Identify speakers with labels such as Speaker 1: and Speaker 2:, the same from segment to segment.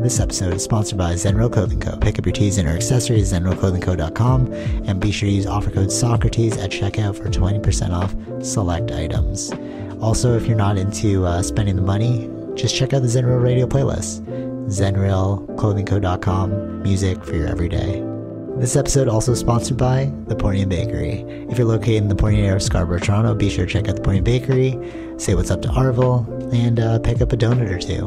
Speaker 1: This episode is sponsored by Zenro Clothing Co. Pick up your tees and or accessories at zenroclothingco.com and be sure to use offer code Socrates at checkout for 20% off select items. Also, if you're not into uh, spending the money, just check out the Zenro radio playlist. ZenRailClothingCo.com, music for your everyday. This episode also sponsored by The Pornian Bakery. If you're located in the Pornian area of Scarborough, Toronto, be sure to check out The Pornian Bakery, say what's up to Arvil, and uh, pick up a donut or two.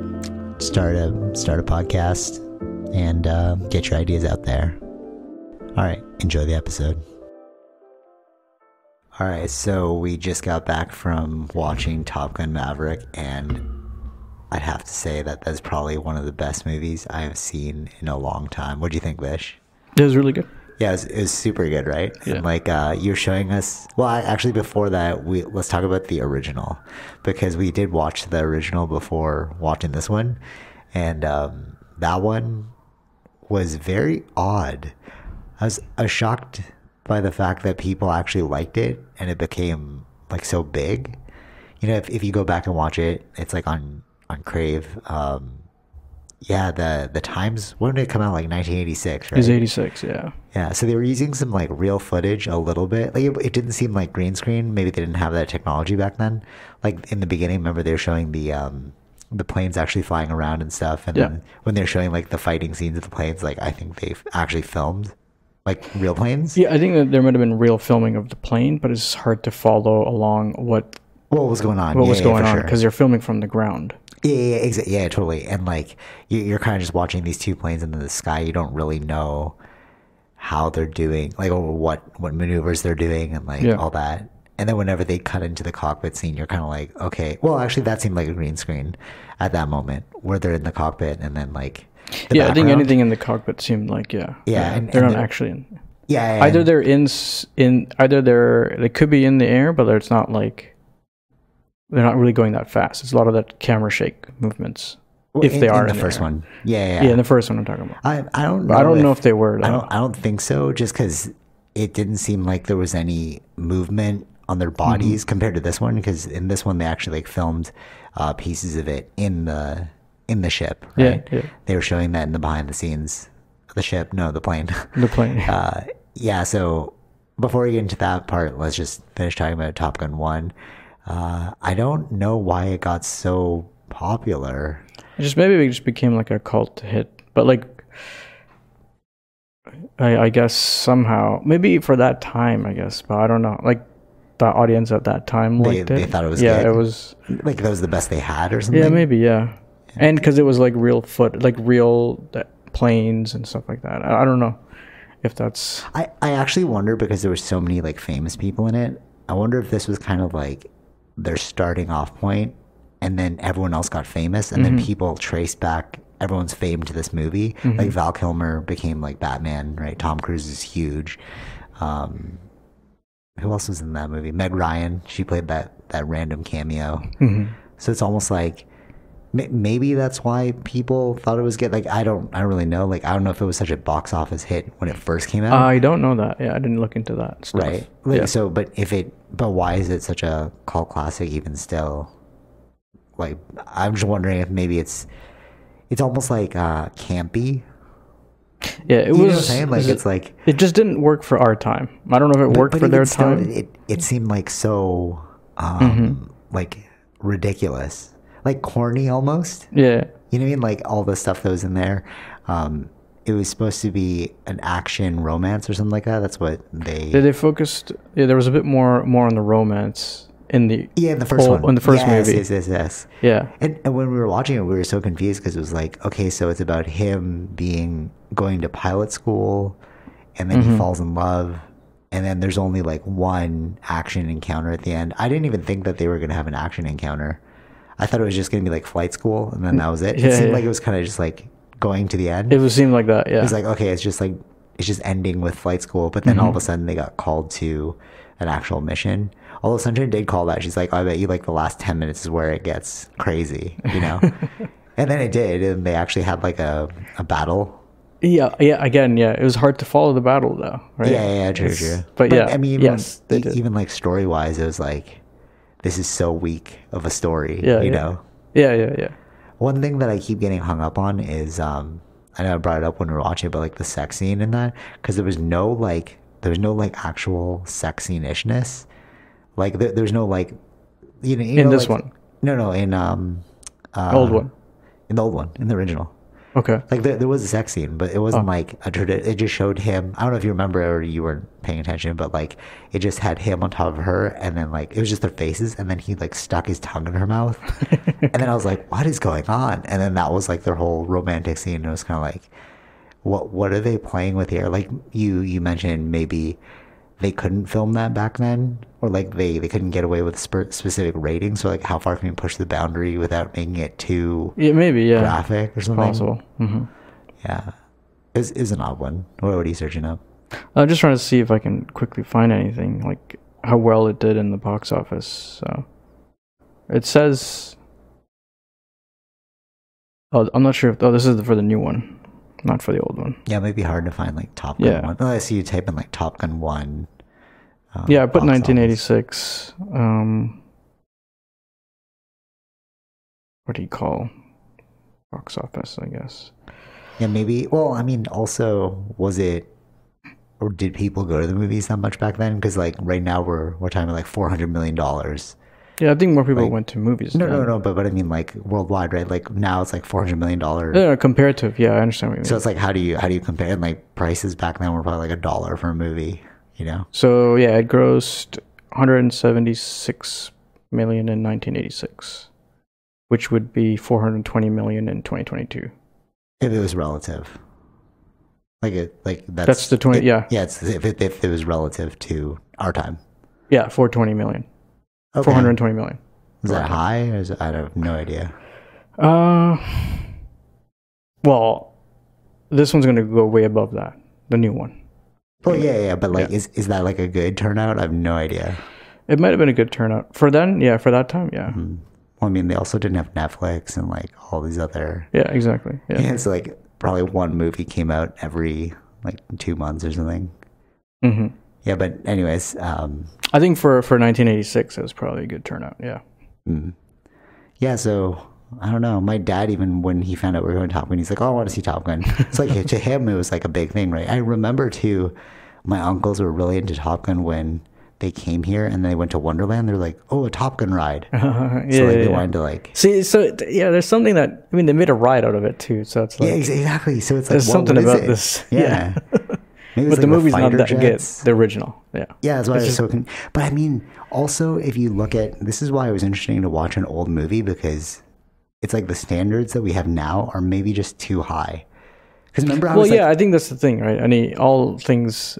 Speaker 1: start a start a podcast and uh, get your ideas out there. All right, enjoy the episode. All right, so we just got back from watching Top Gun Maverick, and I'd have to say that that's probably one of the best movies I have seen in a long time. What do you think, Vish?
Speaker 2: It was really good.
Speaker 1: Yeah, it was, it was super good, right?
Speaker 2: Yeah.
Speaker 1: And like uh, you were showing us. Well, I, actually, before that, we let's talk about the original because we did watch the original before watching this one, and um, that one was very odd. I was, I was shocked by the fact that people actually liked it and it became like so big. You know, if, if you go back and watch it, it's like on on Crave. Um, yeah, the the times when did it come out? Like 1986, right?
Speaker 2: It was 86, yeah.
Speaker 1: Yeah, so they were using some like real footage a little bit. Like it, it didn't seem like green screen. Maybe they didn't have that technology back then. Like in the beginning, remember they were showing the um the planes actually flying around and stuff. And
Speaker 2: Yeah.
Speaker 1: then when they're showing like the fighting scenes of the planes, like I think they actually filmed like real planes.
Speaker 2: Yeah, I think that there might have been real filming of the plane, but it's hard to follow along what
Speaker 1: What was going on?
Speaker 2: what
Speaker 1: Yeah,
Speaker 2: was
Speaker 1: yeah,
Speaker 2: going
Speaker 1: for
Speaker 2: on
Speaker 1: sure.
Speaker 2: because they're filming from the ground.
Speaker 1: Yeah, yeah, yeah, exa- yeah, totally. And like you, you're kind of just watching these two planes in the sky. You don't really know how they're doing, like or what what maneuvers they're doing, and like
Speaker 2: Yeah.
Speaker 1: all that. And then whenever they cut into the cockpit scene, you're kind of like, okay, well, actually, that seemed like a green screen at that moment where they're in the cockpit, and then like, the
Speaker 2: yeah, I think
Speaker 1: background.
Speaker 2: anything in the cockpit seemed like yeah.
Speaker 1: Yeah, and-
Speaker 2: they're
Speaker 1: and
Speaker 2: not
Speaker 1: the-
Speaker 2: actually in.
Speaker 1: yeah, and-
Speaker 2: Either they're in s- in either they're they could be in the air, but it's not like they're not really going that fast. It's a lot of that camera shake movements.
Speaker 1: well,
Speaker 2: if
Speaker 1: in-
Speaker 2: they are
Speaker 1: in the
Speaker 2: in
Speaker 1: first
Speaker 2: there.
Speaker 1: one, yeah, yeah,
Speaker 2: Yeah, in the first one I'm talking about.
Speaker 1: I I don't know
Speaker 2: But I don't know if they were.
Speaker 1: I
Speaker 2: though.
Speaker 1: don't. I don't think so. Just because it didn't seem like there was any movement on their
Speaker 2: Mm-hmm.
Speaker 1: bodies compared to this one. Because in this one, they actually like filmed uh, pieces of it in the in the ship.
Speaker 2: Yeah,
Speaker 1: Right?
Speaker 2: yeah.
Speaker 1: They were showing that in the behind the scenes of the ship. No, the plane.
Speaker 2: the plane.
Speaker 1: uh, yeah. So before we get into that part, let's just finish talking about Top Gun One. Uh, I don't know why it got so popular.
Speaker 2: It just maybe it just became like a cult hit, but like, I, I guess somehow maybe for that time, I guess, but I don't know. Like the audience at that time
Speaker 1: They-
Speaker 2: liked it.
Speaker 1: they thought it was
Speaker 2: yeah,
Speaker 1: good.
Speaker 2: it was
Speaker 1: Like that was the best they had, or something.
Speaker 2: yeah, maybe yeah, and because it was like real foot, like real uh, planes and stuff like that. I, I don't know if that's
Speaker 1: I, I actually wonder because there were so many like famous people in it. I wonder if this was kind of like their starting off point, and then everyone else got famous, and then people traced back everyone's fame to this movie. Like Val Kilmer became like Batman, right? Tom Cruise is huge. Um, who else was in that movie? Meg Ryan. She played that that random cameo. So it's almost like ma- maybe that's why people thought it was good. Like I don't, I don't really know. Like I don't know if it was such a box office hit when it first came out
Speaker 2: I don't know that. Yeah, I didn't look into that stuff.
Speaker 1: Uh, right like,
Speaker 2: yeah.
Speaker 1: so but if it but why is it such a cult classic even still like i'm just wondering if maybe it's it's almost like uh campy
Speaker 2: Yeah, it
Speaker 1: you know what i'm
Speaker 2: was.
Speaker 1: saying like
Speaker 2: it,
Speaker 1: it's like
Speaker 2: it just didn't work for our time. I don't know if it worked
Speaker 1: but
Speaker 2: for
Speaker 1: even
Speaker 2: their
Speaker 1: still,
Speaker 2: time.
Speaker 1: it, it seemed like so um
Speaker 2: Mm-hmm.
Speaker 1: like ridiculous like corny almost
Speaker 2: yeah.
Speaker 1: you know what I mean? Like all the stuff that was in there. Um, it was supposed to be an action romance or something like that. That's what they.
Speaker 2: Yeah, they focused. Yeah, there was a bit more more on the romance in the.
Speaker 1: yeah, in the first
Speaker 2: Oh,
Speaker 1: one.
Speaker 2: in the first
Speaker 1: Yes,
Speaker 2: movie.
Speaker 1: Yes, yes, yes.
Speaker 2: Yeah,
Speaker 1: And, and when we were watching it, we were so confused because it was like, okay, so it's about him being going to pilot school, and then
Speaker 2: Mm-hmm.
Speaker 1: he falls in love, and then there's only like one action encounter at the end. I didn't even think that they were going to have an action encounter. I thought it was just going to be like flight school, and then that was it.
Speaker 2: Yeah,
Speaker 1: it seemed
Speaker 2: yeah.
Speaker 1: like it was kind of just like going to the end.
Speaker 2: It would seem like that. Yeah.
Speaker 1: It was like okay, it's just like it's just ending with flight school, but then all
Speaker 2: Mm-hmm.
Speaker 1: of a sudden they got called to an actual mission. Although Sunshine did call that, she's like, oh, "I bet you like the last ten minutes is where it gets crazy," you know. and then it did, and they actually had like a a battle.
Speaker 2: yeah. Yeah. Again. Yeah. It was hard to follow the battle though. Right.
Speaker 1: Yeah, yeah, yeah, true,
Speaker 2: It's-
Speaker 1: true.
Speaker 2: But, yeah.
Speaker 1: I mean, even,
Speaker 2: yes, they
Speaker 1: e-
Speaker 2: did.
Speaker 1: even like story wise, it was like, this is so weak of a story,
Speaker 2: Yeah,
Speaker 1: you
Speaker 2: yeah.
Speaker 1: know.
Speaker 2: yeah. Yeah. Yeah.
Speaker 1: One thing that I keep getting hung up on is um I know I brought it up when we were watching it, but like the sex scene in that because there was no like there was no like actual sex scene ishness. Like there, there's no like you know you
Speaker 2: In
Speaker 1: know,
Speaker 2: this
Speaker 1: like-
Speaker 2: one?
Speaker 1: No, no, in um uh,
Speaker 2: Old one.
Speaker 1: in the old one in the original.
Speaker 2: Okay.
Speaker 1: Like there, there was a sex scene, but it
Speaker 2: Oh.
Speaker 1: wasn't like a tradi- It just showed him. I don't know if you remember or you weren't paying attention, but like it just had him on top of her, and then like it was just their faces, and then he like stuck his tongue in her mouth, and then I was like, "What is going on?" And then that was like their whole romantic scene. And it was kind of like, "What? What are they playing with here?" Like you you mentioned maybe they couldn't film that back then, or like they they couldn't get away with sp- specific ratings. So like, how far can you push the boundary without making it too
Speaker 2: Yeah. Maybe. Yeah.
Speaker 1: graphic or something?
Speaker 2: Possible. hmm
Speaker 1: Yeah. Is is an odd one. What are you searching up?
Speaker 2: I'm just trying to see if I can quickly find anything like how well it did in the box office. So it says. Oh, I'm not sure if oh this is for the new one, not for the old one.
Speaker 1: Yeah, it might be hard to find like Top Gun
Speaker 2: Yeah.
Speaker 1: one. Unless you type in like Top Gun one. um,
Speaker 2: Yeah, I put
Speaker 1: box
Speaker 2: 1986. Um, what do you call box office? I guess.
Speaker 1: office. Yeah, maybe. Well, I mean, also was it, or did people go to the movies that much back then? Because like right now we're we're talking about like four hundred million dollars.
Speaker 2: Yeah, I think more people went to movies.
Speaker 1: No,
Speaker 2: than-
Speaker 1: no, no. But but I mean like worldwide, right? Like now it's like four hundred million dollars.
Speaker 2: Yeah, comparative. Yeah, I understand what you mean.
Speaker 1: So it's like how do you how do you compare? And like prices back then were probably like a dollar for a movie. You know.
Speaker 2: So yeah, it grossed 176 million in 1986, which would be 420 million in 2022.
Speaker 1: If it was relative, like it, like that's,
Speaker 2: That's the 20
Speaker 1: it-
Speaker 2: yeah.
Speaker 1: yeah. It's if it, if it was relative to our time.
Speaker 2: Yeah, 420 million.
Speaker 1: Okay.
Speaker 2: 420 million.
Speaker 1: Is that high? Or is it, I have no idea.
Speaker 2: Uh, well, this one's gonna go way above that. The new one.
Speaker 1: Well, yeah, yeah, but like, is is that like a good turnout? I have no idea.
Speaker 2: It might have been a good turnout for then. Yeah, for that time. Yeah.
Speaker 1: Mm-hmm. Well, I mean, they also didn't have Netflix and like all these other.
Speaker 2: Yeah. Exactly. Yeah.
Speaker 1: Yeah, so like probably one movie came out every like two months or something.
Speaker 2: hmm
Speaker 1: Yeah, but anyways, um,
Speaker 2: I think for for 1986, it was probably a good turnout. Yeah.
Speaker 1: Yeah, so I don't know. My dad, even when he found out we were going to Top Gun, he's like, "Oh, I want to see Top Gun." It's like to him, it was like a big thing, right? I remember too. My uncles were really into Top Gun when they came here, and they went to Wonderland. They're like, "Oh, a Top Gun ride!" So
Speaker 2: yeah.
Speaker 1: like,
Speaker 2: Uh-huh. yeah,
Speaker 1: they
Speaker 2: yeah.
Speaker 1: wanted to like,
Speaker 2: See, so th- yeah, there's something that I mean, they made a ride out of it too. So it's like,
Speaker 1: yeah, ex- exactly. So it's like,
Speaker 2: there's
Speaker 1: what-
Speaker 2: something
Speaker 1: what is
Speaker 2: about
Speaker 1: it?
Speaker 2: this.
Speaker 1: Yeah, Maybe
Speaker 2: but the movie's not that
Speaker 1: good.
Speaker 2: good. The original, yeah.
Speaker 1: Yeah, that's why I was so. Con- but I mean, also, if you look at this, is why it was interesting to watch an old movie because it's like the standards that we have now are maybe just too high. Because remember, I
Speaker 2: Well,
Speaker 1: was
Speaker 2: yeah,
Speaker 1: like,
Speaker 2: I think that's the thing, right? I mean, all things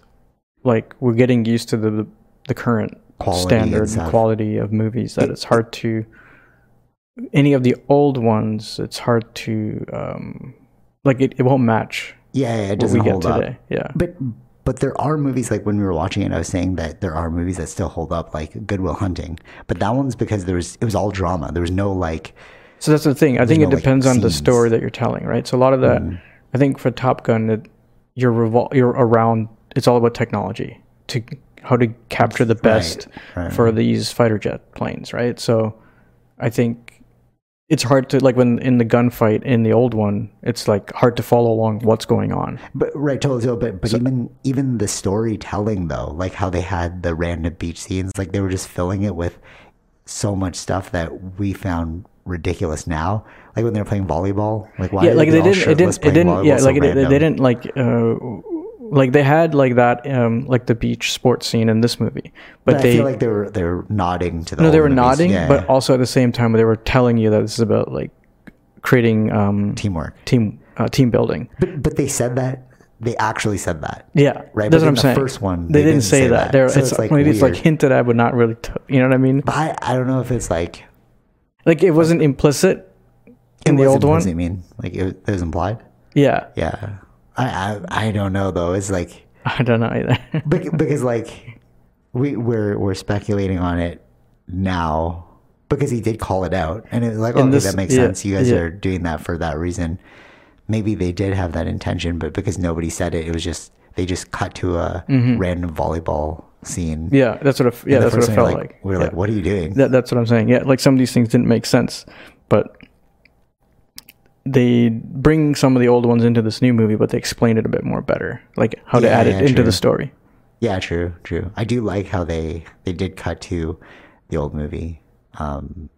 Speaker 2: like we're getting used to the the current
Speaker 1: Quality and
Speaker 2: standard and
Speaker 1: stuff.
Speaker 2: quality of movies that it's hard to any of the old ones. It's hard to um like it, it won't match
Speaker 1: yeah, yeah, it
Speaker 2: what we
Speaker 1: doesn't
Speaker 2: get
Speaker 1: hold up.
Speaker 2: today. Yeah,
Speaker 1: But but there are movies like when we were watching it, I was saying that there are movies that still hold up, like Goodwill Hunting. But that one's because there was it was all drama. There was no like
Speaker 2: So that's the thing. I think
Speaker 1: no,
Speaker 2: it
Speaker 1: like,
Speaker 2: depends on the
Speaker 1: scenes. Mm-hmm.
Speaker 2: story that you're telling, right? So a lot of that, I think for Top Gun, it, you're revol- you're around. It's all about technology to how to capture the best
Speaker 1: right.
Speaker 2: for these fighter jet planes, right? So I think it's hard to like when in the gunfight in the old one, it's like hard to follow along what's going on.
Speaker 1: But right, totally. totally, But but even even the storytelling though, like how they had the random beach scenes, like they were just filling it with so much stuff that we found ridiculous now. Like when they were playing volleyball, like why?
Speaker 2: yeah,
Speaker 1: are
Speaker 2: like
Speaker 1: they
Speaker 2: they
Speaker 1: all
Speaker 2: didn't, it
Speaker 1: shirtless
Speaker 2: didn't, it
Speaker 1: playing
Speaker 2: didn't,
Speaker 1: volleyball
Speaker 2: yeah,
Speaker 1: so
Speaker 2: like it, they
Speaker 1: random?
Speaker 2: didn't like, uh, like they had like that, um, like the beach sports scene in this movie,
Speaker 1: But
Speaker 2: but,
Speaker 1: I
Speaker 2: they
Speaker 1: feel like they were they were nodding to the.
Speaker 2: No, they
Speaker 1: old movies.
Speaker 2: were nodding,
Speaker 1: Yeah,
Speaker 2: but
Speaker 1: yeah.
Speaker 2: also at the same time, they were telling you that this is about like creating um,
Speaker 1: teamwork.
Speaker 2: team uh, team building.
Speaker 1: But but they said that they actually said that.
Speaker 2: Yeah,
Speaker 1: Right, but
Speaker 2: That's what
Speaker 1: in
Speaker 2: I'm
Speaker 1: the
Speaker 2: saying.
Speaker 1: first one,
Speaker 2: they, didn't, say that. They're-
Speaker 1: So
Speaker 2: it's,
Speaker 1: it's,
Speaker 2: like
Speaker 1: like,
Speaker 2: maybe it's like
Speaker 1: weird.
Speaker 2: hinted at, but not really. T- you know what I mean?
Speaker 1: But I I don't know if it's like
Speaker 2: Like it wasn't implicit in the
Speaker 1: was
Speaker 2: old
Speaker 1: implicit,
Speaker 2: one.
Speaker 1: I mean, like it, it was implied.
Speaker 2: Yeah,
Speaker 1: Yeah, I, I I don't know though. It's like
Speaker 2: I don't know either.
Speaker 1: bec- because like we we're we're speculating on it now because he did call it out, and it was like okay,
Speaker 2: this-
Speaker 1: that makes
Speaker 2: yeah,
Speaker 1: sense. You guys
Speaker 2: yeah.
Speaker 1: are doing that for that reason. Maybe they did have that intention, but because nobody said it, it was just they just cut to a random volleyball scene.
Speaker 2: Mm-hmm. yeah, that's what. It, f- yeah,
Speaker 1: And the
Speaker 2: that's what
Speaker 1: first thing,
Speaker 2: it felt
Speaker 1: like,
Speaker 2: like.
Speaker 1: we were
Speaker 2: yeah.
Speaker 1: like, "What are you doing?"
Speaker 2: That, that's what I'm saying. Yeah, like some of these things didn't make sense, but they bring some of the old ones into this new movie, but they explain it a bit more better, like how to
Speaker 1: Yeah,
Speaker 2: add it
Speaker 1: yeah,
Speaker 2: into
Speaker 1: true.
Speaker 2: the story.
Speaker 1: Yeah, true, true. I do like how they they did cut to the old movie. Um,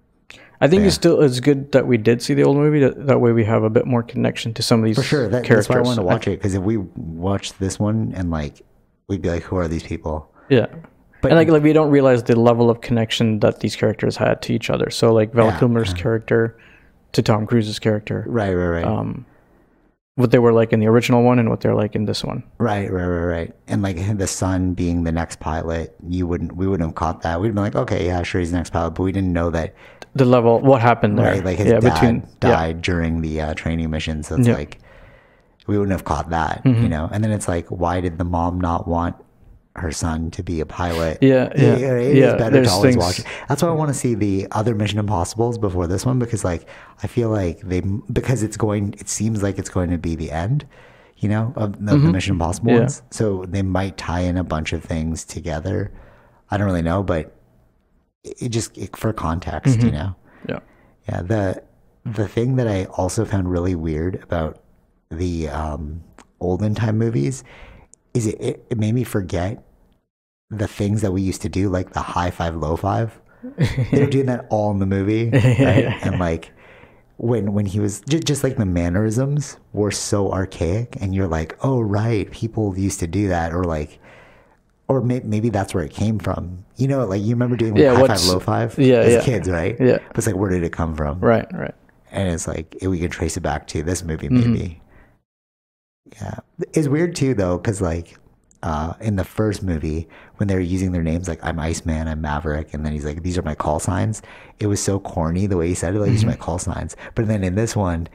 Speaker 2: I think it's still it's good that we did see the old movie. That, that way we have a bit more connection to some of these
Speaker 1: for sure, that,
Speaker 2: characters.
Speaker 1: that's why I wanted to watch it because if we watched this one and like we'd be like, "Who are these people?"
Speaker 2: yeah, and like, like we don't realize the level of connection that these characters had to each other. So like Val
Speaker 1: Yeah,
Speaker 2: Kilmer's character to Tom Cruise's character,
Speaker 1: Right, right, right,
Speaker 2: um, what they were like in the original one and what they're like in this one.
Speaker 1: right, right, right, right. And like the son being the next pilot, you wouldn't, we wouldn't have caught that. We'd been like, "Okay, yeah, sure, he's the next pilot," but we didn't know that
Speaker 2: The level, what happened there?
Speaker 1: right, like his
Speaker 2: yeah,
Speaker 1: dad
Speaker 2: between yeah.
Speaker 1: died during the uh, training mission. So it's
Speaker 2: Yeah. Mm-hmm.
Speaker 1: like we wouldn't have caught that, you know. And then it's like, why did the mom not want her son to be a pilot?
Speaker 2: Yeah, yeah,
Speaker 1: it is
Speaker 2: yeah,
Speaker 1: better to
Speaker 2: there's
Speaker 1: always
Speaker 2: things-
Speaker 1: watch. it. That's why I want to see the other Mission Impossible's before this one because, like, I feel like they because it's going. It seems like it's going to be the end. You know, of the, the Mission Impossible
Speaker 2: Mm-hmm. Yeah.
Speaker 1: ones. So they might tie in a bunch of things together. I don't really know, but it it just it, for context,
Speaker 2: Mm-hmm.
Speaker 1: you know.
Speaker 2: Yeah.
Speaker 1: Yeah, the the thing that I also found really weird about the um, olden time movies is it, it, it made me forget the things that we used to do, like the high five, low five. They're doing that all in the movie, right? And like when when he was just, just like the mannerisms were so archaic, and you're like, oh right, people used to do that, or like. Or may, maybe that's where it came from. You know, like you remember doing like
Speaker 2: Yeah,
Speaker 1: high five,
Speaker 2: what's-
Speaker 1: low five
Speaker 2: yeah,
Speaker 1: as
Speaker 2: yeah.
Speaker 1: kids, right?
Speaker 2: Yeah.
Speaker 1: But it's like, where did it come from?
Speaker 2: Right, right.
Speaker 1: and it's like eh, we can trace it back to this movie
Speaker 2: Mm-hmm.
Speaker 1: maybe yeah it's weird too though because like uh, in the first movie when they were using their names like i'm iceman i'm maverick and then he's like these are my call signs it was so corny the way he said it like these are
Speaker 2: Mm-hmm.
Speaker 1: my call signs but then in this one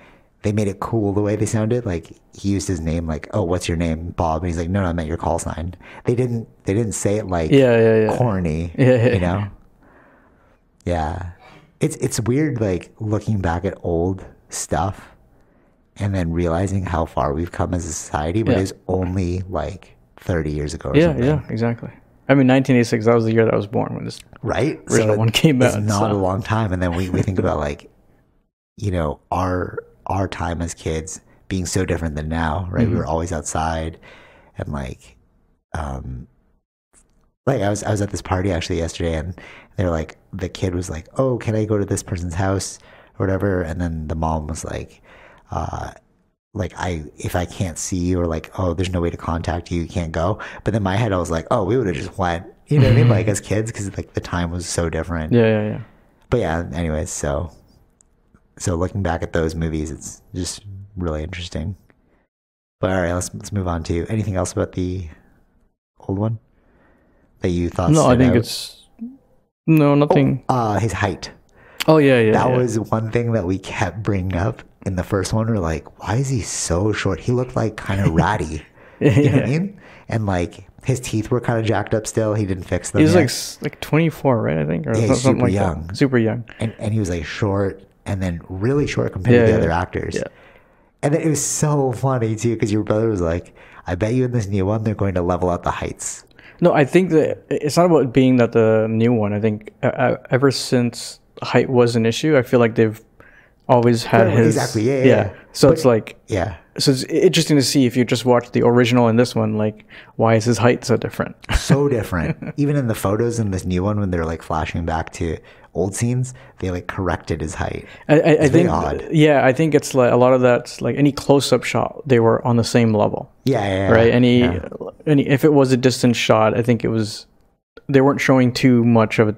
Speaker 1: they made it cool the way they sounded like he used his name like oh what's your name bob and he's like no no i meant your call sign they didn't they didn't say it like
Speaker 2: Yeah, yeah, yeah.
Speaker 1: corny.
Speaker 2: Yeah.
Speaker 1: You know? Yeah. It's it's weird like looking back at old stuff and then realizing how far we've come as a society, but
Speaker 2: Yeah.
Speaker 1: it's only like thirty years ago or
Speaker 2: Yeah,
Speaker 1: something.
Speaker 2: yeah, exactly. I mean, 1986. That was the year that I was born when this.
Speaker 1: Right?
Speaker 2: Original one came
Speaker 1: it's
Speaker 2: out,
Speaker 1: not
Speaker 2: so.
Speaker 1: a long time. And then we, we think about like, you know, our our time as kids being so different than now, right? We
Speaker 2: Mm-hmm.
Speaker 1: were always outside and like um like I was I was at this party actually yesterday and they were like the kid was like, Oh, can I go to this person's house or whatever? And then the mom was like, uh like I if I can't see you or like, oh, there's no way to contact you, you can't go. But then my head I was like, Oh, we would have just went. You know what I mean? Like as kids, because like the time was so different.
Speaker 2: Yeah, yeah, yeah.
Speaker 1: But yeah, anyways, so so looking back at those movies, it's just really interesting. But all right, let's let's move on to anything else about the old one that you thought.
Speaker 2: No, I
Speaker 1: stood
Speaker 2: think
Speaker 1: out?
Speaker 2: it's no nothing.
Speaker 1: uh, his height.
Speaker 2: Oh, yeah, yeah.
Speaker 1: That
Speaker 2: yeah.
Speaker 1: was one thing that we kept bringing up in the first one. We're like, why is he so short? He looked like kind of ratty. You know what I mean? And like his teeth were kind of jacked up still. He didn't fix them.
Speaker 2: He's
Speaker 1: yet.
Speaker 2: like s- like 24, right? I think, or
Speaker 1: he's
Speaker 2: something
Speaker 1: super
Speaker 2: like
Speaker 1: young.
Speaker 2: that. Super young.
Speaker 1: and, and he was like short and then really short compared to
Speaker 2: Yeah,
Speaker 1: the
Speaker 2: yeah.
Speaker 1: other actors.
Speaker 2: Yeah.
Speaker 1: And then it was so funny too because your brother was like, "I bet you in this new one they're going to level out the heights."
Speaker 2: No, I think that it's not about being that the new one. I think uh, uh, ever since height was an issue, I feel like they've always had
Speaker 1: Right,
Speaker 2: his
Speaker 1: exactly, yeah, yeah, yeah.
Speaker 2: So it's like
Speaker 1: Yeah,
Speaker 2: so it's interesting to see if you just watch the original and this one, like why is his height so different?
Speaker 1: so different. Even in the photos in this new one, when they're like flashing back to old scenes, they like corrected his height.
Speaker 2: I, I, I think
Speaker 1: odd.
Speaker 2: yeah, I think it's like a lot of that's like any close up shot they were on the same level,
Speaker 1: Yeah, yeah, yeah.
Speaker 2: right? Any
Speaker 1: Yeah.
Speaker 2: any if it was a distant shot, I think it was they weren't showing too much of it,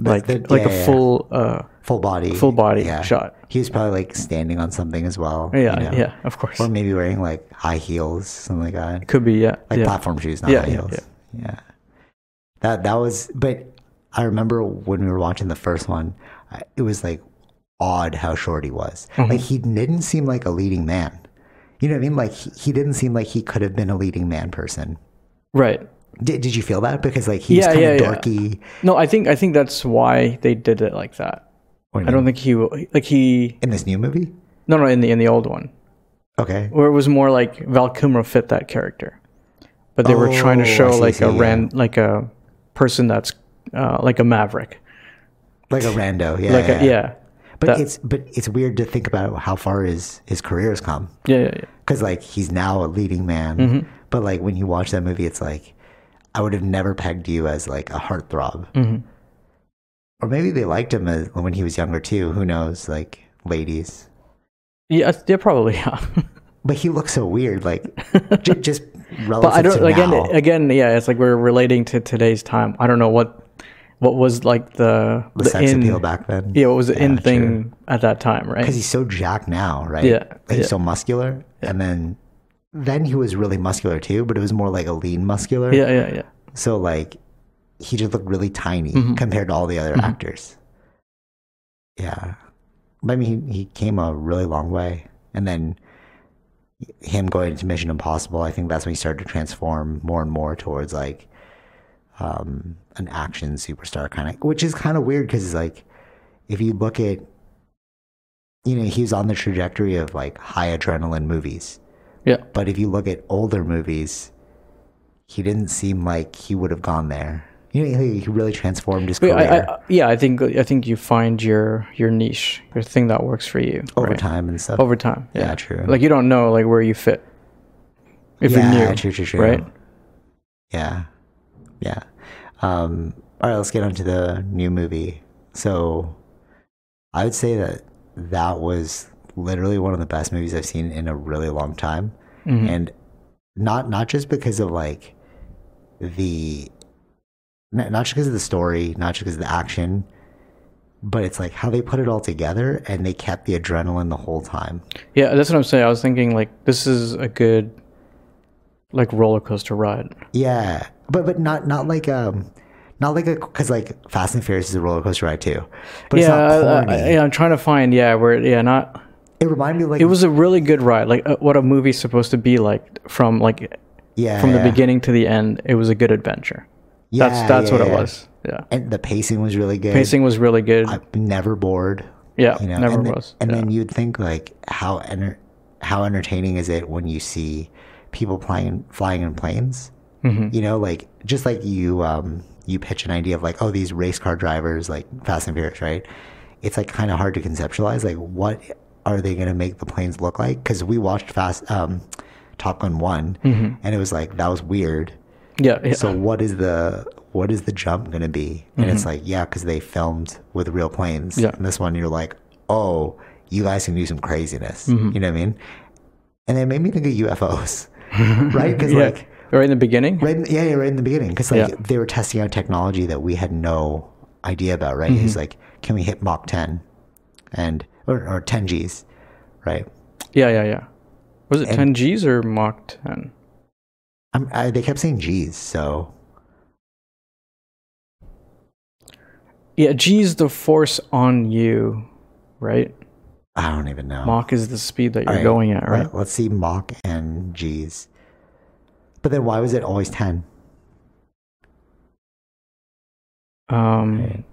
Speaker 2: like
Speaker 1: the-
Speaker 2: like
Speaker 1: yeah,
Speaker 2: a
Speaker 1: yeah.
Speaker 2: full uh
Speaker 1: full body,
Speaker 2: full body
Speaker 1: yeah.
Speaker 2: shot.
Speaker 1: He was probably like standing on something as well. you
Speaker 2: Yeah,
Speaker 1: know?
Speaker 2: yeah, of course.
Speaker 1: Or maybe wearing like high heels, something like that.
Speaker 2: Could be, yeah.
Speaker 1: like
Speaker 2: yeah.
Speaker 1: platform shoes, not
Speaker 2: Yeah,
Speaker 1: high
Speaker 2: yeah,
Speaker 1: heels. Yeah, That that was, but I remember when we were watching the first one, I- it was like odd how short he was.
Speaker 2: Mm-hmm.
Speaker 1: Like he didn't seem like a leading man. You know what I mean? Like he, he didn't seem like he could have been a leading man person.
Speaker 2: Right.
Speaker 1: Did, did you feel that? Because like he
Speaker 2: Yeah,
Speaker 1: was kind of
Speaker 2: yeah, yeah.
Speaker 1: dorky.
Speaker 2: No, I think I think that's why they did it like that.
Speaker 1: What do you
Speaker 2: I don't think he will- like he
Speaker 1: In this new movie?
Speaker 2: no no in the in the old one
Speaker 1: Okay.
Speaker 2: where it was more like Val Kilmer fit that character, but they were trying
Speaker 1: Oh,
Speaker 2: to show
Speaker 1: I see, I
Speaker 2: like
Speaker 1: see,
Speaker 2: a
Speaker 1: yeah.
Speaker 2: ran like a person that's uh, like a maverick
Speaker 1: Like a rando. Yeah.
Speaker 2: like
Speaker 1: yeah.
Speaker 2: a, yeah.
Speaker 1: But
Speaker 2: that-
Speaker 1: it's but it's weird to think about how far his his career has come.
Speaker 2: yeah yeah yeah
Speaker 1: because like he's now a leading man
Speaker 2: Mm-hmm.
Speaker 1: but like when you watch that movie it's like i would have never pegged you as like a heartthrob
Speaker 2: Mm-hmm.
Speaker 1: or maybe they liked him as, when he was younger too who knows like ladies
Speaker 2: yeah yeah probably yeah.
Speaker 1: but he looks so weird like j- just relative
Speaker 2: But I don't
Speaker 1: to
Speaker 2: again
Speaker 1: now.
Speaker 2: again yeah it's like we're relating to today's time. I don't know what what was like the
Speaker 1: the, sex appeal back then
Speaker 2: yeah what was the in thing at that time right
Speaker 1: because he's so jacked now right
Speaker 2: Yeah,
Speaker 1: Like, he's
Speaker 2: yeah.
Speaker 1: so muscular and then then he was really muscular too but it was more like a lean muscular
Speaker 2: yeah yeah yeah
Speaker 1: So like he just looked really tiny compared to all the other actors. Yeah. But I mean he, he came a really long way. And then him going into Mission Impossible, I think that's when he started to transform more and more towards like um an action superstar kind of which is kind of weird cuz like if you look at you know, he was on the trajectory of like high adrenaline movies.
Speaker 2: yeah
Speaker 1: But if you look at older movies, he didn't seem like he would have gone there. You know, he he really transformed his
Speaker 2: But
Speaker 1: career
Speaker 2: I, I, yeah I think I think you find your your niche your thing that works for you
Speaker 1: over
Speaker 2: right?
Speaker 1: time and stuff.
Speaker 2: over time
Speaker 1: Yeah, true.
Speaker 2: like you don't know like where you fit if
Speaker 1: yeah,
Speaker 2: you're new
Speaker 1: true, true, true.
Speaker 2: right
Speaker 1: Yeah, yeah. Um, all right, let's get on to the new movie. So, I would say that that was literally one of the best movies I've seen in a really long time,
Speaker 2: Mm-hmm.
Speaker 1: and not not just because of like the not not just because of the story, not just because of the action, but it's like how they put it all together and they kept the adrenaline the whole time.
Speaker 2: yeah that's what I'm saying I was thinking like this is a good like roller coaster ride
Speaker 1: Yeah, but but not not like um, not like a because like Fast and Furious is a roller coaster ride too, but it's
Speaker 2: yeah,
Speaker 1: not corny.
Speaker 2: I, I, yeah I'm trying to find yeah where yeah not
Speaker 1: it reminded me like
Speaker 2: it was a really good ride like uh, what a movie's supposed to be like from like
Speaker 1: yeah
Speaker 2: from the
Speaker 1: yeah.
Speaker 2: beginning to the end it was a good adventure
Speaker 1: Yeah,
Speaker 2: that's that's
Speaker 1: yeah,
Speaker 2: what
Speaker 1: yeah.
Speaker 2: it was yeah
Speaker 1: and the pacing was really good.
Speaker 2: pacing was really good
Speaker 1: I'm never bored.
Speaker 2: yeah
Speaker 1: You know,
Speaker 2: never
Speaker 1: and then,
Speaker 2: was
Speaker 1: And
Speaker 2: yeah.
Speaker 1: then you'd think like how enter- how entertaining is it when you see people flying flying in planes?
Speaker 2: Mm-hmm.
Speaker 1: You know, like just like you um you pitch an idea of like oh these race car drivers like Fast and Furious, right? It's like kind of hard to conceptualize like what are they going to make the planes look like? Because we watched Fast um, Top Gun one,
Speaker 2: Mm-hmm.
Speaker 1: and it was like that was weird
Speaker 2: yeah, yeah. Mm-hmm.
Speaker 1: so what is the what is the jump going to be and it's like yeah because they filmed with real planes
Speaker 2: Yeah.
Speaker 1: and this one you're like oh you guys can do some craziness
Speaker 2: Mm-hmm.
Speaker 1: you know what i mean and it made me think of ufos right because
Speaker 2: yeah.
Speaker 1: like
Speaker 2: right in the beginning
Speaker 1: right in, yeah, yeah, right in the beginning because like
Speaker 2: Yeah.
Speaker 1: they were testing out technology that we had no idea about right it's
Speaker 2: Mm-hmm.
Speaker 1: like can we hit mach 10 and or, or 10 g's right
Speaker 2: Yeah, yeah, yeah. Was it 10 Gs or Mach 10?
Speaker 1: I'm, I, they kept saying g's so
Speaker 2: Yeah, G is the force on you, right?
Speaker 1: i don't even know
Speaker 2: Mach is the speed that you're
Speaker 1: Oh. All right,
Speaker 2: going at, right?
Speaker 1: let- Let's see mock and G's. But then why was it always 10?
Speaker 2: Um,
Speaker 1: Right.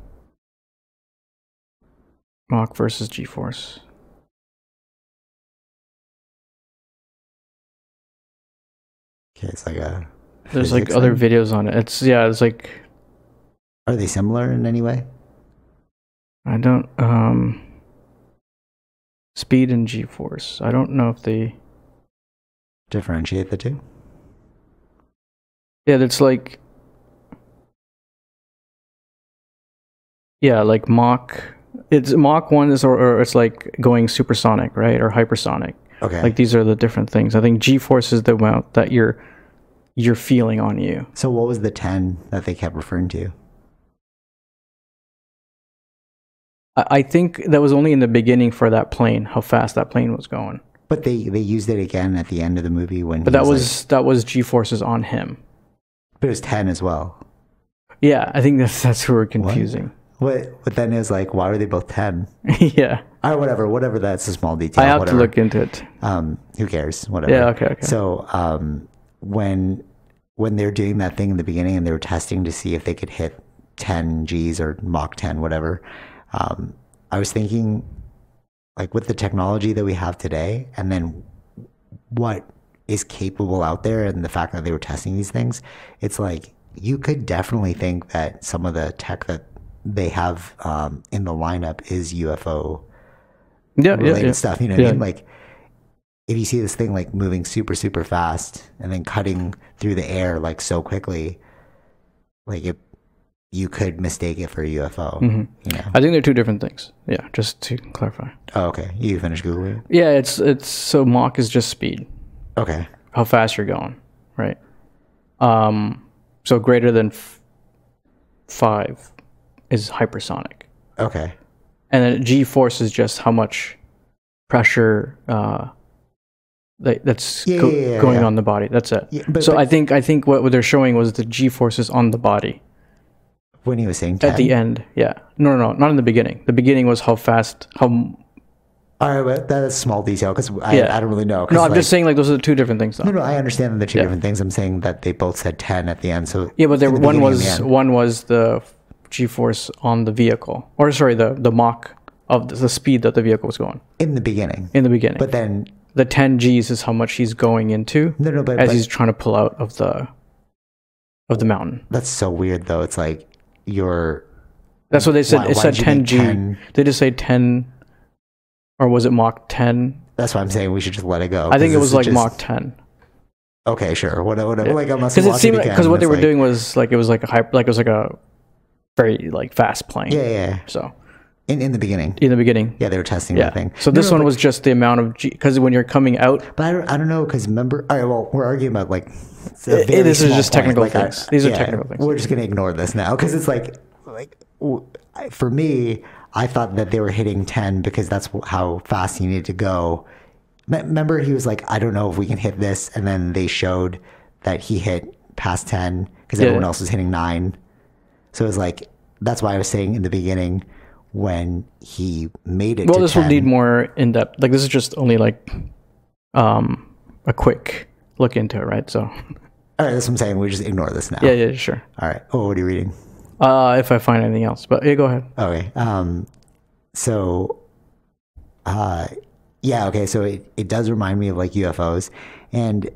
Speaker 2: Mach versus G force.
Speaker 1: Okay, it's like a.
Speaker 2: There's like
Speaker 1: physics
Speaker 2: other
Speaker 1: thing.
Speaker 2: videos on it. It's, yeah, it's like,
Speaker 1: Are they similar in any way?
Speaker 2: I don't, um, speed and G force. I don't know if they,
Speaker 1: Differentiate the two?
Speaker 2: yeah, that's like, yeah, like Mach. It's Mach 1 is, or, or it's like going supersonic, right? Or hypersonic.
Speaker 1: Okay.
Speaker 2: like these are the different things i think g force is the amount that you're you're feeling on you
Speaker 1: so what was the 10 that they kept referring to?
Speaker 2: I, I think that was only in the beginning for that plane how fast that plane was going
Speaker 1: But they, they used it again at the end of the movie when.
Speaker 2: but
Speaker 1: he
Speaker 2: that was
Speaker 1: like-
Speaker 2: that was g forces on him
Speaker 1: but it was 10 as well.
Speaker 2: yeah i think that's that's who we're confusing
Speaker 1: What what then is like? Why were they both ten?
Speaker 2: yeah.
Speaker 1: Or whatever, whatever. That's a small detail.
Speaker 2: I have
Speaker 1: whatever.
Speaker 2: to look into it.
Speaker 1: Um, who cares? Whatever.
Speaker 2: Yeah, okay, okay.
Speaker 1: So um, when when they're doing that thing in the beginning and they were testing to see if they could hit 10 Gs or Mach 10, whatever, um, I was thinking, like with the technology that we have today, and then what is capable out there, and the fact that they were testing these things, it's like you could definitely think that some of the tech that they have um, in the lineup is UFO
Speaker 2: Yeah, yeah,
Speaker 1: related
Speaker 2: yeah.
Speaker 1: stuff. You know what
Speaker 2: Yeah.
Speaker 1: I mean? Like if you see this thing like moving super, super fast and then cutting through the air like so quickly, like it, you could mistake it for a UFO.
Speaker 2: Mm-hmm.
Speaker 1: You know?
Speaker 2: I think they're two different things. Yeah, just to clarify.
Speaker 1: Oh, okay. You finished Googling?
Speaker 2: Yeah, it's it's so Mach is just speed,
Speaker 1: Okay.
Speaker 2: how fast you're going, right? Um, so greater than f- five is hypersonic,
Speaker 1: Okay.
Speaker 2: and then G force is just how much pressure uh, that, that's
Speaker 1: Yeah,
Speaker 2: go-
Speaker 1: yeah, yeah,
Speaker 2: going
Speaker 1: yeah.
Speaker 2: on the body. That's it.
Speaker 1: Yeah, but-
Speaker 2: so
Speaker 1: but-
Speaker 2: I think I think what they're showing was the G forces on the body.
Speaker 1: When he was saying 10.
Speaker 2: At the end, yeah. No, no, no, not in the beginning. The beginning was how fast, how. No,
Speaker 1: All right. But that is small detail because I,
Speaker 2: Yeah.
Speaker 1: I don't really know. 'cause,
Speaker 2: I'm
Speaker 1: like-
Speaker 2: just saying, like, those are the two different things, though.
Speaker 1: No, no, I understand that they're two different things. I'm saying that they both said 10 at the end. So
Speaker 2: Yeah, but there,
Speaker 1: in the
Speaker 2: one
Speaker 1: beginning and the
Speaker 2: was
Speaker 1: end.
Speaker 2: one was the G force on the vehicle, or sorry, the the Mach of the, the speed that the vehicle was going
Speaker 1: in the beginning.
Speaker 2: in the beginning.
Speaker 1: But then,
Speaker 2: the 10 Gs is how much he's going into
Speaker 1: no, no, but,
Speaker 2: as
Speaker 1: but
Speaker 2: he's trying to pull out of the of the mountain.
Speaker 1: that's so weird though. It's like you're
Speaker 2: That's what they said.
Speaker 1: Why-
Speaker 2: it
Speaker 1: why
Speaker 2: said
Speaker 1: did you
Speaker 2: 10
Speaker 1: make
Speaker 2: G.
Speaker 1: 10?
Speaker 2: They just say 10, or was it Mach 10?
Speaker 1: That's why I'm saying we should just let it go.
Speaker 2: I
Speaker 1: 'cause
Speaker 2: think it
Speaker 1: this
Speaker 2: was
Speaker 1: is
Speaker 2: like
Speaker 1: just-
Speaker 2: Mach 10.
Speaker 1: Okay, sure. Whatever. whatever Like unless
Speaker 2: because
Speaker 1: you
Speaker 2: it
Speaker 1: watch
Speaker 2: seemed
Speaker 1: again,
Speaker 2: because what
Speaker 1: it's
Speaker 2: they were
Speaker 1: like-
Speaker 2: doing was like it was like a hyper like it was like a very like fast plane
Speaker 1: Yeah, yeah. yeah.
Speaker 2: so
Speaker 1: In in the beginning.
Speaker 2: in the beginning
Speaker 1: Yeah, they were testing
Speaker 2: yeah
Speaker 1: that thing.
Speaker 2: so
Speaker 1: No,
Speaker 2: this
Speaker 1: no,
Speaker 2: one was just the amount of g because when you're coming out
Speaker 1: but, but I don't, I don't know because remember. All right, well, we're arguing about like. it's
Speaker 2: I-
Speaker 1: a very
Speaker 2: this is
Speaker 1: small
Speaker 2: just
Speaker 1: point,
Speaker 2: technical
Speaker 1: I-
Speaker 2: things. These are technical things.
Speaker 1: We're just gonna ignore this now because it's like like w- I- for me, I thought that they were hitting ten because that's wh- how fast he needed to go. Me- Remember, he was like, I don't know if we can hit this, and then they showed that he hit past ten because everyone else was hitting nine. So it was like that's why I was saying in the beginning when he made it.
Speaker 2: well
Speaker 1: to
Speaker 2: this
Speaker 1: 10,
Speaker 2: will need more in depth like this is just only like um a quick look into it right so
Speaker 1: All right, that's what I'm saying. We just ignore this now.
Speaker 2: yeah yeah sure
Speaker 1: All right. Oh, what are you reading?
Speaker 2: uh if i find anything else but yeah go ahead
Speaker 1: Okay. Um, so, uh, yeah. Okay. So it, it does remind me of like UFOs, and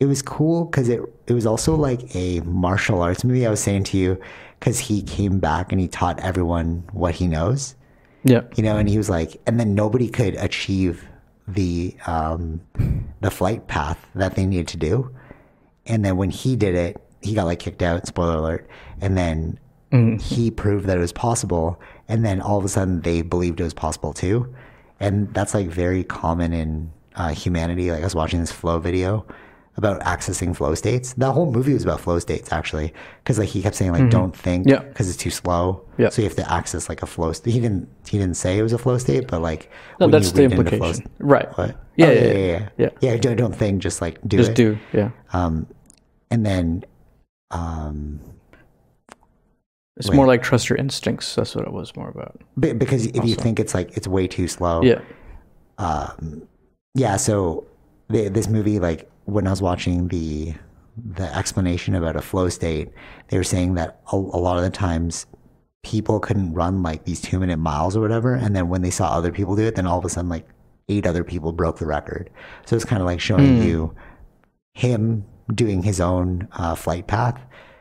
Speaker 1: it was cool because it it was also like a martial arts movie. I was saying to you because he came back and he taught everyone what he knows
Speaker 2: yeah
Speaker 1: you know, and he was like, and then nobody could achieve the um, the flight path that they needed to do, and then when he did it, he got like kicked out. Spoiler alert! And then
Speaker 2: Mm.
Speaker 1: he proved that it was possible, and then all of a sudden they believed it was possible too, and that's like very common in uh, humanity. Like I was watching this flow video about accessing flow states. That whole movie was about flow states actually, because like he kept saying like, don't think,
Speaker 2: Mm-hmm. Yeah.
Speaker 1: because it's too slow.
Speaker 2: Yeah.
Speaker 1: So you have to access like a flow state. He didn't he didn't say it was a flow state, but like
Speaker 2: no,
Speaker 1: when
Speaker 2: that's
Speaker 1: you
Speaker 2: the
Speaker 1: read into flow
Speaker 2: implication
Speaker 1: st-
Speaker 2: right
Speaker 1: what?
Speaker 2: Yeah,
Speaker 1: Oh,
Speaker 2: yeah,
Speaker 1: yeah,
Speaker 2: yeah,
Speaker 1: yeah,
Speaker 2: yeah.
Speaker 1: yeah. Don't don't think, just like do
Speaker 2: just
Speaker 1: it.
Speaker 2: do yeah
Speaker 1: Um, and then, um,
Speaker 2: it's more like trust your instincts that's what it was more about
Speaker 1: be- because if you think it's like it's way too slow,
Speaker 2: yeah
Speaker 1: yeah so the, this movie like when i was watching the the explanation about a flow state they were saying that a, a lot of the times people couldn't run like these two minute miles or whatever and then when they saw other people do it then all of a sudden like eight other people broke the record so it's kind of like showing you him doing his own uh, flight path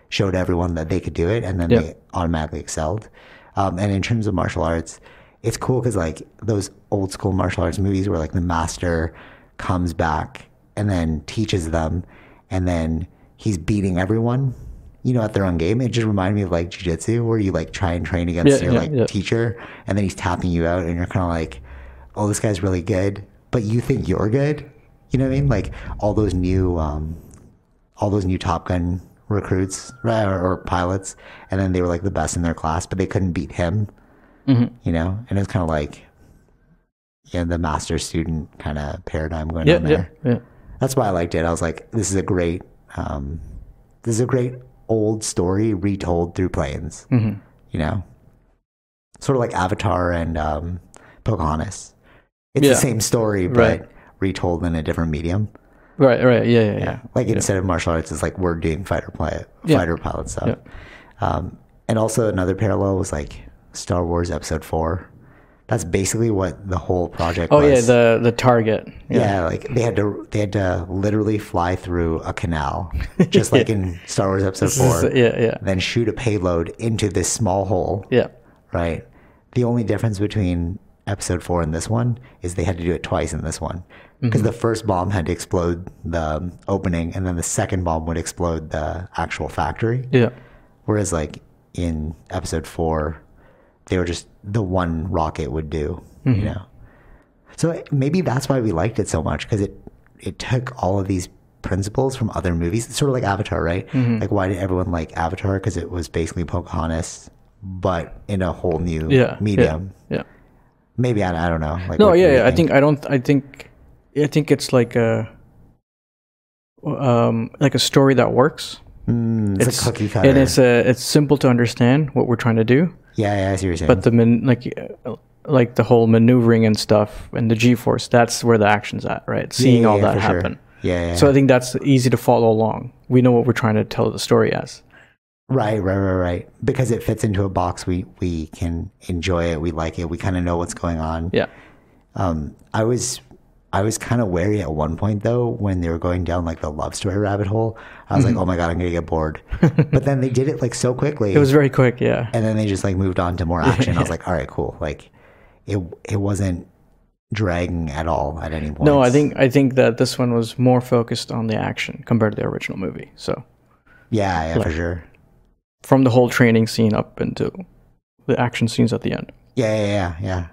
Speaker 1: showed everyone that they could do it and then
Speaker 2: Yeah.
Speaker 1: they automatically excelled um, and in terms of martial arts it's cool because like those old school martial arts movies where like the master comes back and then teaches them and then he's beating everyone you know at their own game it just reminded me of like jiu-jitsu where you like try and train against
Speaker 2: Yeah,
Speaker 1: your
Speaker 2: yeah,
Speaker 1: like
Speaker 2: yeah.
Speaker 1: teacher and then he's tapping you out and you're kind of like oh this guy's really good but you think you're good you know what i mean like all those new um all those new top gun recruits right, or, or pilots and then they were like the best in their class but they couldn't beat him
Speaker 2: Mm-hmm.
Speaker 1: you know and it's kind of like yeah the master student kind of paradigm going
Speaker 2: yeah
Speaker 1: on there
Speaker 2: yeah yeah
Speaker 1: that's why I liked it. I was like, this is a great, um,
Speaker 2: Mm-hmm.
Speaker 1: this is a great old story retold through planes. You know, sort of like Avatar and um, Pocahontas. It's
Speaker 2: Yeah.
Speaker 1: the same story, but
Speaker 2: Right.
Speaker 1: retold in a different medium.
Speaker 2: Right, right, yeah, yeah, yeah.
Speaker 1: Like instead of martial arts, it's like we're doing fighter pilot,
Speaker 2: Yeah.
Speaker 1: fighter pilot stuff. Um, and also another parallel was like Star Wars Episode Four. That's basically what the whole project.
Speaker 2: Oh
Speaker 1: was.
Speaker 2: yeah, the the target.
Speaker 1: Yeah. like they had to they had to literally fly through a canal, just like in Star Wars Episode
Speaker 2: This
Speaker 1: Four.
Speaker 2: is- yeah, yeah,
Speaker 1: Then shoot a payload into this small hole.
Speaker 2: yeah.
Speaker 1: Right. The only difference between Episode Four and this one is they had to do it twice in this one
Speaker 2: Mm-hmm.
Speaker 1: because the first bomb had to explode the um, opening, and then the second bomb would explode the actual factory.
Speaker 2: Yeah.
Speaker 1: Whereas like in episode four, they were just the one rocket would do,
Speaker 2: Mm-hmm.
Speaker 1: you know. So maybe that's why we liked it so much because it it took all of these principles from other movies. It's sort of like Avatar, right?
Speaker 2: Mm-hmm.
Speaker 1: Like why did everyone like Avatar? Because it was basically Pocahontas, but in a whole new
Speaker 2: Yeah.
Speaker 1: medium.
Speaker 2: Yeah. yeah.
Speaker 1: Maybe I, I don't know. Like,
Speaker 2: No,
Speaker 1: what do
Speaker 2: yeah,
Speaker 1: you
Speaker 2: yeah. I think I don't. I think I think it's like a um like a story that works.
Speaker 1: Mm, it's, a cookie cutter.
Speaker 2: and it's a it's simple to understand what we're trying to do.
Speaker 1: yeah, yeah, I see what you're saying.
Speaker 2: But the man, like uh, like the whole maneuvering and stuff and the G-force. That's where the action's at, right?
Speaker 1: Yeah,
Speaker 2: Seeing
Speaker 1: yeah,
Speaker 2: all
Speaker 1: yeah,
Speaker 2: that
Speaker 1: for sure.
Speaker 2: happen.
Speaker 1: Yeah, yeah.
Speaker 2: So I think that's easy to follow along. We know what we're trying to tell the story as.
Speaker 1: Right, right, right, right. Because it fits into a box, we we can enjoy it. We like it. We kind of know what's going on.
Speaker 2: Yeah.
Speaker 1: Um, I was I was kind of wary at one point though when they were going down like the love story rabbit hole. I was like, oh my god, I'm gonna get bored. but then they did it like so quickly,
Speaker 2: Mm-hmm. It was very quick. Yeah.
Speaker 1: and then they just like moved on to more action. I was like, all right, cool. Like it it wasn't dragging at all at any point.
Speaker 2: No, I think I think that this one was more focused on the action compared to the original movie. So
Speaker 1: yeah, yeah, for sure.
Speaker 2: from the whole training scene up into the action scenes at the end.
Speaker 1: Yeah, yeah, yeah, yeah.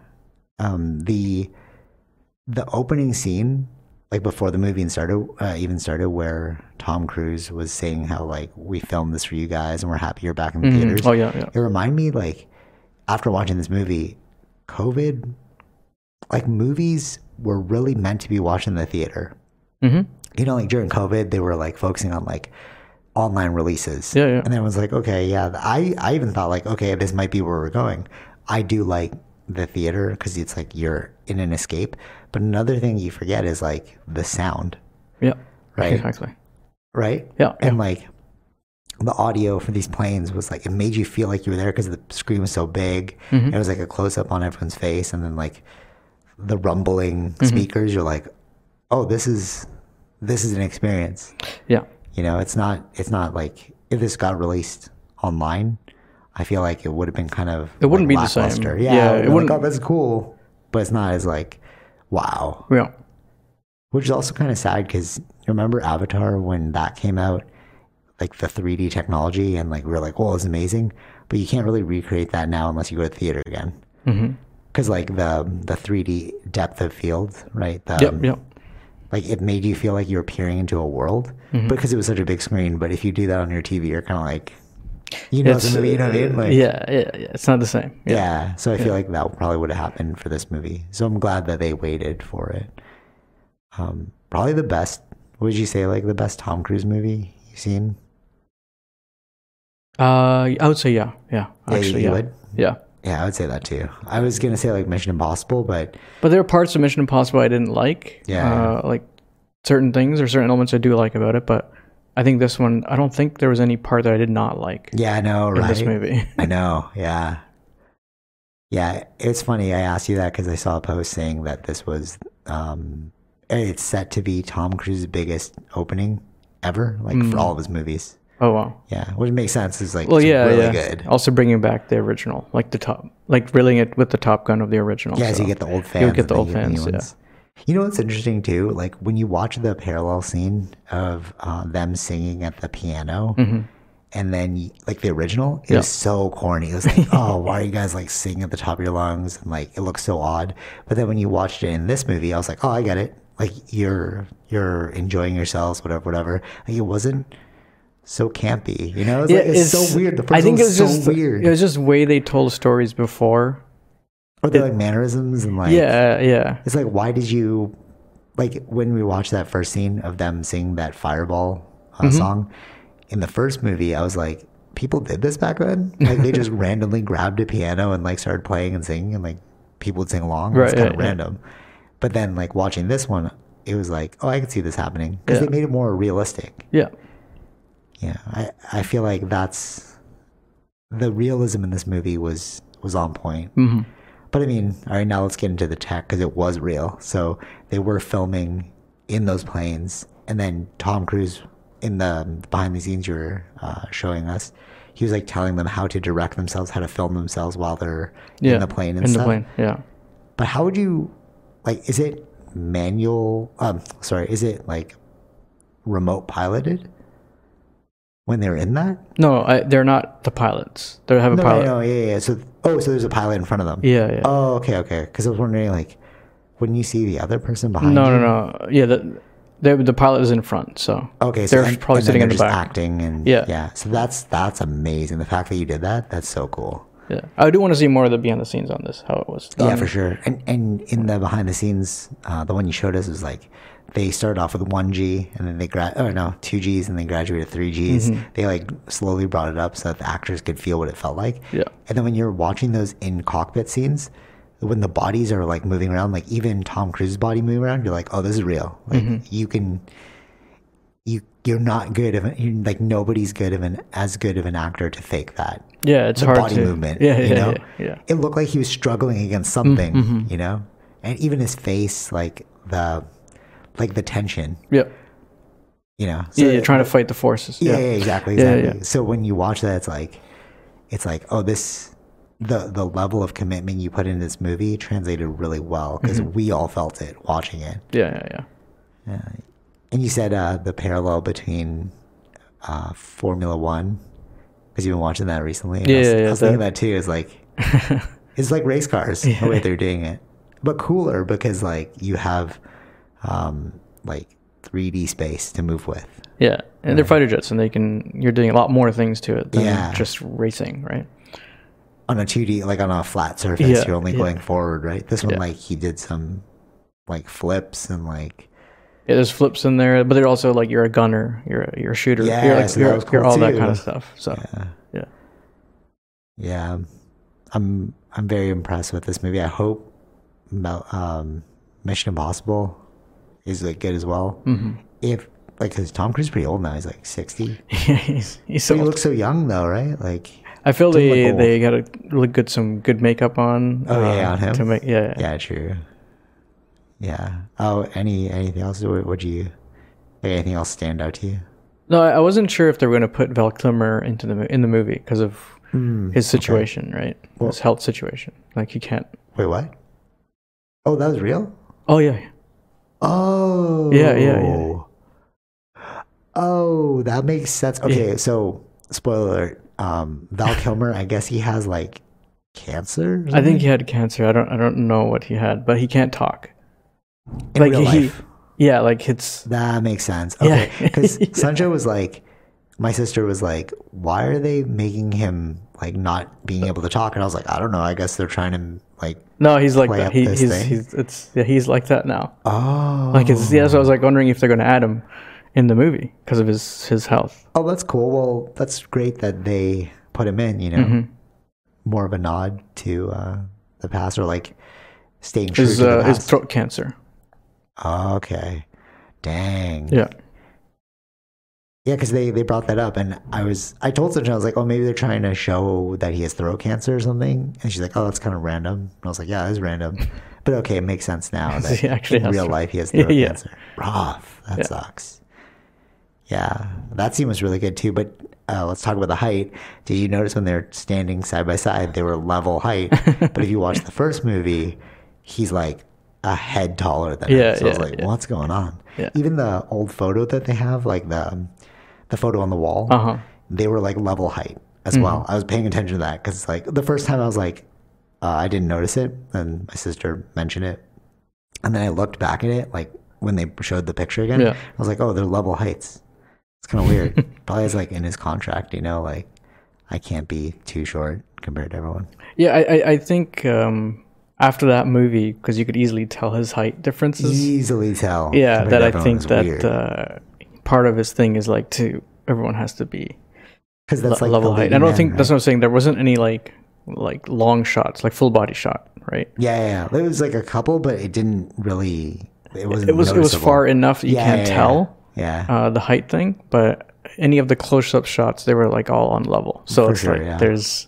Speaker 1: Um, the the opening scene, like before the movie even started, uh, even started, where Tom Cruise was saying how like we filmed this for you guys and we're happy you're back in the theaters.
Speaker 2: Oh yeah, yeah.
Speaker 1: It reminded me like after watching this movie, COVID, like movies were really meant to be watched in the theater.
Speaker 2: Mhm.
Speaker 1: You know, like during COVID, they were like focusing on like online releases.
Speaker 2: Yeah, yeah.
Speaker 1: And I was like, okay, yeah. I, I even thought like, okay, this might be where we're going. I do like the theater because it's like you're in an escape. But another thing you forget is like the sound,
Speaker 2: Yeah.
Speaker 1: Right.
Speaker 2: Exactly.
Speaker 1: right?
Speaker 2: Yeah. yeah.
Speaker 1: and like the audio for these planes was like it made you feel like you were there because the screen was so big.
Speaker 2: Mm-hmm.
Speaker 1: It was like a close up on everyone's face, and then like the rumbling
Speaker 2: Mm-hmm.
Speaker 1: speakers. You're like, oh, this is this is an experience.
Speaker 2: Yeah.
Speaker 1: You know, it's not it's not like if this got released online, I feel like it would have been kind of it
Speaker 2: wouldn't be the same.
Speaker 1: Yeah,
Speaker 2: Yeah, it
Speaker 1: it wouldn't.
Speaker 2: wouldn't-
Speaker 1: Like, oh, that's cool, but it's not as like wow
Speaker 2: Yeah.
Speaker 1: which is also kind of sad because remember Avatar when that came out, like the 3D technology, and like we were like, "Whoa, it's amazing!" But you can't really recreate that now unless you go to theater again,
Speaker 2: Mm-hmm.
Speaker 1: because like the the 3D depth of field, right? The,
Speaker 2: Yep. Yep.
Speaker 1: Like it made you feel like you were peering into a world
Speaker 2: Mm-hmm.
Speaker 1: because it was such a big screen. But if you do that on your TV, you're kind of like, you know, the movie, you know what I mean? Like,
Speaker 2: uh, yeah, yeah, yeah. It's not the same. Yeah.
Speaker 1: yeah. So I feel like that probably would have happened for this movie. So I'm glad that they waited for it. Um, probably the best. What would you say? Like the best Tom Cruise movie you've seen?
Speaker 2: Uh, I would say yeah, yeah.
Speaker 1: you-
Speaker 2: Actually,
Speaker 1: you
Speaker 2: yeah,
Speaker 1: would?
Speaker 2: yeah.
Speaker 1: Yeah, I would say that too. I was gonna say like Mission Impossible, but
Speaker 2: But there are parts of Mission Impossible I didn't like.
Speaker 1: Yeah, yeah.
Speaker 2: Uh, like certain things or certain elements I do like about it, but I think this one I don't think there was any part that I did not like
Speaker 1: yeah, I know,
Speaker 2: in this
Speaker 1: right?
Speaker 2: movie.
Speaker 1: I know, yeah, yeah. It's funny. I asked you that because I saw a post saying that this was um, it's set to be Tom Cruise's biggest opening ever, like for all of his movies.
Speaker 2: oh wow.
Speaker 1: Yeah, which makes sense. It's like
Speaker 2: Hmm. Well,
Speaker 1: it's
Speaker 2: yeah,
Speaker 1: really
Speaker 2: yeah.
Speaker 1: good.
Speaker 2: Also bringing back the original, like the top, like reeling it with the Top Gun of the original.
Speaker 1: Yeah, so,
Speaker 2: so.
Speaker 1: you get the old fans.
Speaker 2: You'll get the
Speaker 1: and
Speaker 2: old
Speaker 1: then you
Speaker 2: fans.
Speaker 1: new
Speaker 2: Yeah.
Speaker 1: ones. You know what's interesting too? Like when you watch the parallel scene of uh, them singing at the piano, and then y- like the original, it
Speaker 2: Mm-hmm. Yeah.
Speaker 1: was so corny. It was like, oh, why are you guys like singing at the top of your lungs? And like it looks so odd. But then when you watched it in this movie, I was like, oh, I get it. Like you're you're enjoying yourselves, whatever, whatever. Like it wasn't so campy, you know? It's like, it's, so weird. The first
Speaker 2: I think
Speaker 1: one
Speaker 2: it was
Speaker 1: was, so
Speaker 2: just
Speaker 1: weird.
Speaker 2: It was just way they told stories before.
Speaker 1: or the like mannerisms and like
Speaker 2: Yeah, yeah,
Speaker 1: It's like, why did you, like, when we watched that first scene of them singing that Fireball uh, song in the first movie, I was like, people did this back then? Like they just randomly grabbed a piano and like started playing and singing, and like people would sing along. Right, it's kind
Speaker 2: Right,
Speaker 1: of
Speaker 2: yeah, yeah.
Speaker 1: random. But then like watching this one, it was like, oh, I can see this happening because
Speaker 2: Yeah.
Speaker 1: they made it more realistic.
Speaker 2: Yeah.
Speaker 1: Yeah, I I feel like that's the realism in this movie was was on point.
Speaker 2: hmm
Speaker 1: But I mean, all right, now let's get into the tech because it was real. So they were filming in those planes, and then Tom Cruise in the behind the scenes you were uh, showing us, he was like telling them how to direct themselves, how to film themselves while they're in
Speaker 2: Yeah.
Speaker 1: the plane and
Speaker 2: in
Speaker 1: stuff.
Speaker 2: the plane. Yeah.
Speaker 1: But how would you like? Is it manual? Um, sorry, is it like remote piloted when they're in that?
Speaker 2: No, I, they're not the pilots. They have a
Speaker 1: No, no,
Speaker 2: pilot.
Speaker 1: no, yeah, yeah. yeah. So oh, so there's a pilot in front of them.
Speaker 2: Yeah. Yeah.
Speaker 1: Oh, okay, okay. Because I was wondering, like, wouldn't you see the other person behind?
Speaker 2: no,
Speaker 1: you?
Speaker 2: no, no. Yeah. The, the, the pilot is in front. So
Speaker 1: Okay, so
Speaker 2: They're
Speaker 1: and-
Speaker 2: probably
Speaker 1: and then
Speaker 2: sitting in
Speaker 1: they're
Speaker 2: the
Speaker 1: just
Speaker 2: back.
Speaker 1: acting and
Speaker 2: Yeah.
Speaker 1: yeah. So that's that's amazing. The fact that you did that, that's so cool.
Speaker 2: yeah, I do want to see more of the behind the scenes on this. How it was. Done.
Speaker 1: Yeah, for sure. Um, And and in the behind the scenes, uh, the one you showed us was like they started off with one G and then they grad oh no two Gs and then graduated to three Gs. They like slowly brought it up so that the actors could feel what it felt like.
Speaker 2: Yeah.
Speaker 1: And then when you're watching those in cockpit scenes, when the bodies are like moving around, like even Tom Cruise's body moving around, you're like, oh, this is real. Like you can. You, you're not good of an, you're, like nobody's good of an as good of an actor to fake that
Speaker 2: Yeah, it's
Speaker 1: the
Speaker 2: hard
Speaker 1: body
Speaker 2: to
Speaker 1: movement.
Speaker 2: Yeah, yeah,
Speaker 1: you know,
Speaker 2: yeah, yeah.
Speaker 1: it looked like he was struggling against
Speaker 2: Mm-hmm,
Speaker 1: something. You know, and even his face, like the, like the tension.
Speaker 2: Yep.
Speaker 1: You know, So-
Speaker 2: yeah, you're trying to fight the forces.
Speaker 1: yeah,
Speaker 2: Yeah.
Speaker 1: yeah, exactly,
Speaker 2: Yeah,
Speaker 1: exactly. So when you watch that, it's like, it's like, oh, this, the the level of commitment you put in this movie translated really well because
Speaker 2: Mm-hmm.
Speaker 1: we all felt it watching it.
Speaker 2: yeah, yeah, yeah.
Speaker 1: Uh, And you said uh, the parallel between uh, Formula One because you've been watching that recently. and I was,
Speaker 2: Yeah, yeah,
Speaker 1: I was
Speaker 2: yeah,
Speaker 1: thinking that too. Is like it's like race cars the way they're doing it, but cooler because like you have um, like 3D space to move with.
Speaker 2: Yeah, and they're fighter jets, and they can. You're doing a lot more things to it than
Speaker 1: Yeah.
Speaker 2: just racing, right?
Speaker 1: On a 2D, like on a flat surface,
Speaker 2: Yeah,
Speaker 1: you're only
Speaker 2: yeah.
Speaker 1: going forward, right? This one,
Speaker 2: Yeah.
Speaker 1: like he did some like flips and like
Speaker 2: Yeah, there's flips in there, but they're also like you're a gunner, you're a, you're a shooter,
Speaker 1: Yeah,
Speaker 2: you're like
Speaker 1: so that
Speaker 2: you're,
Speaker 1: was cool
Speaker 2: you're all that
Speaker 1: too.
Speaker 2: kind of stuff. So
Speaker 1: yeah.
Speaker 2: yeah,
Speaker 1: Yeah, I'm I'm very impressed with this movie. I hope Mel- um, Mission Impossible is like good as well. Mm-hmm. If like, because Tom Cruise is pretty old now. He's like sixty.
Speaker 2: he's, he's
Speaker 1: He
Speaker 2: so.
Speaker 1: looks so young though, right? Like,
Speaker 2: I feel
Speaker 1: doesn't look
Speaker 2: they
Speaker 1: old.
Speaker 2: they got to look good some good makeup on.
Speaker 1: Oh, yeah,
Speaker 2: uh,
Speaker 1: on him?
Speaker 2: to make yeah yeah.
Speaker 1: yeah, true. Yeah. Oh, any anything else? What would you? Like, anything else stand out to you?
Speaker 2: No, I I wasn't sure if they were going to put Val Kilmer into the mo- in the movie because of
Speaker 1: Hmm,
Speaker 2: his situation, right? his health situation, like he can't.
Speaker 1: Wait, what? Oh, that was real.
Speaker 2: Oh yeah,
Speaker 1: Oh.
Speaker 2: Yeah, yeah,
Speaker 1: Oh, that makes sense. Okay, so spoiler alert. Um, Val Kilmer, I guess he has like cancer. or
Speaker 2: I think
Speaker 1: something?
Speaker 2: he had cancer. I don't I don't know what he had, but he can't talk.
Speaker 1: in
Speaker 2: like
Speaker 1: real
Speaker 2: he,
Speaker 1: life.
Speaker 2: yeah, like it's
Speaker 1: That makes sense.
Speaker 2: Yeah.
Speaker 1: Okay, because Sancho was like, my sister was like, why are they making him like not being able to talk? And I was like, I don't know. I guess they're trying to like,
Speaker 2: no, he's like
Speaker 1: Play
Speaker 2: that.
Speaker 1: up
Speaker 2: He,
Speaker 1: this
Speaker 2: he's
Speaker 1: thing.
Speaker 2: he's it's yeah, he's like that now.
Speaker 1: oh,
Speaker 2: Like it's yeah. So I was like wondering if they're gonna add him in the movie because of his his health.
Speaker 1: oh, that's cool. Well, that's great that they put him in. You know,
Speaker 2: Mm-hmm.
Speaker 1: more of a nod to uh, the past or like staying true
Speaker 2: His
Speaker 1: to the
Speaker 2: uh, his
Speaker 1: past. Oh,
Speaker 2: throat cancer.
Speaker 1: Okay. Dang.
Speaker 2: Yeah,
Speaker 1: Yeah, because they, they brought that up, and I was I told Sanjay I was like, oh, maybe they're trying to show that he has throat cancer or something, and she's like, oh, that's kind of random. And I was like, yeah, it is random, but okay, it makes sense now that
Speaker 2: He actually
Speaker 1: in
Speaker 2: has
Speaker 1: real
Speaker 2: throat-
Speaker 1: life he has throat
Speaker 2: Yeah.
Speaker 1: cancer. Roth, that sucks. Yeah, that scene was really good too. But uh, let's talk about the height. Did you notice when they're standing side by side, they were level height? but if you watch the first movie, he's like a head taller than
Speaker 2: Yeah,
Speaker 1: him. So I was
Speaker 2: yeah,
Speaker 1: like,
Speaker 2: yeah.
Speaker 1: what's going on?
Speaker 2: Yeah.
Speaker 1: Even the old photo that they have, like the um, the photo on the wall,
Speaker 2: Uh-huh.
Speaker 1: they were like level height as
Speaker 2: Mm-hmm.
Speaker 1: well. I was paying attention to that because like the first time I was like, uh, I didn't notice it, and my sister mentioned it, and then I looked back at it like when they showed the picture again.
Speaker 2: Yeah.
Speaker 1: I was like, oh, they're level heights. It's kind of weird. Probably is like in his contract, you know, like I can't be too short compared to everyone.
Speaker 2: yeah. I I, I think um, after that movie, because you could easily tell his height differences.
Speaker 1: Easily tell.
Speaker 2: yeah
Speaker 1: compared
Speaker 2: that uh,
Speaker 1: to
Speaker 2: i
Speaker 1: everyone
Speaker 2: think
Speaker 1: is
Speaker 2: that
Speaker 1: weird.
Speaker 2: uh, part of his thing is like to everyone has to be
Speaker 1: because that's
Speaker 2: le-
Speaker 1: like
Speaker 2: level
Speaker 1: the
Speaker 2: height.
Speaker 1: leading
Speaker 2: I don't
Speaker 1: man,
Speaker 2: think that's
Speaker 1: right?
Speaker 2: what I'm saying. There wasn't any like like long shots, like full body shot, right?
Speaker 1: yeah, yeah, yeah. It was like a couple, but it didn't really. It wasn't.
Speaker 2: It was it was
Speaker 1: noticeable.
Speaker 2: far enough that you
Speaker 1: Yeah,
Speaker 2: can't
Speaker 1: yeah, yeah.
Speaker 2: tell
Speaker 1: Yeah.
Speaker 2: Uh, the height thing, but any of the close up shots, they were like all on level. So
Speaker 1: For
Speaker 2: it's
Speaker 1: sure,
Speaker 2: like
Speaker 1: yeah.
Speaker 2: there's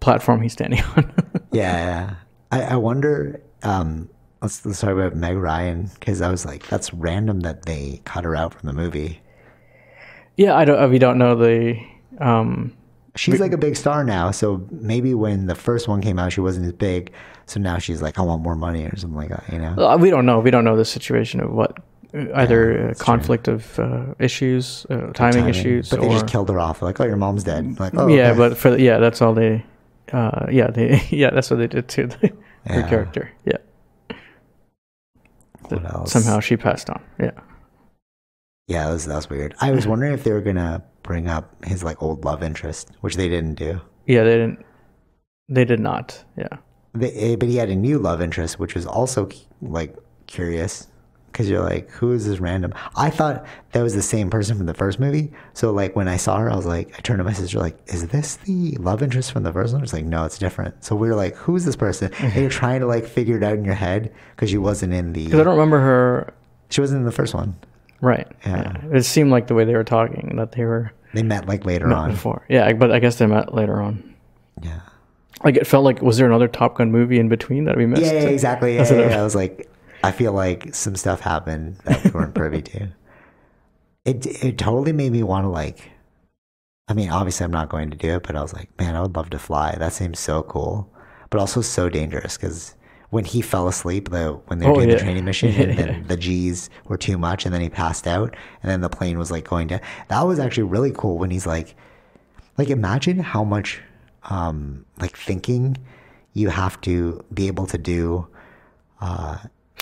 Speaker 2: platform he's standing on.
Speaker 1: yeah, yeah. I, I wonder. Um, let's let's talk about Meg Ryan because I was like, that's random that they cut her out from the movie.
Speaker 2: yeah, I don't. uh, We don't know the. Um,
Speaker 1: She's like a big star now, so maybe when the first one came out, she wasn't as big. So now she's like, I want more money or something like that. You know?
Speaker 2: Uh, we don't know. We don't know the situation of what either uh conflict of uh, issues, uh, timing, issues,
Speaker 1: But
Speaker 2: or
Speaker 1: they just killed her off. Like, oh, your mom's dead. Like, oh,
Speaker 2: yeah.
Speaker 1: okay.
Speaker 2: But for yeah, that's all they. Uh, yeah, they yeah, that's what they did to the, her
Speaker 1: Yeah.
Speaker 2: character. Yeah,
Speaker 1: What else?
Speaker 2: somehow she passed on. Yeah,
Speaker 1: Yeah, that was, that was weird. I was wondering if they were gonna bring up his like old love interest, which they didn't do.
Speaker 2: yeah, they didn't. They did not. Yeah,
Speaker 1: They, eh, but he had a new love interest, which was also cu- like curious because you're like, who is this random? I thought that was the same person from the first movie. So like when I saw her, I was like, I turned to my sister like, is this the love interest from the first one? It's like, no, it's different. So we were like, who is this person? And you're trying to like figure it out in your head because she wasn't in
Speaker 2: because Mm-hmm. I
Speaker 1: the
Speaker 2: don't remember her.
Speaker 1: she wasn't in the first one.
Speaker 2: Right.
Speaker 1: Yeah.
Speaker 2: It seemed like the way they were talking that they were
Speaker 1: They met like later on.
Speaker 2: before. Yeah, but I guess they met later on.
Speaker 1: Yeah.
Speaker 2: Like it felt like was there another Top Gun movie in between that we missed?
Speaker 1: Yeah, yeah, exactly. Yeah,
Speaker 2: That's what
Speaker 1: yeah,
Speaker 2: I-
Speaker 1: yeah. I was like, I feel like some stuff happened that we weren't privy to. It it totally made me want to like. I mean, obviously, I'm not going to do it, but I was like, man, I would love to fly. That seems so cool, but also so dangerous because when he fell asleep, the when they were
Speaker 2: Oh,
Speaker 1: doing
Speaker 2: yeah.
Speaker 1: the training mission, and then the G's were too much, and then he passed out, and then the plane was like going down. That was actually really cool when he's like, like imagine how much um like thinking you have to be able to do uh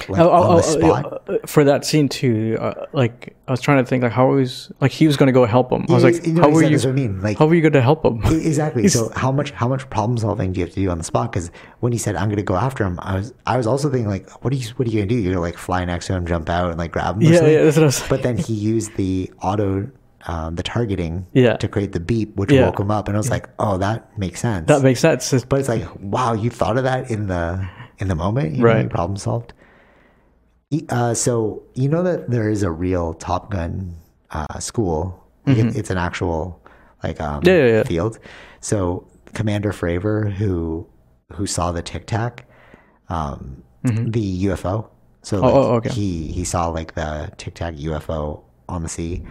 Speaker 1: like
Speaker 2: Oh, oh,
Speaker 1: on the
Speaker 2: oh,
Speaker 1: spot
Speaker 2: oh, uh, for that scene too. Uh, like I was trying to think, like how was like he was going to go help him. I was like,
Speaker 1: You know
Speaker 2: how were
Speaker 1: exactly
Speaker 2: you?
Speaker 1: what I mean like
Speaker 2: How were you going to help him?
Speaker 1: e- exactly so how much how much problem solving do you have to do on the spot because when he said i'm gonna go after him i was i was also thinking like what are you what are you gonna do you're gonna like fly next to him jump out and like grab him or
Speaker 2: yeah,
Speaker 1: something?
Speaker 2: yeah, that's what I was.
Speaker 1: but then he used the auto um, the targeting
Speaker 2: Yeah.
Speaker 1: to create the beep which
Speaker 2: Yeah.
Speaker 1: woke him up and i was like oh that makes sense
Speaker 2: that makes sense. It's-
Speaker 1: but it's like wow you thought of that in the in the moment you know,
Speaker 2: Right.
Speaker 1: you problem solved E- uh, so you know that there is a real top gun uh, school Like, it- it's an actual like um,
Speaker 2: Mm-hmm. Yeah, yeah, yeah.
Speaker 1: field so commander fravor who who saw the tic tac um, the ufo so like,
Speaker 2: Mm-hmm. oh, okay.
Speaker 1: he he saw like the tic tac ufo on the sea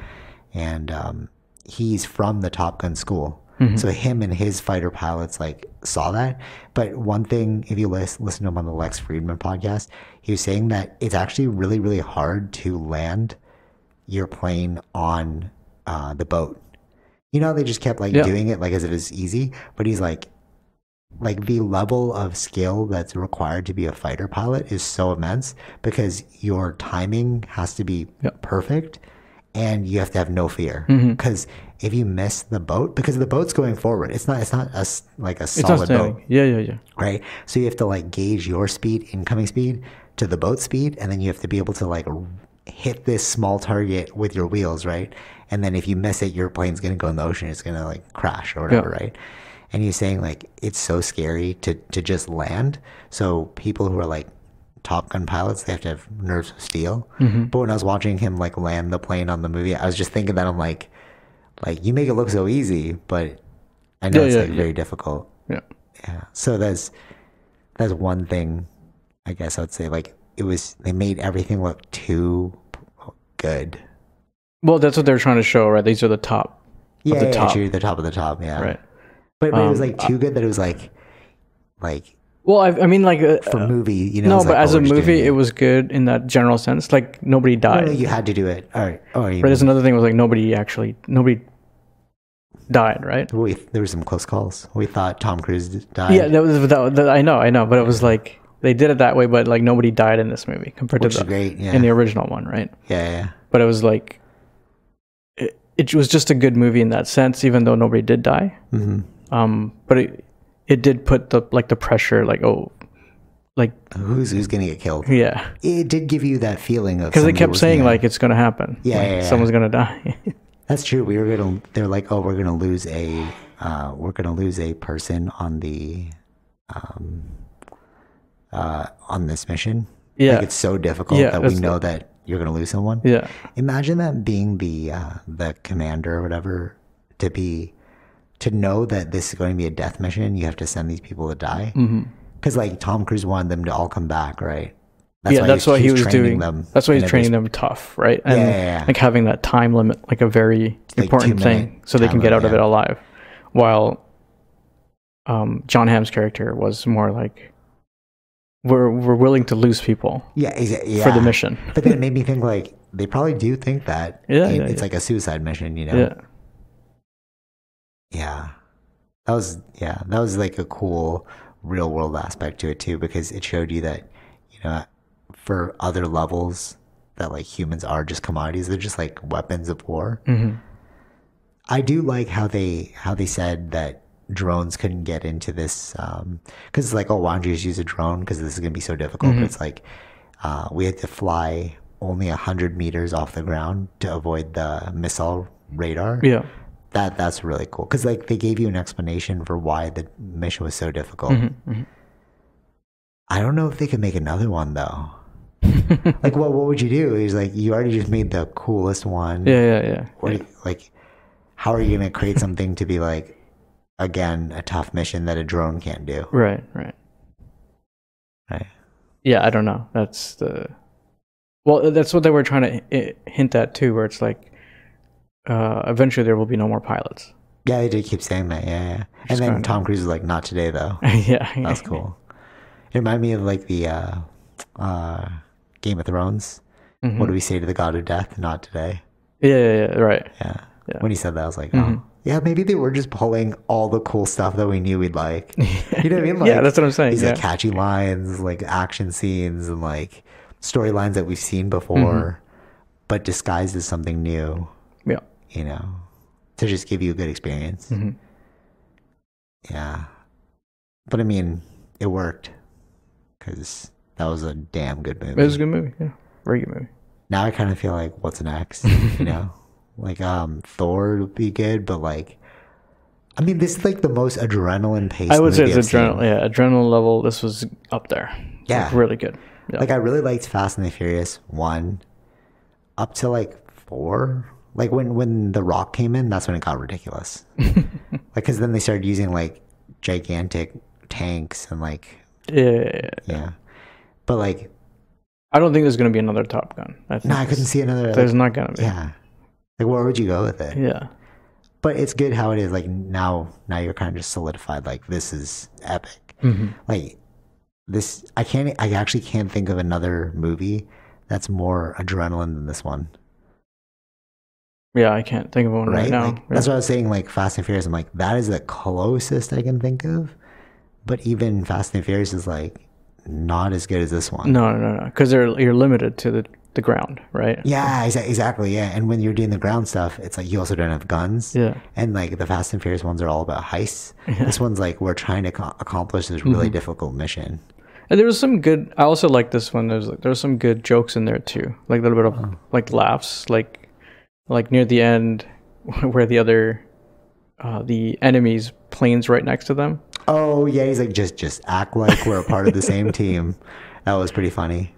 Speaker 1: and um, he's from the top gun school
Speaker 2: Mm-hmm.
Speaker 1: so him and his fighter pilots like saw that but one thing if you list, listen to him on the lex friedman podcast he was saying that it's actually really really hard to land your plane on uh, the boat you know how they just kept like
Speaker 2: Yeah.
Speaker 1: doing it like as if it's easy but he's like like the level of skill that's required to be a fighter pilot is so immense because your timing has to be
Speaker 2: Yep.
Speaker 1: perfect and you have to have no fear
Speaker 2: Mm-hmm.
Speaker 1: because if you miss the boat because the boat's going forward it's not it's not a s- like a
Speaker 2: It's not
Speaker 1: solid boat
Speaker 2: standing. Yeah, yeah, yeah.
Speaker 1: right? So you have to like gauge your speed, incoming speed, to the boat speed, and then you have to be able to like r- hit this small target with your wheels, right? And then if you miss it, your plane's gonna go in the ocean. It's gonna like crash or whatever, right? And he's saying like it's so scary to to just land. So people who are like Top Gun pilots, they have to have nerves of steel.
Speaker 2: Mm-hmm.
Speaker 1: But when I was watching him like land the plane on the movie, I was just thinking that I'm like, like you make it look so easy, but I know
Speaker 2: Yeah,
Speaker 1: it's
Speaker 2: yeah,
Speaker 1: like very difficult.
Speaker 2: Yeah.
Speaker 1: Yeah. So that's that's one thing I guess I'd say like it was they made everything look too good.
Speaker 2: Well, that's what they're trying to show, right? These are the top,
Speaker 1: Yeah,
Speaker 2: the
Speaker 1: yeah,
Speaker 2: top.
Speaker 1: to the top of the top, yeah.
Speaker 2: right? Um,
Speaker 1: But, but it was like too good that it was like like
Speaker 2: Well, I, I mean, like uh,
Speaker 1: for movie, you know. it
Speaker 2: no,
Speaker 1: was
Speaker 2: but
Speaker 1: like,
Speaker 2: as
Speaker 1: oh,
Speaker 2: a
Speaker 1: we're just
Speaker 2: movie,
Speaker 1: doing
Speaker 2: it was good in that general sense. Like nobody
Speaker 1: No, no,
Speaker 2: died.
Speaker 1: you had to do it. All right. Oh, you
Speaker 2: But there's another thing was like nobody actually nobody died, right?
Speaker 1: we, there were some close calls. We thought Tom Cruise died.
Speaker 2: Yeah, that was that, that- I know, I know, but it was like they did it that way, but like nobody died in this movie compared
Speaker 1: which
Speaker 2: to
Speaker 1: is
Speaker 2: the
Speaker 1: great. Yeah.
Speaker 2: in the original one, right?
Speaker 1: yeah, yeah.
Speaker 2: But it was like it, it was just a good movie in that sense, even though nobody did die.
Speaker 1: Mm-hmm.
Speaker 2: Um, but it it did put the like the pressure, like oh, like
Speaker 1: Who's who's gonna get killed?
Speaker 2: yeah,
Speaker 1: It did give you that feeling of
Speaker 2: because they
Speaker 1: somebody
Speaker 2: kept
Speaker 1: was
Speaker 2: saying
Speaker 1: gonna-
Speaker 2: like it's gonna happen,
Speaker 1: Yeah,
Speaker 2: like,
Speaker 1: yeah, yeah.
Speaker 2: someone's gonna die.
Speaker 1: That's true. We were gonna. They're like, oh, we're gonna lose a, uh, we're gonna lose a person on the, um, uh, on this mission.
Speaker 2: Yeah.
Speaker 1: like it's so difficult
Speaker 2: Yeah,
Speaker 1: that we
Speaker 2: it's-
Speaker 1: know that you're gonna lose someone.
Speaker 2: Yeah.
Speaker 1: Imagine that being the uh, the commander or whatever to be to know that this is going to be a death mission. You have to send these people to die
Speaker 2: Mm-hmm.
Speaker 1: because like Tom Cruise wanted them to all come back, right?
Speaker 2: yeah, that's why he
Speaker 1: keeps
Speaker 2: was
Speaker 1: training
Speaker 2: doing. That's why
Speaker 1: and it
Speaker 2: he's training
Speaker 1: was-
Speaker 2: them tough, right? And
Speaker 1: Yeah, yeah, yeah.
Speaker 2: like having that time limit, like a very
Speaker 1: like
Speaker 2: important
Speaker 1: two-minute
Speaker 2: thing, so they can
Speaker 1: time
Speaker 2: get out
Speaker 1: limit,
Speaker 2: of it alive. While um, John Hamm's character was more like, we're we're willing to lose people
Speaker 1: Yeah, exa- yeah.
Speaker 2: for the mission.
Speaker 1: But then it made me think like they probably do think that.
Speaker 2: Yeah,
Speaker 1: it-
Speaker 2: yeah,
Speaker 1: it's
Speaker 2: yeah.
Speaker 1: like a suicide mission, you know.
Speaker 2: Yeah,
Speaker 1: Yeah. That was yeah, that was like a cool real world aspect to it too because it showed you that, you know, for other levels that like humans are just commodities, they're just like weapons of war.
Speaker 2: hmm
Speaker 1: I do like how they how they said that drones couldn't get into this um because it's like oh why don't you just use a drone because this is gonna be so difficult but it's like uh, we had to fly only hundred meters off the ground to avoid the missile radar
Speaker 2: yeah,
Speaker 1: that that's really cool because like they gave you an explanation for why the mission was so difficult. I don't know if they could make another one though. like, what what would you do? He's like, you already just made the coolest one.
Speaker 2: yeah, yeah, yeah.
Speaker 1: What do you- like, how are you gonna create something to be like, again, a tough mission that a drone can't do?
Speaker 2: Right, right.
Speaker 1: Right.
Speaker 2: Yeah, I don't know. That's the well. uh, That's what they were trying to hi- hint at too, where it's like, uh, eventually there will be no more pilots.
Speaker 1: Yeah, they did keep saying that. Yeah, yeah. And then Tom Cruise was like, not today though.
Speaker 2: yeah,
Speaker 1: That's cool. It reminded me of like the uh, uh, Game of Thrones. What
Speaker 2: Mm-hmm.
Speaker 1: do we say to the God of Death? Not today.
Speaker 2: Yeah, yeah, yeah, right.
Speaker 1: Yeah.
Speaker 2: Yeah. Mm-hmm.
Speaker 1: When he said that, I was like, oh, yeah, maybe they were just pulling all the cool stuff that we knew we'd like. You know what I mean? Like,
Speaker 2: yeah, that's what I'm saying.
Speaker 1: These
Speaker 2: yeah.
Speaker 1: like catchy lines, like action scenes, and like storylines that we've seen before,
Speaker 2: Mm-hmm.
Speaker 1: but disguised as something new.
Speaker 2: yeah,
Speaker 1: You know, to just give you a good experience.
Speaker 2: Mm-hmm.
Speaker 1: Yeah. But I mean, it worked because that was a damn good movie
Speaker 2: it was a good movie. Yeah, very good movie.
Speaker 1: now I kind of feel like what's next, you know? Like um Thor would be good, but like I mean this is like the most adrenaline paced
Speaker 2: I would say
Speaker 1: movie
Speaker 2: it's
Speaker 1: I've seen.
Speaker 2: adrenaline. Yeah, adrenaline level. This was up there. It's, like,
Speaker 1: Yeah.
Speaker 2: really good. Yeah.
Speaker 1: Like I really liked Fast and the Furious 1 up to like 4. Like when when The Rock came in, that's when it got ridiculous. like cuz then they started using like gigantic tanks and like
Speaker 2: yeah, yeah, yeah.
Speaker 1: yeah. But like
Speaker 2: I don't think there's gonna be another Top Gun. I think
Speaker 1: no, I couldn't see another like,
Speaker 2: there's not gonna be.
Speaker 1: yeah. Like where would you go with it?
Speaker 2: yeah.
Speaker 1: but it's good how it is like now now you're kind of just solidified like this is epic like this i can't i actually can't think of another movie that's more adrenaline than this one
Speaker 2: Yeah, I can't think of one right,
Speaker 1: right
Speaker 2: now.
Speaker 1: like, that's what i was saying like fast and furious i'm like that is the closest i can think of but even fast and furious is like not as good as this one
Speaker 2: No, no, no, no. Because they're you're limited to the the ground, right?
Speaker 1: yeah exa- exactly yeah and when you're doing the ground stuff it's like you also don't have guns
Speaker 2: Yeah.
Speaker 1: And like the Fast and Furious ones are all about heists. This one's like we're trying to co- accomplish this
Speaker 2: Mm-hmm.
Speaker 1: really difficult mission.
Speaker 2: And there was some good. I also like this one. There's like there was some good jokes in there too, like a little bit of
Speaker 1: Uh-huh.
Speaker 2: like laughs, like like near the end where the other uh, the enemy's planes right next to them.
Speaker 1: Oh yeah, he's like just just act like we're a part of the same team. That was pretty funny.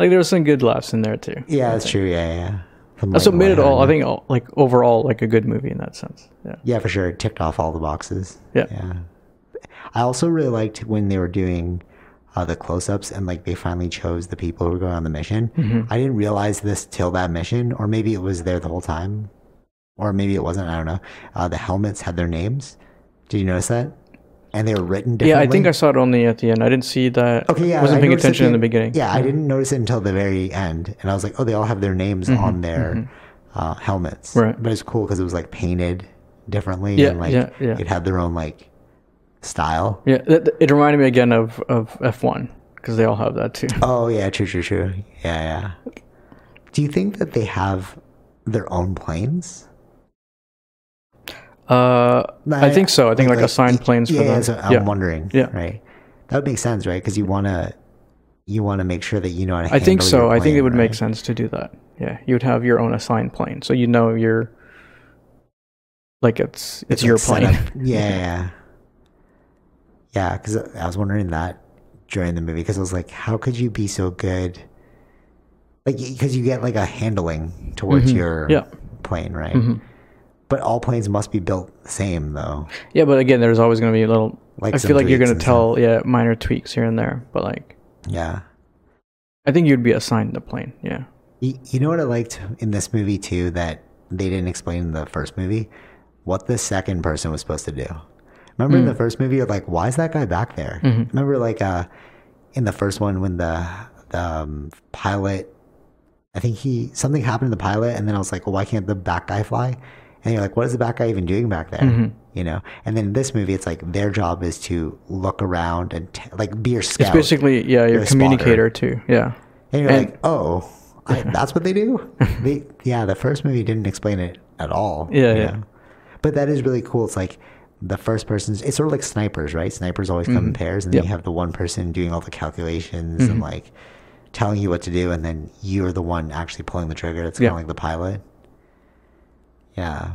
Speaker 2: Like there was some good laughs in there too.
Speaker 1: Yeah, that's true. Yeah, yeah. From,
Speaker 2: That's
Speaker 1: like,
Speaker 2: what made it
Speaker 1: one-
Speaker 2: all. I think all, like overall like a good movie in that sense. Yeah.
Speaker 1: Yeah, for sure. It ticked off all the boxes.
Speaker 2: Yeah.
Speaker 1: Yeah. I also really liked when they were doing uh, the close-ups and like they finally chose the people who were going on the mission.
Speaker 2: Mm-hmm.
Speaker 1: I didn't realize this till that mission, or maybe it was there the whole time, or maybe it wasn't. I don't know. Uh, the helmets had their names. Did you notice that? And they were written differently.
Speaker 2: Yeah, I think I saw it only at the end. I didn't see that.
Speaker 1: Okay, yeah.
Speaker 2: wasn't
Speaker 1: I
Speaker 2: paying
Speaker 1: noticed at
Speaker 2: attention in the
Speaker 1: end-
Speaker 2: beginning. Mm-hmm.
Speaker 1: Yeah, I didn't notice it until the very end, and I was like, oh, they all have their names on their uh, helmets.
Speaker 2: Mm-hmm, Right.
Speaker 1: But it's cool because it was like painted differently,
Speaker 2: Yeah,
Speaker 1: and like
Speaker 2: yeah, yeah.
Speaker 1: it had their own like style.
Speaker 2: Yeah, th- th- it reminded me again of of F one because they all have that too.
Speaker 1: Oh yeah, true, true, true. Yeah, yeah. Do you think that they have their own planes?
Speaker 2: Uh, I think so. I think like, assigned
Speaker 1: e-
Speaker 2: planes
Speaker 1: yeah,
Speaker 2: for them.
Speaker 1: Yeah, so I'm
Speaker 2: yeah.
Speaker 1: wondering.
Speaker 2: Yeah.
Speaker 1: Right. That would make sense, right? Because you wanna you want to make sure that you know how to.
Speaker 2: I think
Speaker 1: handle
Speaker 2: so.
Speaker 1: your
Speaker 2: I think it
Speaker 1: plane,
Speaker 2: would
Speaker 1: right?
Speaker 2: make sense to do that. Yeah, you would have your own assigned plane, so you know your like it's it's, your
Speaker 1: like,
Speaker 2: plane.
Speaker 1: set up. Yeah, yeah, yeah. Because I was wondering that during the movie, because I was like, how could you be so good? Like, because you get like a handling towards your
Speaker 2: Mm-hmm. Yeah. Mm-hmm.
Speaker 1: plane, right? But all planes must be built the same, though.
Speaker 2: Yeah, but again, there's always going to be a little.
Speaker 1: Like
Speaker 2: I
Speaker 1: some
Speaker 2: feel like you're
Speaker 1: tweaks
Speaker 2: going
Speaker 1: and
Speaker 2: to tell yeah minor tweaks here and there, but like
Speaker 1: Yeah.
Speaker 2: I think you'd be assigned the plane. Yeah.
Speaker 1: You, you know what I liked in this movie too that they didn't explain in the first movie? What the second person was supposed to do. Remember in the first movie, you're like, why is that guy back there? Remember like uh, in the first one when the, the um, pilot, I think he, something happened to the pilot and then I was like, well, why can't the back guy fly? And you're like, what is the back guy even doing back there? You know? And then in this movie, it's like their job is to look around and t- like be your scout.
Speaker 2: Basically, yeah, your
Speaker 1: a
Speaker 2: communicator too. Yeah.
Speaker 1: And you're
Speaker 2: And-
Speaker 1: like, oh, I, that's what they do? they, yeah, the first movie didn't explain it at all.
Speaker 2: Yeah,
Speaker 1: you
Speaker 2: yeah.
Speaker 1: know? But that is really cool. It's like the first person's, it's sort of like snipers, right? Snipers always
Speaker 2: Mm-hmm.
Speaker 1: come in pairs, and then you have the one person doing all the calculations and like telling you what to do, and then you're the one actually pulling the trigger. It's kind
Speaker 2: Yeah.
Speaker 1: of like the pilot. Yeah.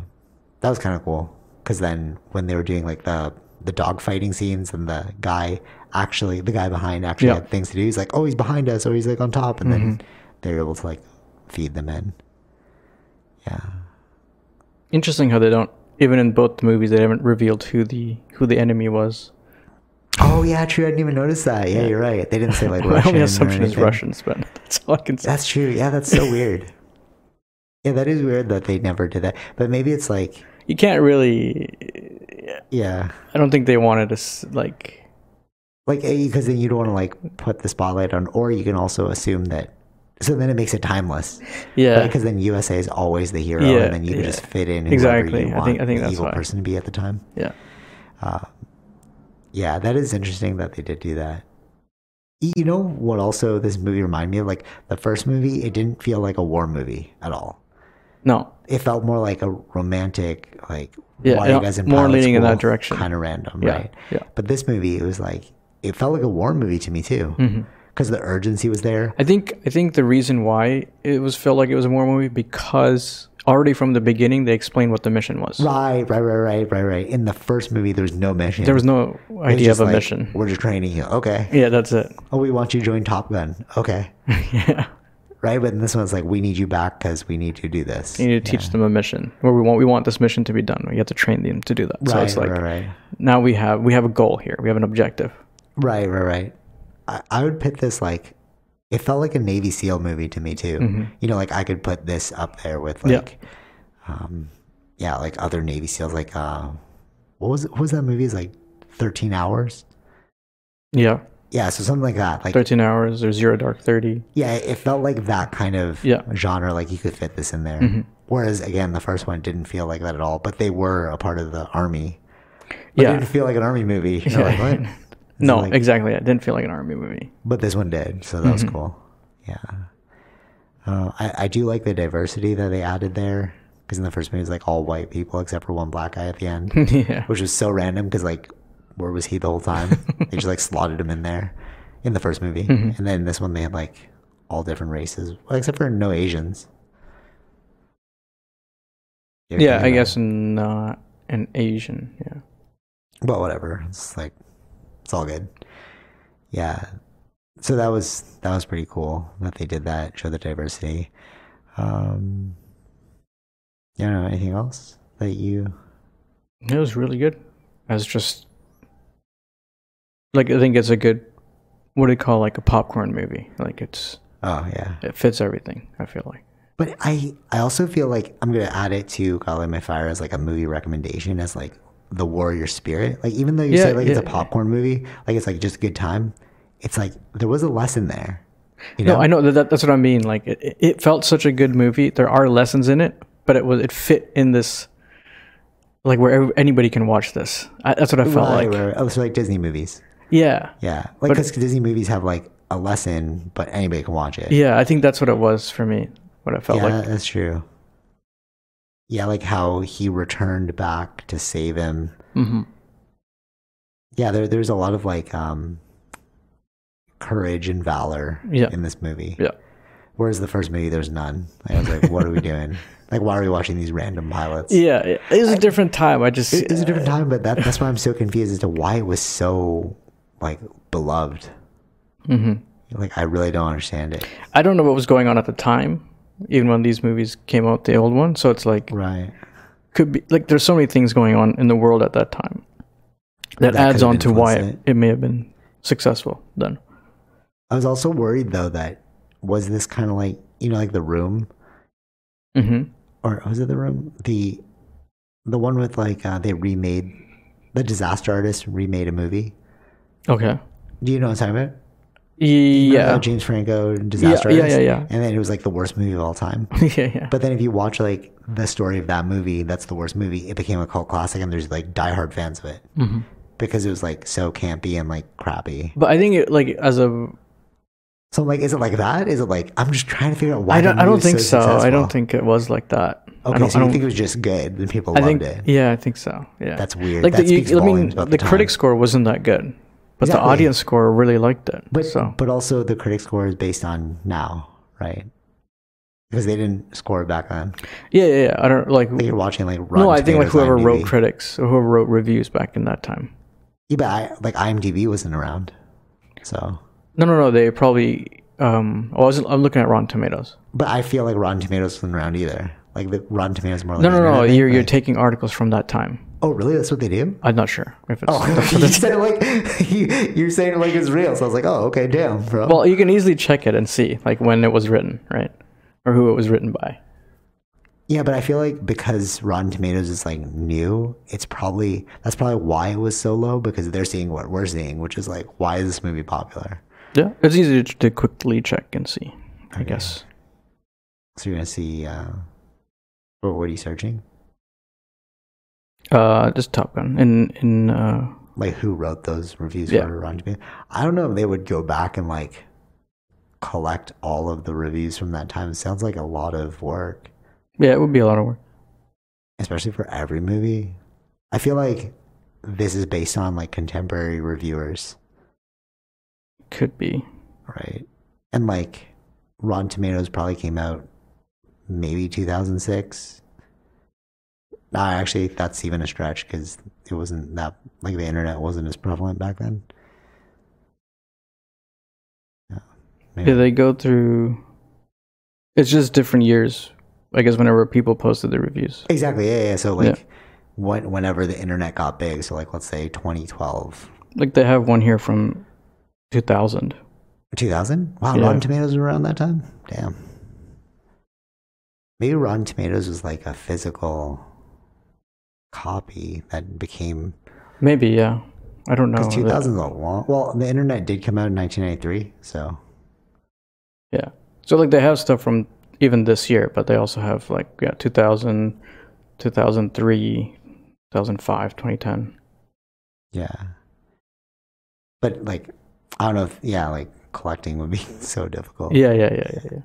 Speaker 1: That was kind of cool. Because then when they were doing like the, the dog fighting scenes and the guy actually, the guy behind actually
Speaker 2: Yeah. Mm-hmm.
Speaker 1: had things to do, he's like, oh, he's behind us or he's like on top. And then they're able to like feed them in. Yeah.
Speaker 2: Interesting how they don't even in both the movies they haven't revealed who the who the enemy was.
Speaker 1: Oh, yeah, true. I didn't even notice that. Yeah, you're right. They didn't say like
Speaker 2: My
Speaker 1: Russian.
Speaker 2: only
Speaker 1: or
Speaker 2: assumption is
Speaker 1: anything.
Speaker 2: Russians, but that's all I can say.
Speaker 1: That's true. Yeah, that's so weird. Yeah, that is weird that they never did that. But maybe it's like,
Speaker 2: You can't really.
Speaker 1: yeah.
Speaker 2: I don't think they wanted to s- like.
Speaker 1: like because then you don't want to like put the spotlight on or you can also assume that so then it makes it timeless
Speaker 2: Yeah.
Speaker 1: because then usa is always the hero
Speaker 2: Yeah,
Speaker 1: and then you can
Speaker 2: yeah.
Speaker 1: just fit in whoever
Speaker 2: Exactly.
Speaker 1: you
Speaker 2: I
Speaker 1: want
Speaker 2: think- I think
Speaker 1: the
Speaker 2: that's
Speaker 1: evil
Speaker 2: why.
Speaker 1: person to be at the time
Speaker 2: yeah.
Speaker 1: yeah that is interesting that they did do that Y- you know what also this movie reminded me of like the first movie it didn't feel like a war movie at all
Speaker 2: No.
Speaker 1: it felt more like a romantic like
Speaker 2: Yeah,
Speaker 1: why are you
Speaker 2: yeah,
Speaker 1: guys in
Speaker 2: more
Speaker 1: pilot
Speaker 2: leaning in
Speaker 1: school?
Speaker 2: that direction.
Speaker 1: kind of random
Speaker 2: Yeah,
Speaker 1: right
Speaker 2: yeah.
Speaker 1: but this movie it was like it felt like a war movie to me too
Speaker 2: Mm-hmm.
Speaker 1: because the urgency was there
Speaker 2: I think I think the reason why it was felt like it was a war movie because already from the beginning they explained what the mission was.
Speaker 1: right right right right right right in the first movie there was no mission
Speaker 2: There was no
Speaker 1: It was
Speaker 2: idea
Speaker 1: just
Speaker 2: of a
Speaker 1: like,
Speaker 2: mission.
Speaker 1: we're just training you okay
Speaker 2: Yeah, that's it.
Speaker 1: oh we want you to join top gun okay
Speaker 2: yeah.
Speaker 1: right but in this one's like we need you back because we need to do this
Speaker 2: You need to teach them a mission where we want we want this mission to be done. We have to train them to do that. so
Speaker 1: right,
Speaker 2: it's like
Speaker 1: right right
Speaker 2: now we have we have a goal here. We have an objective.
Speaker 1: Right, right, right. I, I would put this like it felt like a Navy SEAL movie to me too. You know, like I could put this up there with
Speaker 2: Mm-hmm. Yeah.
Speaker 1: like, um, yeah, like other Navy SEALs. Like, uh, what was what was that movie? It's like thirteen hours.
Speaker 2: Yeah.
Speaker 1: Yeah, so something like that. Like,
Speaker 2: Thirteen hours or zero dark thirty.
Speaker 1: yeah, it felt like that kind of
Speaker 2: Yeah. Mm-hmm.
Speaker 1: genre. Like you could fit this in there. Whereas again, the first one didn't feel like that at all. But they were a part of the army. But It
Speaker 2: Yeah.
Speaker 1: didn't feel like an army movie. You're like, what? It's
Speaker 2: No,
Speaker 1: like-
Speaker 2: exactly. It didn't feel like an army movie.
Speaker 1: but this one did, so that was
Speaker 2: Mm-hmm.
Speaker 1: cool. Yeah, uh, I I do like the diversity that they added there because in the first movie it's like all white people except for one black guy at the end,
Speaker 2: yeah.
Speaker 1: which was so random because like where was he the whole time? they just like slotted him in there in the first movie,
Speaker 2: Mm-hmm.
Speaker 1: and then this one they had like all different races well, except for no Asians. You're
Speaker 2: Yeah,
Speaker 1: kidding
Speaker 2: I
Speaker 1: me.
Speaker 2: guess not an Asian. Yeah.
Speaker 1: But whatever. It's like it's all good. Yeah. So that was that was pretty cool that they did that, show the diversity. Um you don't know anything else that you
Speaker 2: It was really good. I was just like I think it's a good what do you call like a popcorn movie. Like it's
Speaker 1: Oh yeah.
Speaker 2: it fits everything, I feel like.
Speaker 1: But I I also feel like I'm gonna add it to God Light My Fire as like a movie recommendation as like the warrior spirit. Like even though you
Speaker 2: Yeah,
Speaker 1: say like it's a
Speaker 2: yeah.
Speaker 1: popcorn movie, like it's like just a good time, it's like there was a lesson there. You know?
Speaker 2: No, I know that, that that's what I mean. Like it, it- it felt such a good movie. There are lessons in it, but it was it fit in this like where ev- anybody can watch this. I, that's what I felt
Speaker 1: Right,
Speaker 2: like.
Speaker 1: right, right. Oh, so like Disney movies.
Speaker 2: Yeah.
Speaker 1: Yeah, like because Disney movies have like a lesson, but anybody can watch it.
Speaker 2: Yeah, I think that's what it was for me. What it felt
Speaker 1: Yeah,
Speaker 2: like.
Speaker 1: that's true. Yeah, like how he returned back to save him.
Speaker 2: Mm-hmm.
Speaker 1: Yeah, there, there's a lot of like um, courage and valor
Speaker 2: Yeah.
Speaker 1: in this movie.
Speaker 2: Yeah.
Speaker 1: Whereas the first movie, there's none. I was like, what are we doing? Like, why are we watching these random pilots?
Speaker 2: Yeah, it it was a different time. I just
Speaker 1: It- It's a different time, but that, that's why I'm so confused as to why it was so like beloved. Mm-hmm. Like, I really don't understand it.
Speaker 2: I don't know what was going on at the time, even when these movies came out, the old one. So it's like
Speaker 1: Right.
Speaker 2: could be like there's so many things going on in the world at that time that,
Speaker 1: That
Speaker 2: adds
Speaker 1: could have
Speaker 2: on to why
Speaker 1: influenced
Speaker 2: it. may have been successful then.
Speaker 1: I was also worried though that was this kind of like you know like the room Mm-hmm.
Speaker 2: hmm
Speaker 1: or was it the room the the one with like uh, they remade the disaster artist remade a movie.
Speaker 2: Okay.
Speaker 1: Do you know what I'm talking about?
Speaker 2: Yeah.
Speaker 1: Uh, James Franco disaster
Speaker 2: Yeah, yeah,
Speaker 1: artist.
Speaker 2: yeah, yeah.
Speaker 1: And then it was like the worst movie of all time.
Speaker 2: yeah. Yeah.
Speaker 1: But then if you watch like the story of that movie, that's the worst movie. It became a cult classic, and there's like diehard fans of it
Speaker 2: Mm-hmm.
Speaker 1: because it was like so campy and like crappy.
Speaker 2: But I think it like as a
Speaker 1: So I'm like, is it like that? Is it like I'm just trying to figure out why?
Speaker 2: I don't
Speaker 1: that
Speaker 2: I
Speaker 1: movie was
Speaker 2: don't think so. I
Speaker 1: successful.
Speaker 2: don't think it was like that. I
Speaker 1: Okay,
Speaker 2: don't,
Speaker 1: so
Speaker 2: I
Speaker 1: you
Speaker 2: don't-
Speaker 1: think it was just good and people
Speaker 2: I
Speaker 1: loved
Speaker 2: think
Speaker 1: it?
Speaker 2: yeah, I think so. Yeah.
Speaker 1: That's weird.
Speaker 2: Like
Speaker 1: that
Speaker 2: the,
Speaker 1: speaks
Speaker 2: you, I mean,
Speaker 1: volumes
Speaker 2: the,
Speaker 1: about the, time.
Speaker 2: critic score wasn't that good, but the
Speaker 1: Exactly.
Speaker 2: audience score really liked it.
Speaker 1: but
Speaker 2: so
Speaker 1: but also the critic score is based on now, right? Because they didn't score it back then.
Speaker 2: yeah, yeah, yeah. I don't like.
Speaker 1: Like you're watching like Rotten
Speaker 2: No, I think like
Speaker 1: Tomatoes,
Speaker 2: whoever wrote
Speaker 1: IMDb.
Speaker 2: critics or whoever wrote reviews back in that time.
Speaker 1: yeah, but I, like IMDb wasn't around, so.
Speaker 2: No, no, no. They probably. Um, I wasn't. I'm looking at Rotten Tomatoes.
Speaker 1: But I feel like Rotten Tomatoes wasn't around either. Like the Rotten Tomatoes more. Like
Speaker 2: No, no, no.
Speaker 1: internet thing,
Speaker 2: You're you're
Speaker 1: like-
Speaker 2: taking articles from that time.
Speaker 1: oh, really? That's what they do.
Speaker 2: I'm not sure if it's.
Speaker 1: you said it like you, you're saying it like it's real. So I was like, oh, okay, damn, bro.
Speaker 2: Well, you can easily check it and see like when it was written, right, or who it was written by.
Speaker 1: Yeah, but I feel like because Rotten Tomatoes is like new, it's probably that's probably why it was so low because they're seeing what we're seeing, which is like why is this movie popular?
Speaker 2: Yeah, it's easy to, to quickly check and see. I guess.
Speaker 1: So you're gonna see. Uh, what, what are you searching?
Speaker 2: Uh, just Top Gun in in. Uh,
Speaker 1: Like who wrote those reviews
Speaker 2: Yeah.
Speaker 1: for Rotten Tomatoes? I don't know if they would go back and like collect all of the reviews from that time. It sounds like a lot of work,
Speaker 2: yeah, it would be a lot of work.
Speaker 1: especially for every movie. I feel like this is based on like contemporary reviewers.
Speaker 2: Could be.
Speaker 1: right? And like Rotten Tomatoes probably came out maybe 2006. Nah, actually, that's even a stretch because it wasn't that like the internet wasn't as prevalent back then. Yeah, maybe.
Speaker 2: Yeah, they go through. It's just different years, I guess. Whenever people posted their reviews.
Speaker 1: exactly. Yeah, yeah. So like, when, whenever the internet got big, so like let's say 2012,
Speaker 2: Like they have one here from 2000.
Speaker 1: 2000. Wow,
Speaker 2: Yeah.
Speaker 1: Rotten Tomatoes was around that time. Damn. Maybe Rotten Tomatoes was like a physical copy that became
Speaker 2: Maybe, yeah. I don't know.
Speaker 1: because 2000 is a long. Well, the internet did come out in 1993, so
Speaker 2: Yeah. So like they have stuff from even this year, but they also have like yeah, 2000, 2003, 2005, 2010.
Speaker 1: yeah. But like, I don't know. If, yeah, like collecting would be so difficult.
Speaker 2: Yeah, yeah, yeah, yeah. yeah.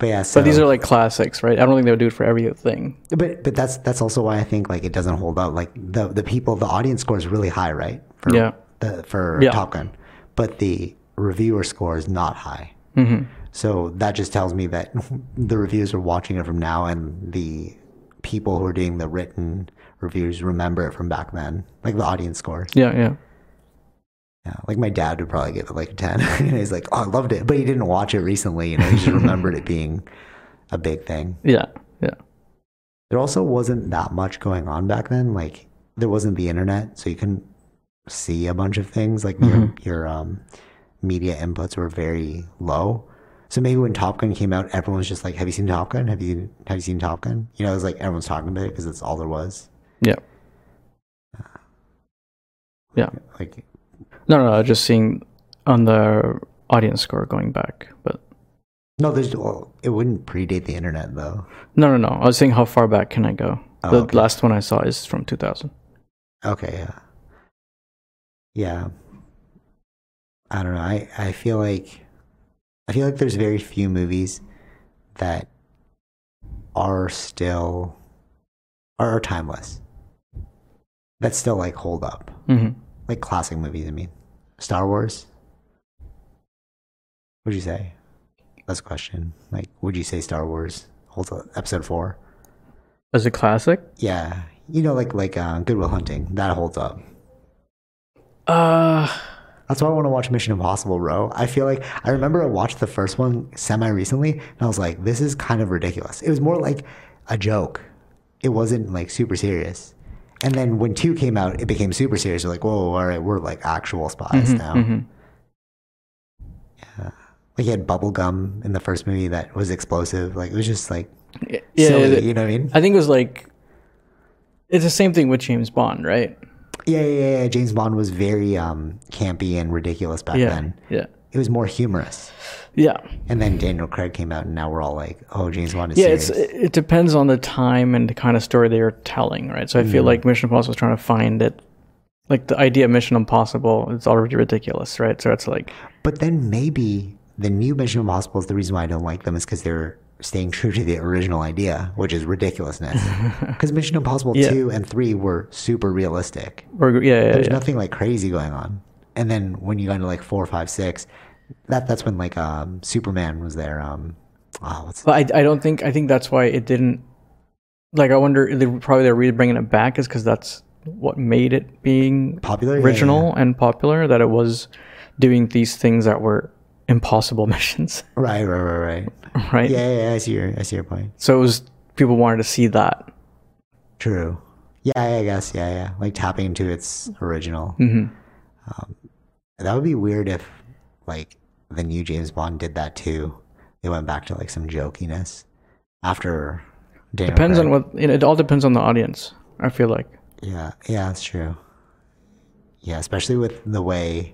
Speaker 1: But yeah, so
Speaker 2: But these are like classics, right? I don't think they would do it for everything.
Speaker 1: But but that's that's also why I think like it doesn't hold up. Like the the people, the audience score is really high, right? For
Speaker 2: Yeah.
Speaker 1: The, for
Speaker 2: Yeah.
Speaker 1: Top Gun, but the reviewer score is not high.
Speaker 2: Mm-hmm.
Speaker 1: So that just tells me that the reviews are watching it from now, and the people who are doing the written reviews remember it from back then, like the audience scores.
Speaker 2: Yeah, yeah.
Speaker 1: Yeah, like my dad would probably give it like a ten. and he's like, "Oh, I loved it," but he didn't watch it recently. You know, he just remembered it being a big thing.
Speaker 2: Yeah. Yeah.
Speaker 1: there also wasn't that much going on back then. Like there wasn't the internet, so you couldn't see a bunch of things. Like your your um, media inputs were very low. So maybe when Top Gun came out, everyone was just like, "Have you seen Top Gun? Have you have you seen Top Gun?" You know, it was like everyone's talking about it because that's all there was.
Speaker 2: Yeah. Yeah.
Speaker 1: Like
Speaker 2: No, no, no, just seeing on the audience score going back. But
Speaker 1: no, there's well, it wouldn't predate the internet though.
Speaker 2: no, no, no. I was saying how far back can I go?
Speaker 1: Oh,
Speaker 2: the
Speaker 1: okay.
Speaker 2: last one I saw is from 2000.
Speaker 1: Okay, yeah. Yeah. I don't know. I, I feel like I feel like there's very few movies that are still are timeless. That still like hold up.
Speaker 2: Mhm.
Speaker 1: Like classic movies, I mean. Star Wars. What'd you say? Last question. Like, would you say Star Wars holds up- episode four?
Speaker 2: As a classic?
Speaker 1: Yeah, you know, like like uh, Goodwill Hunting that holds up.
Speaker 2: Uh
Speaker 1: That's why I want to watch Mission Impossible, bro. I feel like I remember I watched the first one semi recently, and I was like, this is kind of ridiculous. It was more like a joke. It wasn't like super serious. And then when two came out, it became super serious. You're like, whoa, all right, we're like actual spies
Speaker 2: Mm-hmm,
Speaker 1: now. Yeah. Like he had bubble gum in the first movie that was explosive. Like it was just like
Speaker 2: yeah,
Speaker 1: silly,
Speaker 2: yeah,
Speaker 1: you know what I mean?
Speaker 2: I think it was like it's the same thing with James Bond, right?
Speaker 1: Yeah, yeah, yeah. yeah. James Bond was very um, campy and ridiculous back
Speaker 2: Yeah.
Speaker 1: then.
Speaker 2: Yeah.
Speaker 1: It was more humorous.
Speaker 2: Yeah.
Speaker 1: And then Daniel Craig came out, and now we're all like, "Oh, James Bond is
Speaker 2: Yeah,
Speaker 1: serious."
Speaker 2: it's it it depends on the time and the kind of story they are telling, right? So I
Speaker 1: Mm-hmm.
Speaker 2: feel like Mission Impossible is trying to find it like the idea of Mission Impossible is already ridiculous, right? So it's like
Speaker 1: but then maybe the new Mission Impossible is the reason why I don't like them is because they're staying true to the original idea, which is ridiculousness. Because Mission Impossible two and three were super realistic.
Speaker 2: or yeah, yeah,
Speaker 1: There's
Speaker 2: yeah.
Speaker 1: nothing like crazy going on. And then when you got into like four, five, six, that that's when like um, Superman was there. Um, oh, what's
Speaker 2: But I, I don't think I think that's why it didn't. Like I wonder, they, probably they're really bringing it back is because that's what made it being
Speaker 1: popular? Yeah, yeah,
Speaker 2: original and popular. That it was doing these things that were impossible missions,
Speaker 1: yeah. Right, right, right, right.
Speaker 2: right?
Speaker 1: Yeah, yeah, yeah, I see your, I see your point.
Speaker 2: So it was people wanted to see that.
Speaker 1: True. Yeah, I guess. Yeah, yeah. Like tapping into its original. Um,
Speaker 2: Mhm.
Speaker 1: That would be weird if, like, the new James Bond did that too. They went back to like some jokiness after. Daniel
Speaker 2: Depends
Speaker 1: Craig.
Speaker 2: on what it, it all depends on the audience. I feel like
Speaker 1: Yeah, yeah, that's true. Yeah, especially with the way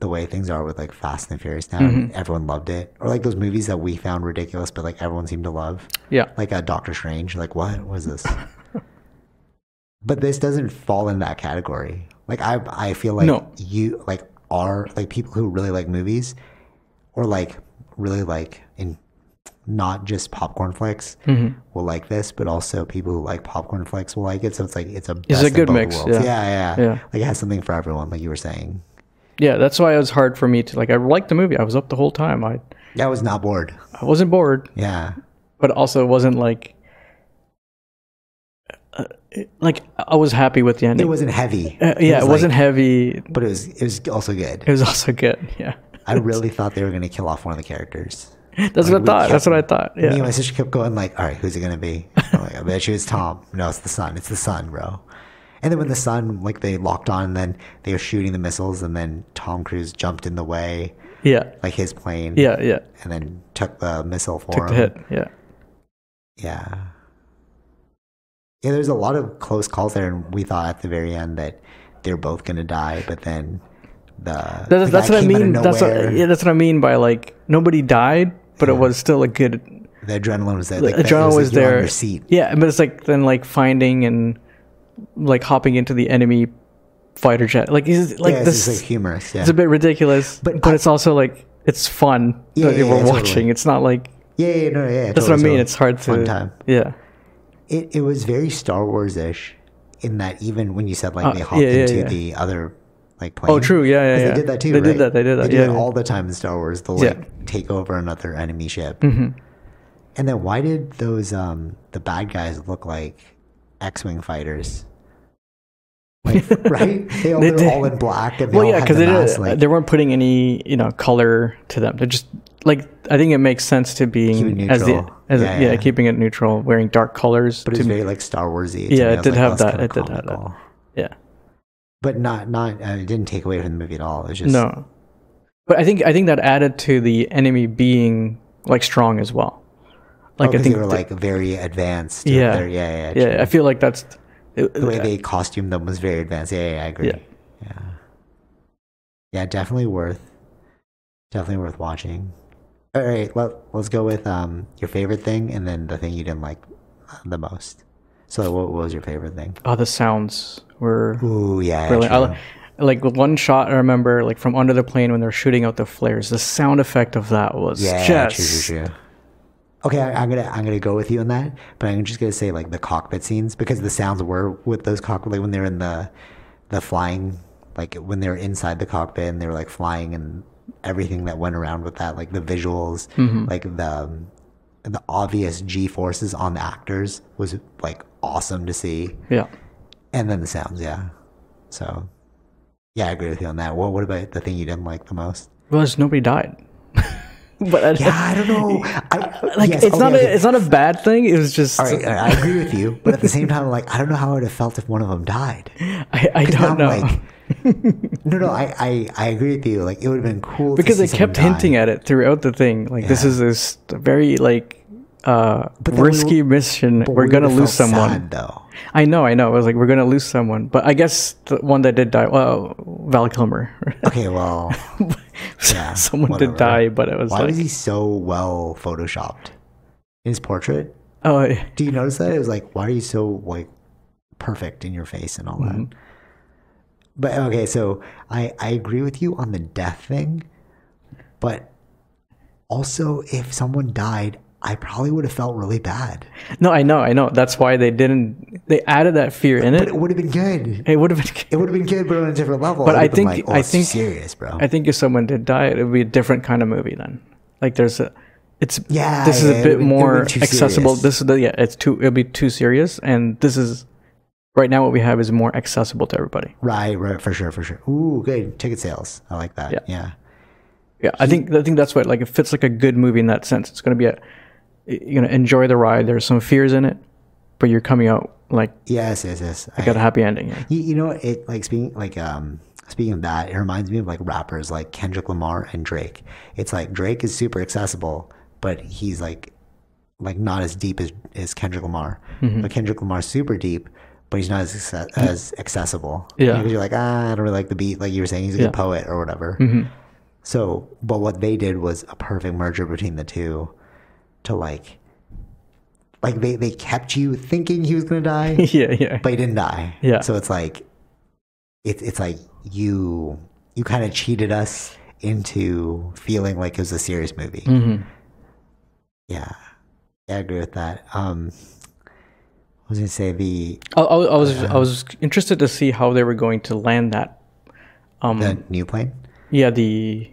Speaker 1: the way things are with like Fast and the Furious now, and
Speaker 2: Mm-hmm.
Speaker 1: everyone loved it. Or like those movies that we found ridiculous, but like everyone seemed to love.
Speaker 2: yeah,
Speaker 1: like a Doctor Strange. Like, what was this? but this doesn't fall in that category. Like, I I feel like
Speaker 2: No.
Speaker 1: you like are like people who really like movies, or like really like in not just popcorn flicks
Speaker 2: Mm-hmm.
Speaker 1: will like this, but also people who like popcorn flicks will like it. So it's like it's a best
Speaker 2: a
Speaker 1: of
Speaker 2: good
Speaker 1: both
Speaker 2: mix,
Speaker 1: worlds.
Speaker 2: yeah.
Speaker 1: yeah, yeah,
Speaker 2: Yeah.
Speaker 1: Like it has something for everyone, like you were saying.
Speaker 2: yeah. That's why it was hard for me to like. I liked the movie. I was up the whole time. I
Speaker 1: Yeah, I was not bored.
Speaker 2: I wasn't bored.
Speaker 1: Yeah,
Speaker 2: but also it wasn't like uh, it- like I was happy with the
Speaker 1: it
Speaker 2: ending.
Speaker 1: wasn't heavy.
Speaker 2: Uh, yeah, it, was
Speaker 1: was
Speaker 2: not heavy.
Speaker 1: but it was it was also good.
Speaker 2: It was also good. Yeah,
Speaker 1: I really thought they were gonna kill off one of the characters.
Speaker 2: that's what I
Speaker 1: we
Speaker 2: thought. That's
Speaker 1: kept-
Speaker 2: what I thought.
Speaker 1: Me
Speaker 2: Yeah,
Speaker 1: and my sister kept going like, all right, who's it gonna be? I'm like, I bet you it's Tom. No, it's the sun. It's the sun, bro. And then when the sun, like they locked on, and then they were shooting the missiles, and then Tom Cruise jumped in the way,
Speaker 2: yeah,
Speaker 1: like his plane,
Speaker 2: yeah, yeah.
Speaker 1: and then took the missile for
Speaker 2: Took the
Speaker 1: him.
Speaker 2: hit. Yeah,
Speaker 1: Yeah, yeah. There's a lot of close calls there, and we thought at the very end that they're both gonna die, but then the the
Speaker 2: that's,
Speaker 1: guy
Speaker 2: that's what I
Speaker 1: came out of
Speaker 2: mean. That's what,
Speaker 1: nowhere.
Speaker 2: yeah, that's what I mean by like nobody died, but it was still a good.
Speaker 1: the adrenaline was there. Like, that- it
Speaker 2: adrenaline
Speaker 1: was,
Speaker 2: was
Speaker 1: like, you're on
Speaker 2: there.
Speaker 1: your seat.
Speaker 2: Yeah, but it's like then like finding and like hopping into the enemy fighter jet. Like is like
Speaker 1: yeah,
Speaker 2: this.
Speaker 1: it's just, like humorous. Yeah.
Speaker 2: it's a bit ridiculous, but,
Speaker 1: But
Speaker 2: but it's also like it's fun
Speaker 1: Yeah,
Speaker 2: that
Speaker 1: yeah,
Speaker 2: we're
Speaker 1: yeah,
Speaker 2: watching.
Speaker 1: totally.
Speaker 2: It's not like
Speaker 1: Yeah, yeah, no, yeah.
Speaker 2: that's what I mean. It's hard to
Speaker 1: Fun time.
Speaker 2: Yeah,
Speaker 1: It it was very Star Wars ish, in that even when you said like they
Speaker 2: yeah,
Speaker 1: hopped
Speaker 2: Uh, yeah,
Speaker 1: into
Speaker 2: yeah.
Speaker 1: the other like plane.
Speaker 2: Oh, true. Yeah, yeah,
Speaker 1: 'Cause
Speaker 2: yeah.
Speaker 1: They did that too.
Speaker 2: They did
Speaker 1: right?
Speaker 2: that, they did that,
Speaker 1: They do
Speaker 2: yeah,
Speaker 1: it
Speaker 2: yeah.
Speaker 1: all the time in Star Wars. They'll
Speaker 2: Yeah. Mm.
Speaker 1: like take over another enemy ship.
Speaker 2: Mm-hmm.
Speaker 1: And then why did those um the bad guys look like X-wing fighters? Like, right? They all,
Speaker 2: They
Speaker 1: they're
Speaker 2: did.
Speaker 1: all in black and they
Speaker 2: well,
Speaker 1: all
Speaker 2: yeah,
Speaker 1: had
Speaker 2: because
Speaker 1: the
Speaker 2: they didn't,
Speaker 1: mask, like
Speaker 2: they weren't putting any you know color to them. They're just like I think it makes sense to
Speaker 1: Keep
Speaker 2: being
Speaker 1: it
Speaker 2: as the
Speaker 1: neutral.
Speaker 2: as
Speaker 1: Yeah,
Speaker 2: yeah,
Speaker 1: yeah.
Speaker 2: keeping it neutral, wearing dark colors.
Speaker 1: but it
Speaker 2: to
Speaker 1: was
Speaker 2: me.
Speaker 1: very like Star Warsy.
Speaker 2: Yeah, it did have that.
Speaker 1: It
Speaker 2: It did have that. yeah,
Speaker 1: But not not uh, it didn't take away from the movie at all. It was just
Speaker 2: no, but I think I think that added to the enemy being like strong as well. Like I
Speaker 1: because
Speaker 2: think
Speaker 1: Oh, they were
Speaker 2: th-
Speaker 1: like very advanced.
Speaker 2: Yeah.
Speaker 1: They're- yeah, yeah, yeah.
Speaker 2: yeah, I feel like that's it-
Speaker 1: The way they costumed them was very advanced. Yeah, yeah, yeah, I agree. Yeah.
Speaker 2: Yeah.
Speaker 1: yeah, definitely worth, definitely worth watching. All right, let, let's go with um your favorite thing and then the thing you didn't like the most. So, what, what was your favorite thing?
Speaker 2: oh, the sounds were
Speaker 1: Ooh, yeah, yeah,
Speaker 2: Really, I,
Speaker 1: true.
Speaker 2: li- like with one shot, I remember like from under the plane when they're shooting out the flares. The sound effect of that was
Speaker 1: yeah,
Speaker 2: just
Speaker 1: true, true, true. Okay, I, I'm gonna I'm gonna go with you on that, but I'm just gonna say like the cockpit scenes because the sounds were with those cockpit like when they're in the the flying, like when they're inside the cockpit and they were like flying and everything that went around with that, like the visuals,
Speaker 2: Mm-hmm.
Speaker 1: like the um, the obvious G forces on the actors was like awesome to see,
Speaker 2: Yeah.
Speaker 1: and then the sounds, yeah. So, yeah, I agree with you on that. What what about the thing you didn't like the most?
Speaker 2: Well, there's nobody died. but I,
Speaker 1: Yeah, I don't know. I,
Speaker 2: like
Speaker 1: yes,
Speaker 2: it's
Speaker 1: okay,
Speaker 2: not
Speaker 1: okay.
Speaker 2: a it's not a bad thing. It was just
Speaker 1: All right, all right, I agree with you, but at the same time, like I don't know how it would have felt if one of them died.
Speaker 2: I, I
Speaker 1: Now
Speaker 2: don't
Speaker 1: I'm
Speaker 2: know
Speaker 1: like- no, no, I, I, I agree with you. Like it would have been cool to
Speaker 2: because
Speaker 1: see
Speaker 2: they kept
Speaker 1: someone die.
Speaker 2: hinting at it throughout the thing. Like this
Speaker 1: Yeah.
Speaker 2: is this very like uh
Speaker 1: But then we
Speaker 2: risky mission.
Speaker 1: But
Speaker 2: We're
Speaker 1: we
Speaker 2: gonna
Speaker 1: would've
Speaker 2: lose
Speaker 1: felt
Speaker 2: someone.
Speaker 1: sad, though.
Speaker 2: I know, I know. I was like, we're gonna lose someone, but I guess the one that did die, well, Val Kilmer.
Speaker 1: Okay, well, yeah,
Speaker 2: someone
Speaker 1: whatever.
Speaker 2: did die, but it was
Speaker 1: Why
Speaker 2: like,
Speaker 1: was he so well photoshopped? In his portrait,
Speaker 2: oh, yeah.
Speaker 1: do you notice that it was like, why are you so like perfect in your face and all that?
Speaker 2: Mm-hmm.
Speaker 1: But okay, so I I agree with you on the death thing, but also if someone died, I probably would have felt really bad.
Speaker 2: no, I know, I know. That's why they didn't. They added that fear in
Speaker 1: But
Speaker 2: it.
Speaker 1: it would have been good.
Speaker 2: It would have been.
Speaker 1: It would have been good, but on a different level.
Speaker 2: But
Speaker 1: It
Speaker 2: I
Speaker 1: would've been
Speaker 2: think-
Speaker 1: like, oh,
Speaker 2: I
Speaker 1: it's
Speaker 2: think-
Speaker 1: serious, bro.
Speaker 2: I think if someone did die, it would be a different kind of movie then. Like there's a, it's
Speaker 1: Yeah,
Speaker 2: This
Speaker 1: yeah,
Speaker 2: is
Speaker 1: it
Speaker 2: a bit
Speaker 1: would- it
Speaker 2: more
Speaker 1: wouldn't be too
Speaker 2: accessible.
Speaker 1: serious.
Speaker 2: This is the yeah. It's too. It'll be too serious, and this is right now what we have is more accessible to everybody.
Speaker 1: right, right, for sure, for sure. Ooh, good ticket sales. I like that. Yeah,
Speaker 2: Yeah, I think I think that's what like it fits like a good movie in that sense. It's gonna be a you're gonna enjoy the ride. There's some fears in it, but you're coming out like
Speaker 1: yes, yes, yes. I-
Speaker 2: got a happy ending. Yeah.
Speaker 1: you, you know, it like speaking like um speaking of that, it reminds me of like rappers like Kendrick Lamar and Drake. It's like Drake is super accessible, but he's like like not as deep as as Kendrick Lamar. But Kendrick Lamar's super deep. But he's not as acce- as accessible.
Speaker 2: Yeah.
Speaker 1: because you're like, ah, I don't really like the beat. Like you were saying, he's a good poet or whatever. So, but what they did was a perfect merger between the two to like, like they, they kept you thinking he was going to die,
Speaker 2: yeah, yeah,
Speaker 1: but he didn't die.
Speaker 2: Yeah.
Speaker 1: So it's like, it's, it's like you, you kind of cheated us into feeling like it was a serious movie.
Speaker 2: Mhm.
Speaker 1: Yeah. Yeah, I agree with that. Um, I was going to say the,
Speaker 2: I, I, I was I was interested to see how they were going to land that. Um,
Speaker 1: the new plane,
Speaker 2: yeah, the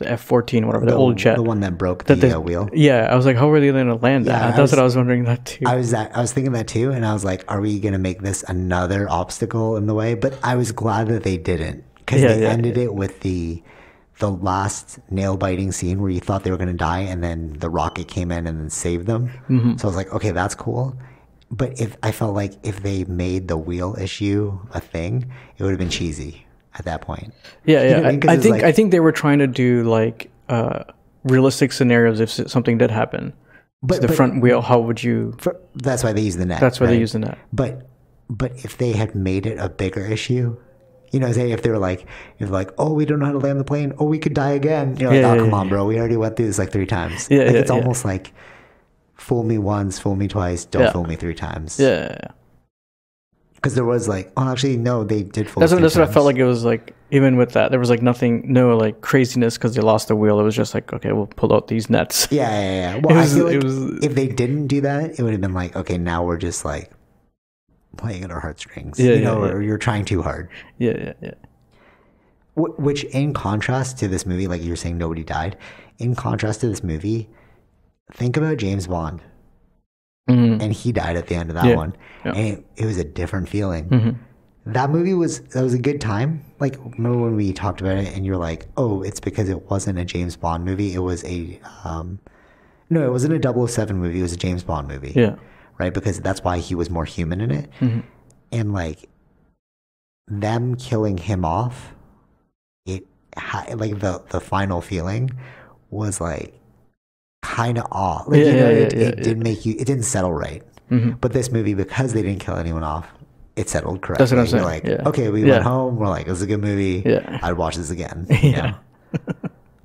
Speaker 2: the F-14, whatever the, old jet.
Speaker 1: the one that broke the, uh, wheel.
Speaker 2: Yeah, I was like, how are they going to land
Speaker 1: Yeah, I
Speaker 2: that? That's what I was wondering that too.
Speaker 1: I was that I was thinking that too, and I was like, "Are we going to make this another obstacle in the way?" But I was glad that they didn't because
Speaker 2: Yeah,
Speaker 1: they
Speaker 2: yeah.
Speaker 1: ended it with the the last nail biting scene where you thought they were going to die, and then the rocket came in and then saved them.
Speaker 2: Mm-hmm.
Speaker 1: So I was like, "Okay, that's cool." But if I felt like if they made the wheel issue a thing, it would have been cheesy at that point.
Speaker 2: yeah, yeah.
Speaker 1: what I mean? 'Cause
Speaker 2: I, I
Speaker 1: it's
Speaker 2: think
Speaker 1: like-
Speaker 2: I think they were trying to do like uh, realistic scenarios if s- something did happen.
Speaker 1: But-
Speaker 2: But the
Speaker 1: but-
Speaker 2: front wheel, how would you?
Speaker 1: For, that's why they used the net.
Speaker 2: That's why
Speaker 1: right?
Speaker 2: they're using that.
Speaker 1: But but if they had made it a bigger issue, you know, say if they were like if like, oh, we don't know how to land the plane, oh, we could die again. You're like,
Speaker 2: Yeah,
Speaker 1: oh,
Speaker 2: yeah,
Speaker 1: come
Speaker 2: yeah.
Speaker 1: on, bro, we already went through this like three times.
Speaker 2: Yeah,
Speaker 1: like
Speaker 2: yeah,
Speaker 1: it's
Speaker 2: yeah.
Speaker 1: almost like fool me once, fool me twice, don't
Speaker 2: Yeah.
Speaker 1: fool me three times.
Speaker 2: Yeah, yeah, yeah.
Speaker 1: because there was like, oh, actually, no, they did fool.
Speaker 2: that's
Speaker 1: us
Speaker 2: what,
Speaker 1: three
Speaker 2: that's what I
Speaker 1: times.
Speaker 2: felt like. It was like even with that, there was like nothing, no like craziness because they lost the wheel. It was just like okay, we'll pull out these nets.
Speaker 1: Yeah, yeah, yeah. Well,
Speaker 2: was-
Speaker 1: I feel
Speaker 2: it
Speaker 1: like
Speaker 2: was-
Speaker 1: if they didn't do that, it would have been like, okay, now we're just like playing at our heartstrings.
Speaker 2: Yeah,
Speaker 1: you
Speaker 2: yeah,
Speaker 1: know,
Speaker 2: yeah.
Speaker 1: or you're trying too hard.
Speaker 2: Yeah, yeah, yeah.
Speaker 1: Wh- which in contrast to this movie like you were saying nobody died in contrast to this movie think about james bond
Speaker 2: Mhm.
Speaker 1: and he died at the end of that
Speaker 2: Yeah.
Speaker 1: one
Speaker 2: Yeah. Mm-hmm.
Speaker 1: and it, it was a different feeling that movie was that was a good time like remember when we talked about it and you're like oh it's because it wasn't a james bond movie it was a um no it wasn't a 007 movie it was a james bond movie
Speaker 2: Yeah,
Speaker 1: right? Because that's why he was more human in it.
Speaker 2: Mm-hmm.
Speaker 1: And like them killing him off, it ha- like the the final feeling was like kind of off. Like,
Speaker 2: Yeah,
Speaker 1: you know,
Speaker 2: yeah,
Speaker 1: it,
Speaker 2: yeah,
Speaker 1: it
Speaker 2: yeah, Mm-hmm.
Speaker 1: didn't make you. It didn't settle right. But this movie, because they didn't kill anyone off, it settled correctly.
Speaker 2: what I'm
Speaker 1: You're
Speaker 2: saying,
Speaker 1: Like,
Speaker 2: yeah.
Speaker 1: okay, we
Speaker 2: Yeah.
Speaker 1: went home. We're like, it was a good movie.
Speaker 2: Yeah.
Speaker 1: I'd watch this again.
Speaker 2: yeah.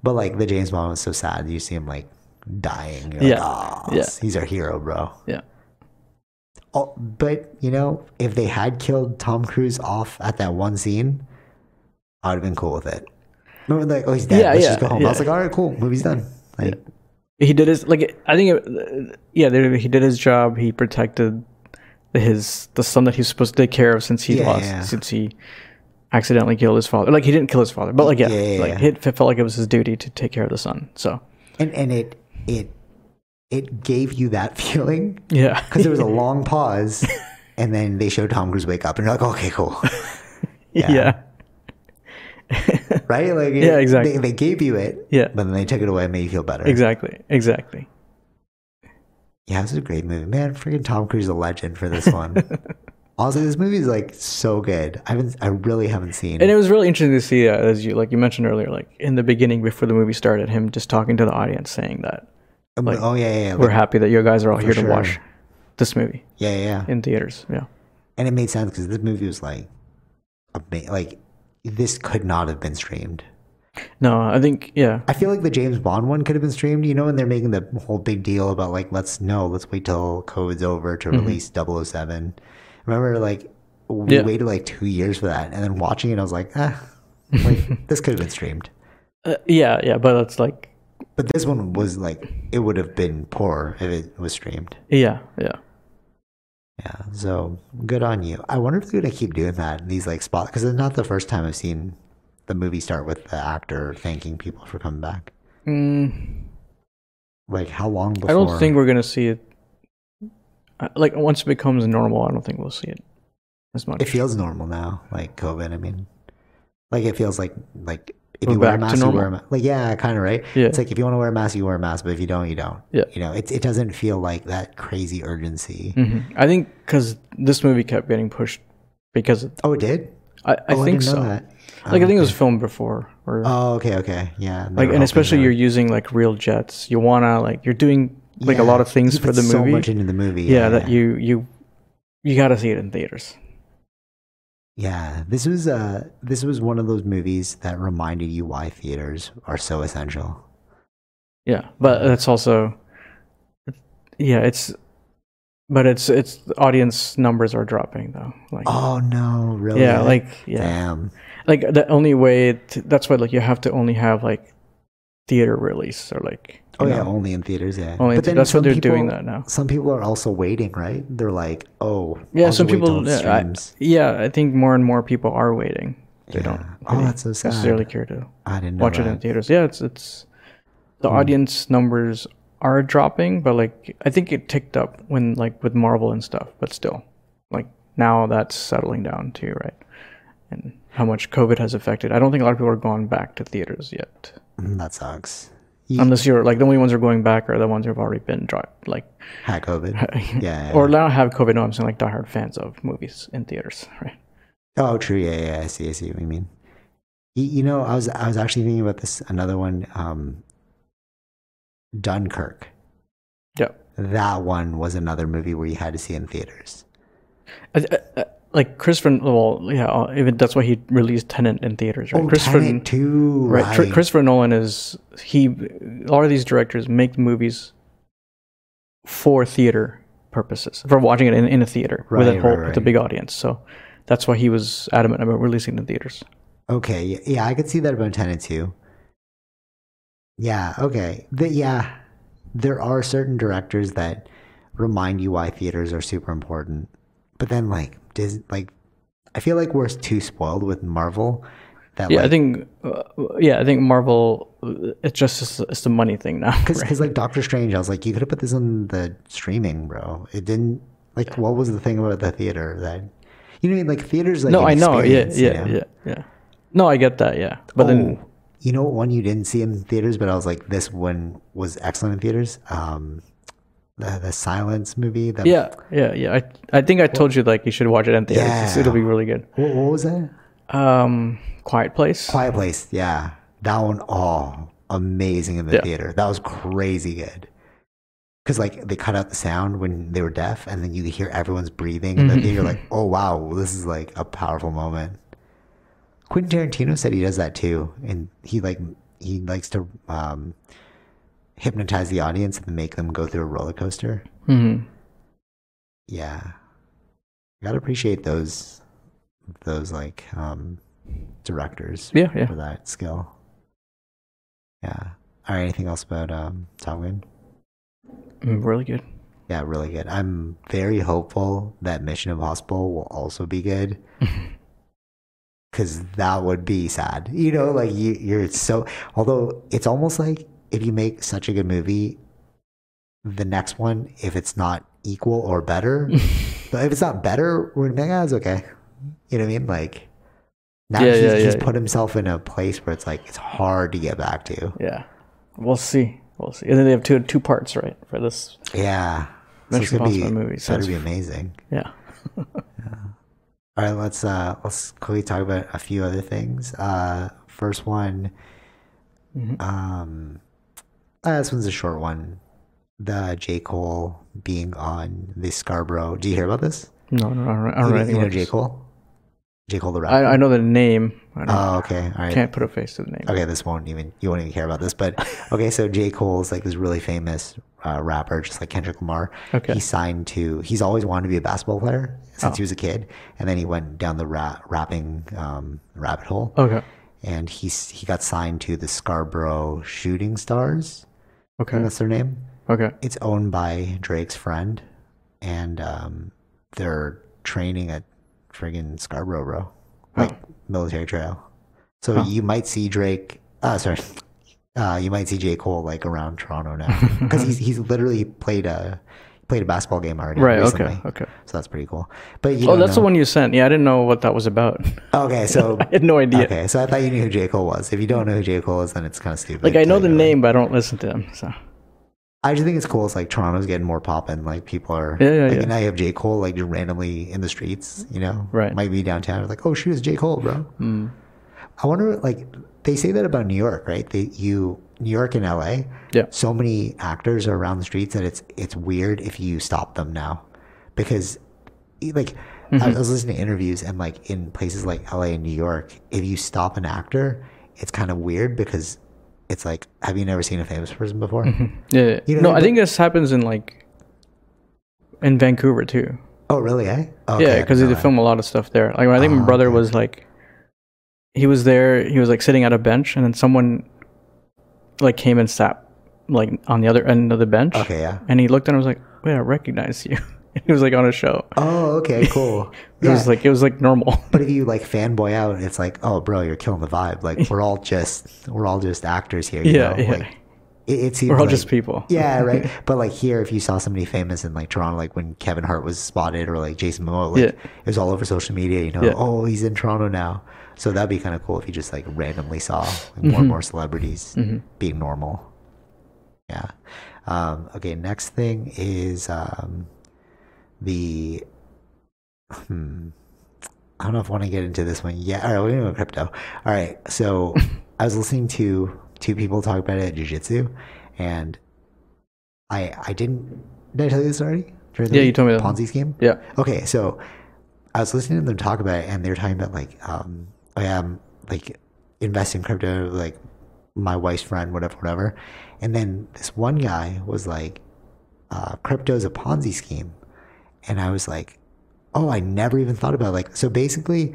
Speaker 1: But like the James Bond was so sad. You see him like dying. You're
Speaker 2: Yeah.
Speaker 1: like, oh,
Speaker 2: Yeah.
Speaker 1: he's our hero, bro.
Speaker 2: yeah.
Speaker 1: Oh, but you know, if they had killed Tom Cruise off at that one scene, I would have been cool with it. Remember, like, oh, he's dead.
Speaker 2: Yeah,
Speaker 1: Let's
Speaker 2: yeah,
Speaker 1: just go home. I was
Speaker 2: yeah.
Speaker 1: like, all right, cool. Movie's done. Like,
Speaker 2: he did his like i think it, yeah there- he did his job he protected his the son that he's supposed to take care of since he
Speaker 1: Yeah,
Speaker 2: lost
Speaker 1: yeah.
Speaker 2: since he accidentally killed his father. Like he didn't kill his father, but like yeah,
Speaker 1: Yeah, yeah,
Speaker 2: like
Speaker 1: yeah.
Speaker 2: It, felt like it was his duty to take care of the son. So
Speaker 1: and and it it it gave you that feeling
Speaker 2: yeah,
Speaker 1: because there was a long pause, and then they showed Tom Cruise wake up, and you're like, okay, cool,
Speaker 2: yeah. yeah.
Speaker 1: right? Like, it-
Speaker 2: Yeah, exactly.
Speaker 1: They, they gave you it,
Speaker 2: Yeah.
Speaker 1: but then they took it away and made you feel better.
Speaker 2: Exactly. Exactly.
Speaker 1: Yeah, this is a great movie, man. Freaking Tom Cruise is a legend for this one. also, this movie is like so good. I haven't, I really haven't seen.
Speaker 2: And it was really interesting to see that, as you like you mentioned earlier, like in the beginning before the movie started, him just talking to the audience saying that like,
Speaker 1: oh yeah, yeah, yeah,
Speaker 2: we're
Speaker 1: like,
Speaker 2: happy that you guys are all here
Speaker 1: sure.
Speaker 2: to watch this movie
Speaker 1: yeah, yeah, yeah.
Speaker 2: in theaters. Yeah.
Speaker 1: And it made sense because this movie was like, ama- like this could not have been streamed.
Speaker 2: No, I think yeah.
Speaker 1: I feel like the James Bond one could have been streamed, you know, and they're making the whole big deal about like, let's no, let's wait till COVID's over
Speaker 2: Mm-hmm.
Speaker 1: to release 007. Remember, like, we
Speaker 2: Yeah.
Speaker 1: waited like two years for that, and then watching it, I was like, ah, like this could have been streamed.
Speaker 2: Uh, yeah, yeah, but that's like
Speaker 1: But this one was like, it would have been poor if it was streamed.
Speaker 2: yeah, yeah.
Speaker 1: Yeah, so good on you. I wonder if they're gonna keep doing that in these like spots because it's not the first time I've seen the movie start with the actor thanking people for coming back.
Speaker 2: Mm,
Speaker 1: Like, how long before?
Speaker 2: I don't think we're gonna see it. I- Like once it becomes normal, I don't think we'll see it as much.
Speaker 1: it feels normal now, like COVID. I mean, like it feels like like if
Speaker 2: We're
Speaker 1: you wear a
Speaker 2: back to
Speaker 1: mask, you
Speaker 2: normal.
Speaker 1: wear a mask. Like yeah, kind of right.
Speaker 2: Yeah.
Speaker 1: It's like if you want to wear a mask, you wear a mask, but if you don't, you don't.
Speaker 2: Yeah.
Speaker 1: You know, it it doesn't feel like that crazy urgency.
Speaker 2: Mhm. I think because this movie kept getting pushed because of,
Speaker 1: Oh, it did.
Speaker 2: I, I
Speaker 1: oh,
Speaker 2: think so.
Speaker 1: that.
Speaker 2: Like I think it was filmed before, or
Speaker 1: Oh, okay, okay, yeah.
Speaker 2: like, and especially you're using like real jets. You wanna like you're doing like a lot of things for the movie.
Speaker 1: So much into the movie.
Speaker 2: yeah, that you you you gotta see it in theaters.
Speaker 1: Yeah, this was uh this was one of those movies that reminded you why theaters are so essential.
Speaker 2: Yeah, but that's also yeah, it's but it's it's the audience numbers are dropping though. Like
Speaker 1: Oh no, really?
Speaker 2: yeah, like yeah,
Speaker 1: damn.
Speaker 2: like the only way to, that's why like you have to only have like theater release or like
Speaker 1: Oh
Speaker 2: you
Speaker 1: yeah,
Speaker 2: know,
Speaker 1: only in theaters. Yeah,
Speaker 2: only
Speaker 1: then
Speaker 2: that's
Speaker 1: some
Speaker 2: what they're doing
Speaker 1: people-
Speaker 2: that now.
Speaker 1: Some people are also waiting, right? They're like, oh,
Speaker 2: Yeah,
Speaker 1: I'll
Speaker 2: some
Speaker 1: just wait till
Speaker 2: people
Speaker 1: it
Speaker 2: yeah I,
Speaker 1: streams.
Speaker 2: yeah, I think more and more people are waiting. They
Speaker 1: Yeah.
Speaker 2: don't
Speaker 1: Oh,
Speaker 2: really
Speaker 1: that's so sad.
Speaker 2: necessarily care to
Speaker 1: I didn't know
Speaker 2: watch it
Speaker 1: that.
Speaker 2: in theaters. Yeah, it's it's the
Speaker 1: Hmm.
Speaker 2: audience numbers are dropping, but like I think it ticked up when like with Marvel and stuff, but still, like now that's settling down too, right? And how much COVID has affected. I don't think a lot of people are going back to theaters yet,
Speaker 1: Mm, that sucks. You
Speaker 2: unless you're like the only ones who are going back are the ones who've already been dri like
Speaker 1: had COVID. yeah.
Speaker 2: or not have COVID. No, I'm saying like diehard fans of movies in theaters, right?
Speaker 1: Oh, true. Yeah, yeah. I see. I see what you mean. You, you know, I was I was actually thinking about this another one. Um, Dunkirk.
Speaker 2: Yeah.
Speaker 1: That one was another movie where you had to see it in theaters.
Speaker 2: I, I, I, like Christopher, well, yeah, uh, even that's why he released Tenant in theaters, right?
Speaker 1: Oh,
Speaker 2: Christopher,
Speaker 1: Tenet too.
Speaker 2: right?
Speaker 1: Right.
Speaker 2: Cr- Christopher Nolan is he. A lot of these directors make movies for theater purposes, for watching it in, in a theater with a
Speaker 1: Right,
Speaker 2: whole
Speaker 1: right,
Speaker 2: with a
Speaker 1: right.
Speaker 2: big audience. So that's why he was adamant about releasing it in theaters.
Speaker 1: Okay. Yeah, yeah, I could see that about Tenet too. Yeah. Okay. The, yeah, there are certain directors that remind you why theaters are super important, but then like Dis- like I feel like we're too spoiled with Marvel. That
Speaker 2: Yeah,
Speaker 1: like,
Speaker 2: I think. Uh, yeah, I think Marvel. uh, It's just it's, it's the money thing now.
Speaker 1: Because
Speaker 2: right?
Speaker 1: like Doctor Strange, I was like, you could have put this on the streaming, bro. It didn't. Like, what was the thing about the theater that, you know, what I mean? like theaters like
Speaker 2: No,
Speaker 1: an
Speaker 2: I know. Yeah,
Speaker 1: experience, you
Speaker 2: yeah,
Speaker 1: know?
Speaker 2: yeah, yeah. No, I get that. Yeah, but then
Speaker 1: Oh, you know what one you didn't see in theaters, but I was like, this one was excellent in theaters. Um, the the Silence movie. That,
Speaker 2: Yeah, yeah, yeah. I I think I told you like you should watch it in theaters. It's-
Speaker 1: Yeah.
Speaker 2: It'll be really good.
Speaker 1: What, what was that?
Speaker 2: Um, Quiet Place.
Speaker 1: Quiet Place. Yeah, that one. Oh, amazing in the
Speaker 2: Yeah.
Speaker 1: theater. That was crazy good. Because like they cut out the sound when they were deaf, and then you could hear everyone's breathing, and then you're like, oh wow, this is like a powerful moment. Quentin Tarantino said he does that too, and he like he likes to um, hypnotize the audience and make them go through a roller coaster.
Speaker 2: hmm
Speaker 1: Yeah, gotta appreciate those those like um, directors
Speaker 2: Yeah, yeah.
Speaker 1: for that skill. Yeah. All right. Anything else about um, Top Gun?
Speaker 2: Mm, really good.
Speaker 1: Yeah, really good. I'm very hopeful that Mission Impossible will also be good. because that would be sad. You know, like you, you're so. Although it's almost like if you make such a good movie, the next one, if it's not equal or better, but if it's not better, we're gonna be like, ah, it's okay. You know what I mean? Like now
Speaker 2: Yeah,
Speaker 1: he's,
Speaker 2: yeah,
Speaker 1: he's
Speaker 2: yeah.
Speaker 1: put himself in a place where it's like it's hard to get back to.
Speaker 2: Yeah, we'll see. We'll see. And then they have two two parts, right, for this.
Speaker 1: Yeah, so it's
Speaker 2: Mission
Speaker 1: gonna be
Speaker 2: Impossible movie, so
Speaker 1: that'd be
Speaker 2: it's-
Speaker 1: amazing.
Speaker 2: Yeah.
Speaker 1: All right, let's uh, let's quickly talk about a few other things. Uh, first one,
Speaker 2: Mm-hmm.
Speaker 1: um, uh, this one's a short one. The J Cole being on the Scarborough. Do you hear about this?
Speaker 2: No, no, no, I don't know
Speaker 1: you, you
Speaker 2: anything
Speaker 1: know
Speaker 2: about
Speaker 1: J
Speaker 2: this.
Speaker 1: Cole. J Cole the
Speaker 2: I,
Speaker 1: rapper.
Speaker 2: I know the name. I don't,
Speaker 1: oh, okay. All right.
Speaker 2: can't put a face to the name.
Speaker 1: Okay, this won't even you won't even care about this, but okay. So J Cole's like this really famous uh, rapper, just like Kendrick Lamar.
Speaker 2: Okay.
Speaker 1: He signed to. He's always wanted to be a basketball player since he was a kid, and then he went down the ra- rapping um, rabbit hole.
Speaker 2: Okay.
Speaker 1: And he s- he got signed to the Scarborough Shooting Stars. I think
Speaker 2: Okay.
Speaker 1: that's their name.
Speaker 2: Okay.
Speaker 1: It's owned by Drake's friend, and um, they're training at friggin' Scarborough, bro, like military trail. So you might see Drake. Uh, sorry, uh, you might see J Cole like around Toronto now because he's he's literally played a played a basketball game already.
Speaker 2: Right.
Speaker 1: recently.
Speaker 2: Okay. Okay.
Speaker 1: So that's pretty cool. But you
Speaker 2: Oh,
Speaker 1: don't
Speaker 2: that's the
Speaker 1: know-
Speaker 2: one you sent. Yeah, I didn't know what that was about.
Speaker 1: Okay, so
Speaker 2: I had no idea.
Speaker 1: okay, so I thought you knew who J Cole was. If you don't know who J Cole is, then it's kind of stupid.
Speaker 2: Like I know
Speaker 1: to
Speaker 2: the name, but I don't listen to them. So
Speaker 1: I just think it's cool. It's like Toronto's getting more poppin'. Like people are.
Speaker 2: Yeah, yeah,
Speaker 1: like,
Speaker 2: yeah.
Speaker 1: And now you have J Cole like just randomly in the streets. You know,
Speaker 2: Right. Hmm.
Speaker 1: Might be downtown. it's Like, oh shoot, it's J Cole, bro. I wonder. Like they say that about New York, right? They, you New York and L.A.
Speaker 2: Yeah.
Speaker 1: So many actors are around the streets that it's it's weird if you stop them now, because e, like I
Speaker 2: Mm-hmm.
Speaker 1: was listening to interviews and like in places like L.A. and New York, if you stop an actor, it's kind of weird because it's like, have you never seen a famous person before?
Speaker 2: yeah. yeah.
Speaker 1: You know,
Speaker 2: no, I
Speaker 1: but-
Speaker 2: think this happens in like in Vancouver too.
Speaker 1: Oh really? Eh?
Speaker 2: Yeah,
Speaker 1: Okay, Oh, I
Speaker 2: 'cause yeah,
Speaker 1: didn't
Speaker 2: because
Speaker 1: know
Speaker 2: they
Speaker 1: that.
Speaker 2: film a lot of stuff there. Like I think my brother was like, he was there. He was like sitting at a bench, and then someone like came and sat like on the other end of the bench.
Speaker 1: Okay, yeah.
Speaker 2: And he looked and I was like, wait, I recognize you. he was like on a show.
Speaker 1: Oh, okay, cool.
Speaker 2: It
Speaker 1: yeah.
Speaker 2: was like it was like normal.
Speaker 1: but if you like fanboy out, it's like, oh, bro, you're killing the vibe. Like we're all just we're all just actors here. You
Speaker 2: Yeah,
Speaker 1: know?
Speaker 2: yeah.
Speaker 1: Like, it, it seems
Speaker 2: We're all
Speaker 1: like-
Speaker 2: just people.
Speaker 1: Yeah, right. but like here, if you saw somebody famous in like Toronto, like when Kevin Hart was spotted or like Jason Momoa, like
Speaker 2: Yeah.
Speaker 1: it was all over social media. You know,
Speaker 2: Yeah.
Speaker 1: oh, he's in Toronto now. So that'd be kind of cool if you just like randomly saw like, more
Speaker 2: Mm-hmm.
Speaker 1: and more celebrities being normal. Yeah. Um, okay. Next thing is um, the. Hmm, I don't know if I want to get into this one yet. All right, we're gonna go crypto. All right. So I was listening to two people talk about it at jujitsu, and I I didn't did I tell you this already? During the
Speaker 2: Yeah, you told me that.
Speaker 1: Ponzi scheme.
Speaker 2: Yeah.
Speaker 1: Okay, so I was listening to them talk about it, and they were talking about like, um, I am like investing crypto, like my wife's friend, whatever, whatever. And then this one guy was like, uh, crypto is a Ponzi scheme, and I was like, oh, I never even thought about it. like so basically.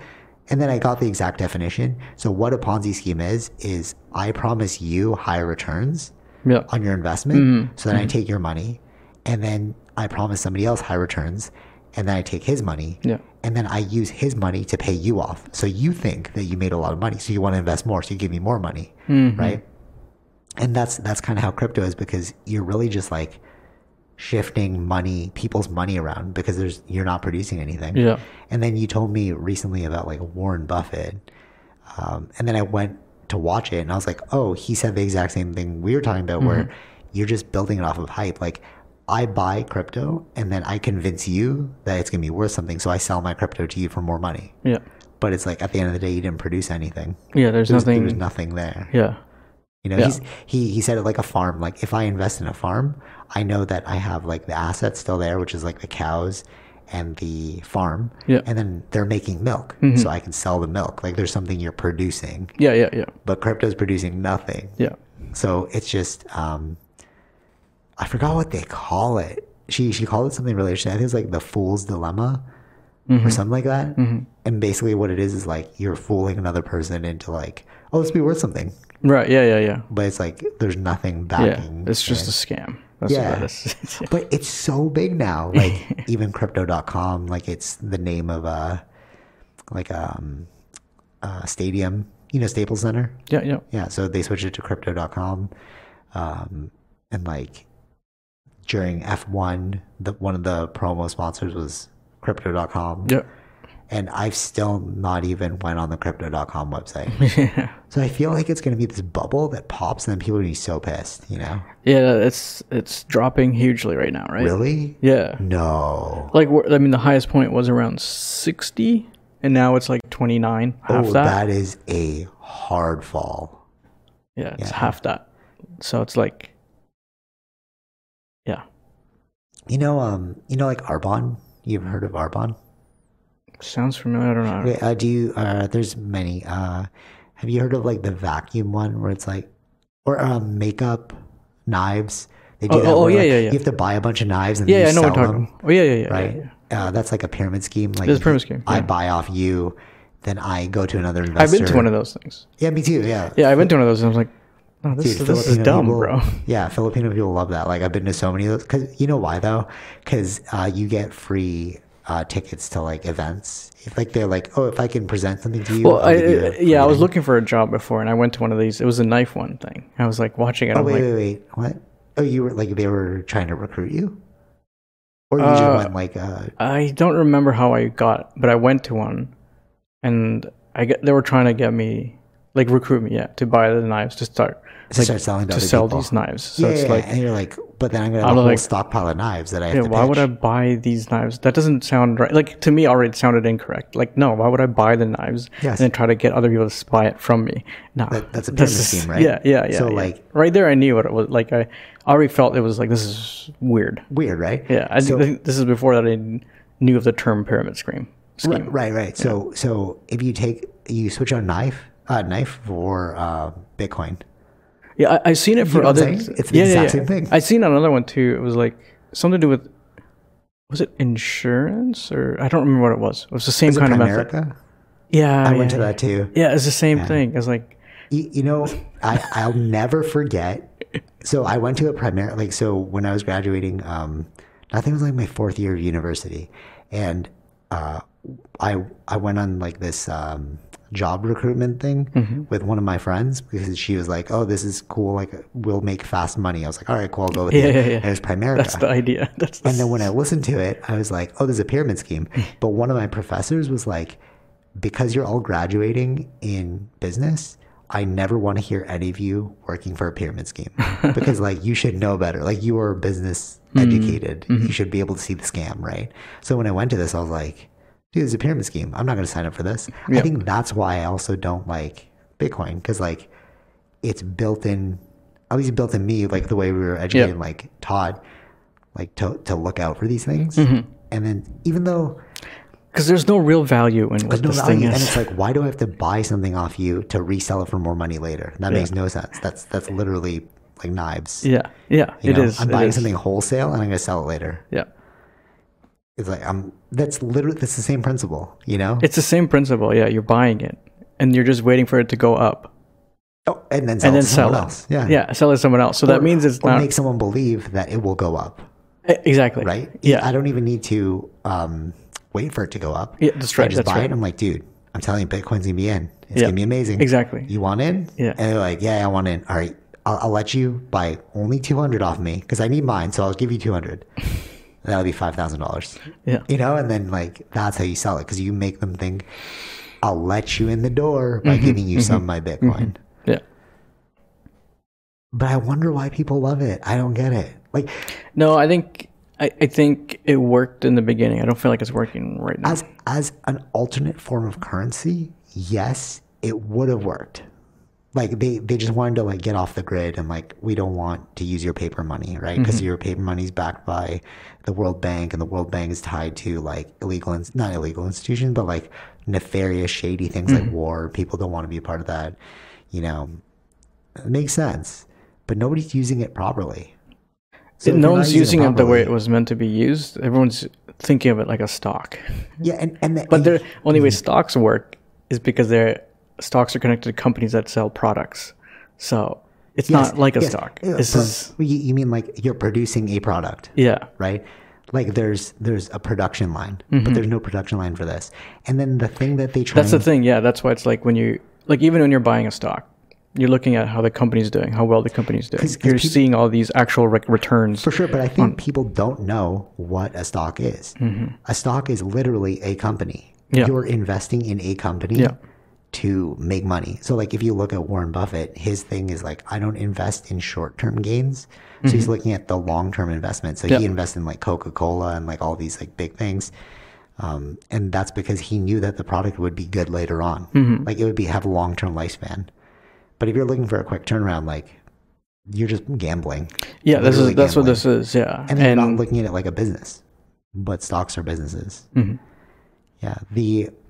Speaker 1: And then I got the exact definition. So what a Ponzi scheme is is I promise you high returns,
Speaker 2: Yeah.
Speaker 1: on your investment.
Speaker 2: Mm-hmm.
Speaker 1: So then I take your money and then I promise somebody else high returns and then I take his money
Speaker 2: Yeah.
Speaker 1: and then I use his money to pay you off. So you think that you made a lot of money. So you want to invest more. So you give me more money.
Speaker 2: Mm-hmm.
Speaker 1: Right. And that's, that's kind of how crypto is because you're really just like shifting money, people's money around because there's, you're not producing anything.
Speaker 2: Yeah.
Speaker 1: And then you told me recently about like Warren Buffett. Um, and then I went to watch it and I was like, oh, he said the exact same thing we were talking about, where you're just building it off of hype. Like, I buy crypto and then I convince you that it's going to be worth something. So I sell my crypto to you for more money.
Speaker 2: Yeah.
Speaker 1: But it's like at the end of the day, you didn't produce anything.
Speaker 2: Yeah. There's
Speaker 1: There's,
Speaker 2: nothing.
Speaker 1: there's nothing there.
Speaker 2: yeah.
Speaker 1: You know,
Speaker 2: Yeah.
Speaker 1: he's, he he said it like a farm. Like if I invest in a farm, I know that I have like the assets still there, which is like the cows and the farm.
Speaker 2: Yeah. Mm-hmm.
Speaker 1: And then they're making milk, so I can sell the milk. Like there's something you're producing,
Speaker 2: Yeah. Yeah. Yeah.
Speaker 1: but crypto's producing nothing.
Speaker 2: Yeah.
Speaker 1: So it's just um, I forgot what they call it. She she called it something really interesting. I think it's like the fool's dilemma
Speaker 2: Mm-hmm.
Speaker 1: or something like that. And basically, what it is is like you're fooling another person into like, oh, this be worth something
Speaker 2: Right. Yeah. Yeah. Yeah.
Speaker 1: but it's like there's nothing
Speaker 2: Yeah.
Speaker 1: backing.
Speaker 2: It's just a scam. That's
Speaker 1: Yeah.
Speaker 2: what that is.
Speaker 1: But it's so big now. Like even crypto.com, like it's the name of a like um uh, Stadium, you know, Staples Center.
Speaker 2: Yeah, yeah.
Speaker 1: Yeah, so they switched it to crypto.com. Um, and like during F1, the, one of the promo sponsors was crypto.com.
Speaker 2: Yeah.
Speaker 1: And I've still not even went on the crypto.com website.
Speaker 2: yeah.
Speaker 1: So I feel like it's going to be this bubble that pops and then people are going to be so pissed, you know?
Speaker 2: Yeah, it's it's dropping hugely right now, right?
Speaker 1: Really?
Speaker 2: Yeah.
Speaker 1: No.
Speaker 2: Like wh- I mean the highest point was around 60 and now it's like 29, half
Speaker 1: Oh,
Speaker 2: that.
Speaker 1: that is a hard fall.
Speaker 2: Yeah, it's half that. So it's like Yeah.
Speaker 1: You know, um, you know, like Arbon. You've heard of Arbon?
Speaker 2: Sounds familiar, I don't know.
Speaker 1: Okay, uh, do you? Uh, there's many. Uh, have you heard of like the vacuum one where it's like, or um, makeup knives? They
Speaker 2: Oh, oh,
Speaker 1: where,
Speaker 2: yeah,
Speaker 1: like,
Speaker 2: yeah, yeah.
Speaker 1: You have to buy a bunch of knives and
Speaker 2: Yeah,
Speaker 1: then you
Speaker 2: yeah, I know
Speaker 1: sell
Speaker 2: what we're talking
Speaker 1: them,
Speaker 2: about. Oh yeah, yeah, yeah. yeah,
Speaker 1: right?
Speaker 2: yeah.
Speaker 1: Uh, that's like a pyramid scheme. Like
Speaker 2: It's a pyramid scheme,
Speaker 1: I
Speaker 2: yeah.
Speaker 1: buy off you, then I go to another investor.
Speaker 2: I've been to one of those things.
Speaker 1: Yeah, me too. Yeah,
Speaker 2: Yeah, I've been to one of those and I was like, no, this,
Speaker 1: Dude,
Speaker 2: this is
Speaker 1: Filipino
Speaker 2: dumb,
Speaker 1: people-
Speaker 2: bro.
Speaker 1: Yeah, Filipino people love that. Like I've been to so many of those. Cause you know why though? Cause uh, you get free uh, tickets to like events. If like they're like, oh, if I can present something to you,
Speaker 2: Well,
Speaker 1: I'll
Speaker 2: I, uh,
Speaker 1: give you a
Speaker 2: yeah,
Speaker 1: free
Speaker 2: I was
Speaker 1: thing."
Speaker 2: looking for a job before, and I went to one of these. It was a knife one thing. I was like watching it.
Speaker 1: Oh
Speaker 2: I'm
Speaker 1: wait,
Speaker 2: like,
Speaker 1: wait, wait. What? Oh, you were like they were trying to recruit you, or you
Speaker 2: Uh,
Speaker 1: just went like, uh,
Speaker 2: I don't remember how I got, but I went to one, and I get, they were trying to get me, like recruit me, yeah, to buy the knives to start
Speaker 1: to start selling to,
Speaker 2: to
Speaker 1: other
Speaker 2: sell
Speaker 1: people.
Speaker 2: these knives. So
Speaker 1: Yeah,
Speaker 2: it's
Speaker 1: yeah,
Speaker 2: like,
Speaker 1: and you're like, but then I'm gonna have
Speaker 2: I'm
Speaker 1: a whole
Speaker 2: like-
Speaker 1: stockpile of knives that I have
Speaker 2: yeah,
Speaker 1: to.
Speaker 2: why would I
Speaker 1: pitch.
Speaker 2: buy these knives? That doesn't sound right. Like to me, already it sounded incorrect. Like, no, why would I buy the knives
Speaker 1: Yes.
Speaker 2: and then try to get other people to buy it from me? No,
Speaker 1: That- that's a pyramid
Speaker 2: is-
Speaker 1: scheme, right?
Speaker 2: Yeah, yeah, yeah.
Speaker 1: So,
Speaker 2: yeah.
Speaker 1: like-
Speaker 2: right there, I knew what it was. Like, I already felt it was like this is weird.
Speaker 1: Weird, right?
Speaker 2: Yeah, I
Speaker 1: So-
Speaker 2: think this is before that I knew of the term pyramid scheme. scheme.
Speaker 1: Right, right, right. So, so if you take you switch on knife, uh, knife for uh, Bitcoin.
Speaker 2: Yeah, I, I've seen it for
Speaker 1: know what
Speaker 2: other.
Speaker 1: I'm saying? It's the exact same thing.
Speaker 2: I seen another one too. It was like something to do with was it insurance or I don't remember what it was. It was the same
Speaker 1: Is it
Speaker 2: kind of method.
Speaker 1: Primerica?
Speaker 2: Yeah,
Speaker 1: I
Speaker 2: yeah,
Speaker 1: went to
Speaker 2: yeah.
Speaker 1: that too.
Speaker 2: Yeah, it's the same thing. It's like
Speaker 1: You, you know, I, I'll never forget. So I went to a primary, like, so when I was graduating, um, I think it was like my fourth year of university. And uh, I, I went on like this um, job recruitment thing
Speaker 2: Mm-hmm.
Speaker 1: with one of my friends because she was like, oh, this is cool. Like, we'll make fast money. I was like, all right, cool. I'll go with
Speaker 2: Yeah,
Speaker 1: you.
Speaker 2: yeah, yeah.
Speaker 1: And it was Primerica.
Speaker 2: that's the idea. That's the,
Speaker 1: And then when I listened to it, I was like, oh, there's a pyramid scheme. But one of my professors was like, because you're all graduating in business, I never want to hear any of you working for a pyramid scheme because, like, you should know better. Like, you are business
Speaker 2: Mm-hmm.
Speaker 1: educated. You should be able to see the scam, right? So when I went to this, I was like, dude, there's a pyramid scheme. I'm not going to sign up for this. I
Speaker 2: Yeah.
Speaker 1: think that's why I also don't like Bitcoin because, like, it's built in at least built in me like the way we were educated
Speaker 2: Yeah.
Speaker 1: and like taught like to, to look out for these things
Speaker 2: Mm-hmm.
Speaker 1: and then even though
Speaker 2: because there's no real value in what
Speaker 1: there's no
Speaker 2: this
Speaker 1: value
Speaker 2: thing
Speaker 1: and
Speaker 2: is.
Speaker 1: it's like why do i have to buy something off you to resell it for more money later that makes no sense that's that's literally like knives
Speaker 2: Yeah, yeah,
Speaker 1: you
Speaker 2: it
Speaker 1: know?
Speaker 2: is.
Speaker 1: i'm
Speaker 2: it
Speaker 1: buying
Speaker 2: is.
Speaker 1: something wholesale and i'm going to sell it later
Speaker 2: Yeah,
Speaker 1: it's like i'm that's literally that's the same principle you know
Speaker 2: it's the same principle. Yeah, you're buying it and you're just waiting for it to go up
Speaker 1: oh, and then sell
Speaker 2: and
Speaker 1: it
Speaker 2: then
Speaker 1: to someone
Speaker 2: sell it.
Speaker 1: else yeah
Speaker 2: yeah, sell it to someone else. So that means it's
Speaker 1: or
Speaker 2: not
Speaker 1: make someone believe that it will go up
Speaker 2: Eh, exactly
Speaker 1: right?
Speaker 2: Yeah,
Speaker 1: I don't even need to um, wait for it to go up.
Speaker 2: Yeah, that's right,
Speaker 1: I just
Speaker 2: that's
Speaker 1: buy
Speaker 2: right.
Speaker 1: it. I'm like, dude, I'm telling you, Bitcoin's gonna be in. It's
Speaker 2: Yeah,
Speaker 1: gonna be amazing.
Speaker 2: exactly.
Speaker 1: You want in?
Speaker 2: Yeah.
Speaker 1: And they're like, yeah, I want in. All right, I'll, I'll let you buy only 200 off me because I need mine, so I'll give you 200. That'll be five thousand dollars.
Speaker 2: Yeah.
Speaker 1: You know, and then like that's how you sell it because you make them think, I'll let you in the door
Speaker 2: Mm-hmm.
Speaker 1: by giving you some of my Bitcoin.
Speaker 2: Yeah.
Speaker 1: But I wonder why people love it. I don't get it. Like
Speaker 2: No, I think I, I think it worked in the beginning. I don't feel like it's working right now.
Speaker 1: as as an alternate form of currency, yes, it would have worked. Like they, they just wanted to like get off the grid and like we don't want to use your paper money, right? Because
Speaker 2: Mm-hmm.
Speaker 1: your paper money is backed by the World Bank and the World Bank is tied to like illegal ins- not illegal institutions, but like nefarious, shady things
Speaker 2: Mm-hmm.
Speaker 1: like war. People don't want to be a part of that. You know, it makes sense, but nobody's using it properly. So if
Speaker 2: no
Speaker 1: you're not
Speaker 2: one's using it the
Speaker 1: properly-
Speaker 2: way it was meant to be used. Everyone's thinking of it like a stock.
Speaker 1: Yeah, and and the,
Speaker 2: But the only
Speaker 1: Mm-hmm.
Speaker 2: way stocks work is because their stocks are connected to companies that sell products. So it's
Speaker 1: Yes,
Speaker 2: not like a
Speaker 1: yes.
Speaker 2: stock.
Speaker 1: Yeah,
Speaker 2: This
Speaker 1: but-
Speaker 2: is
Speaker 1: well, you, you mean like you're producing a product,
Speaker 2: yeah.
Speaker 1: right? like there's there's a production line, but there's no production line for this. And then the thing that they try
Speaker 2: Mm-hmm. That's the thing. Yeah, that's why it's like when you like even when you're buying a stock, you're looking at how the company's doing, how well the company's doing.
Speaker 1: 'Cause- 'cause
Speaker 2: you're
Speaker 1: peop-
Speaker 2: seeing all these actual re- returns.
Speaker 1: For sure, but I think people don't know what a stock is. A stock is literally a company.
Speaker 2: Mm-hmm. Yeah.
Speaker 1: You're investing in a company
Speaker 2: Yeah.
Speaker 1: to make money. So, like, if you look at Warren Buffett, his thing is like, I don't invest in short term gains. So, he's looking at the long term investment. So, he
Speaker 2: Mm-hmm. Yeah.
Speaker 1: invests in like Coca Cola and like all these like big things. Um, and that's because he knew that the product would be good later on.
Speaker 2: Mm-hmm.
Speaker 1: Like, it would be have a long term lifespan. But if you're looking for a quick turnaround, like, you're just gambling.
Speaker 2: yeah, this
Speaker 1: literally
Speaker 2: is that's what
Speaker 1: gambling.
Speaker 2: this is. Yeah,
Speaker 1: And then not looking at it like a business, but stocks are businesses. Yeah. The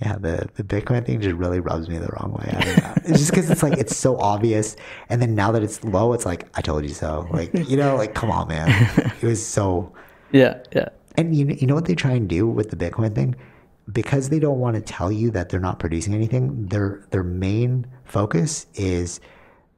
Speaker 1: yeah the the Bitcoin thing just really rubs me the wrong way. I don't know. it's just because it's like it's so obvious, and then now that it's low, it's like I told you so. Like you know, like come on, man. It was so.
Speaker 2: yeah, yeah,
Speaker 1: And you you know what they try and do with the Bitcoin thing, because they don't want to tell you that they're not producing anything. Their their main focus is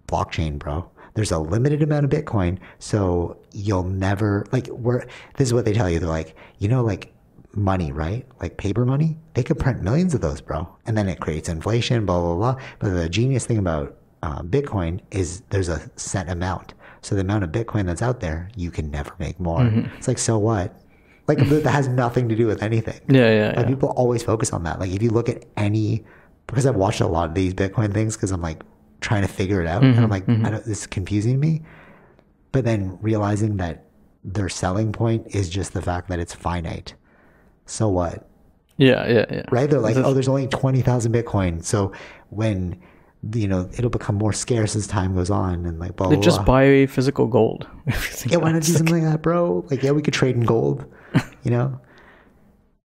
Speaker 1: blockchain, bro. There's a limited amount of Bitcoin, so you'll never like. We're this is what they tell you. They're like, you know, like money, right? Like paper money. They could print millions of those, bro, and then it creates inflation, blah blah blah. But the genius thing about uh, Bitcoin is there's a set amount. So the amount of Bitcoin that's out there, you can never make more. It's like, so what? Like that has nothing to do with anything.
Speaker 2: yeah, yeah,
Speaker 1: Like
Speaker 2: yeah.
Speaker 1: people always focus on that. Like if you look at any, because I've watched a lot of these Bitcoin things because I'm like trying to figure it out, and
Speaker 2: Mm-hmm,
Speaker 1: I'm like, I don't, this is confusing me. But then realizing that their selling point is just the fact that it's finite. So what?
Speaker 2: yeah, yeah, yeah.
Speaker 1: right? They're like, oh, there's only 20,000 Bitcoin. So when, you know, it'll become more scarce as time goes on and like, blah, blah,
Speaker 2: They just
Speaker 1: blah.
Speaker 2: buy physical gold.
Speaker 1: yeah, why not do something like that, bro? Like, yeah, we could trade in gold, you know?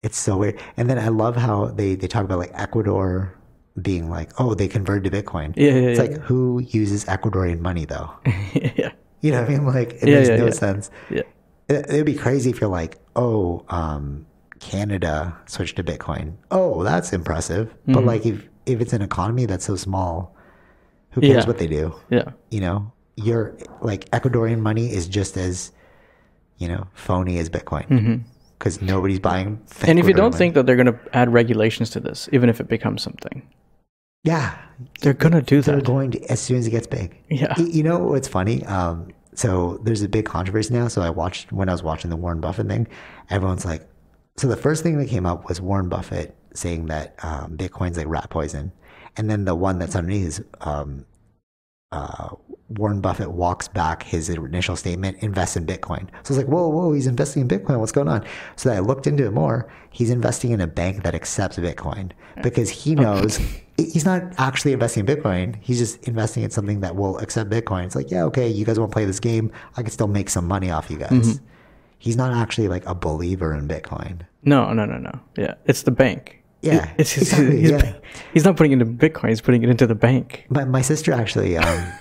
Speaker 1: It's so weird. And then I love how they, they talk about like Ecuador being like, oh, they converted to Bitcoin.
Speaker 2: Yeah, yeah,
Speaker 1: It's
Speaker 2: yeah.
Speaker 1: like, who uses Ecuadorian money though?
Speaker 2: yeah,
Speaker 1: You know what I mean? Like, it
Speaker 2: Yeah,
Speaker 1: makes
Speaker 2: yeah,
Speaker 1: no
Speaker 2: yeah.
Speaker 1: sense.
Speaker 2: yeah,
Speaker 1: It, it'd be crazy if you're like, oh, um, Canada switched to Bitcoin. Oh, that's impressive. But
Speaker 2: Mm-hmm.
Speaker 1: like, if if it's an economy that's so small, who cares
Speaker 2: Yeah.
Speaker 1: what they do?
Speaker 2: yeah.
Speaker 1: You know, your like Ecuadorian money is just as you know phony as Bitcoin because nobody's buying.
Speaker 2: Mm-hmm. And if you
Speaker 1: Ecuadorian
Speaker 2: don't
Speaker 1: money.
Speaker 2: think that they're gonna add regulations to this, even if it becomes something,
Speaker 1: yeah,
Speaker 2: they're gonna do
Speaker 1: they're
Speaker 2: that.
Speaker 1: going to as soon as it gets big.
Speaker 2: yeah,
Speaker 1: Y- You know what's funny? Um, so there's a big controversy now. So I watched when I was watching the Warren Buffett thing, everyone's like, so the first thing that came up was Warren Buffett saying that um, Bitcoin's like rat poison, and then the one that's underneath is um, uh, Warren Buffett walks back his initial statement, invest in Bitcoin. So I was like, whoa, whoa, he's investing in Bitcoin. What's going on? So I looked into it more. He's investing in a bank that accepts Bitcoin because he knows he's not actually investing in Bitcoin. He's just investing in something that will accept Bitcoin. It's like, yeah, okay, you guys want to play this game. I can still make some money off you guys. He's not actually like a believer in Bitcoin.
Speaker 2: no, no, no, no. Yeah, it's the bank.
Speaker 1: Yeah,
Speaker 2: It's his,
Speaker 1: exactly,
Speaker 2: he's,
Speaker 1: yeah.
Speaker 2: he's not putting it into Bitcoin. He's putting it into the bank.
Speaker 1: My, my sister actually, um,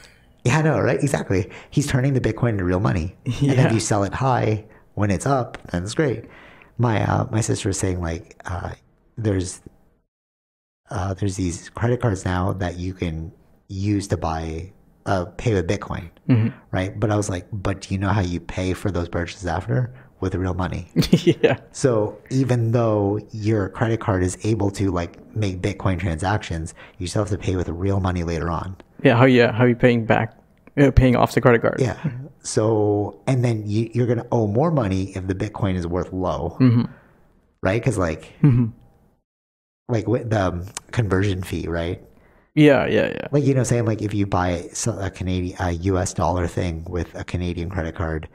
Speaker 1: yeah, I know, right? Exactly. He's turning the Bitcoin into real money. And then if
Speaker 2: Yeah.
Speaker 1: you sell it high when it's up, then it's great. My, uh, my sister was saying like, uh, there's, uh, there's these credit cards now that you can use to buy, uh, pay with Bitcoin. Right. But I was like, but do you know how you pay for those purchases after with real money?
Speaker 2: yeah,
Speaker 1: So even though your credit card is able to like make Bitcoin transactions, you still have to pay with real money later on.
Speaker 2: yeah. How yeah? How are you paying back? Uh, paying off the credit card.
Speaker 1: Yeah. So and then you, you're gonna owe more money if the Bitcoin is worth low,
Speaker 2: Mm-hmm.
Speaker 1: right? Because like, like with the um, conversion fee, right?
Speaker 2: yeah, yeah, yeah.
Speaker 1: Like you know, what I'm saying like if you buy so- a Canadian a U.S. dollar thing with a Canadian credit card,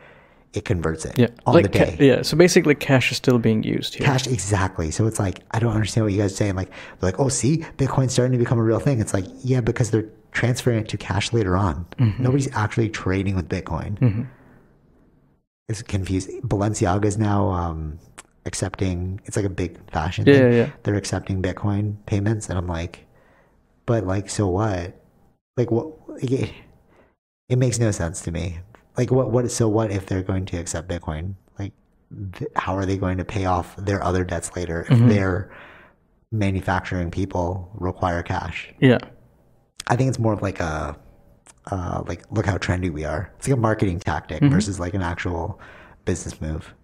Speaker 1: it converts it
Speaker 2: Yeah,
Speaker 1: on
Speaker 2: like
Speaker 1: the day.
Speaker 2: ca- yeah. So basically, cash is still being used here.
Speaker 1: Cash exactly. So it's like I don't understand what you guys are saying. Like they're like, oh, see, Bitcoin's starting to become a real thing. It's like yeah, because they're transferring it to cash later on.
Speaker 2: Mm-hmm.
Speaker 1: Nobody's actually trading with Bitcoin. It's confusing. Balenciaga is now um, accepting. It's like a big fashion.
Speaker 2: Yeah,
Speaker 1: thing.
Speaker 2: yeah, yeah.
Speaker 1: They're accepting Bitcoin payments, and I'm like, but like, so what? Like what? It, it makes no sense to me. Like what? What? So what if they're going to accept Bitcoin? Like, th- how are they going to pay off their other debts later if
Speaker 2: Mm-hmm.
Speaker 1: their manufacturing people require cash?
Speaker 2: Yeah,
Speaker 1: I think it's more of like a,
Speaker 2: Mm-hmm.
Speaker 1: uh, like look how trendy we are. It's like a marketing tactic versus like an actual business move.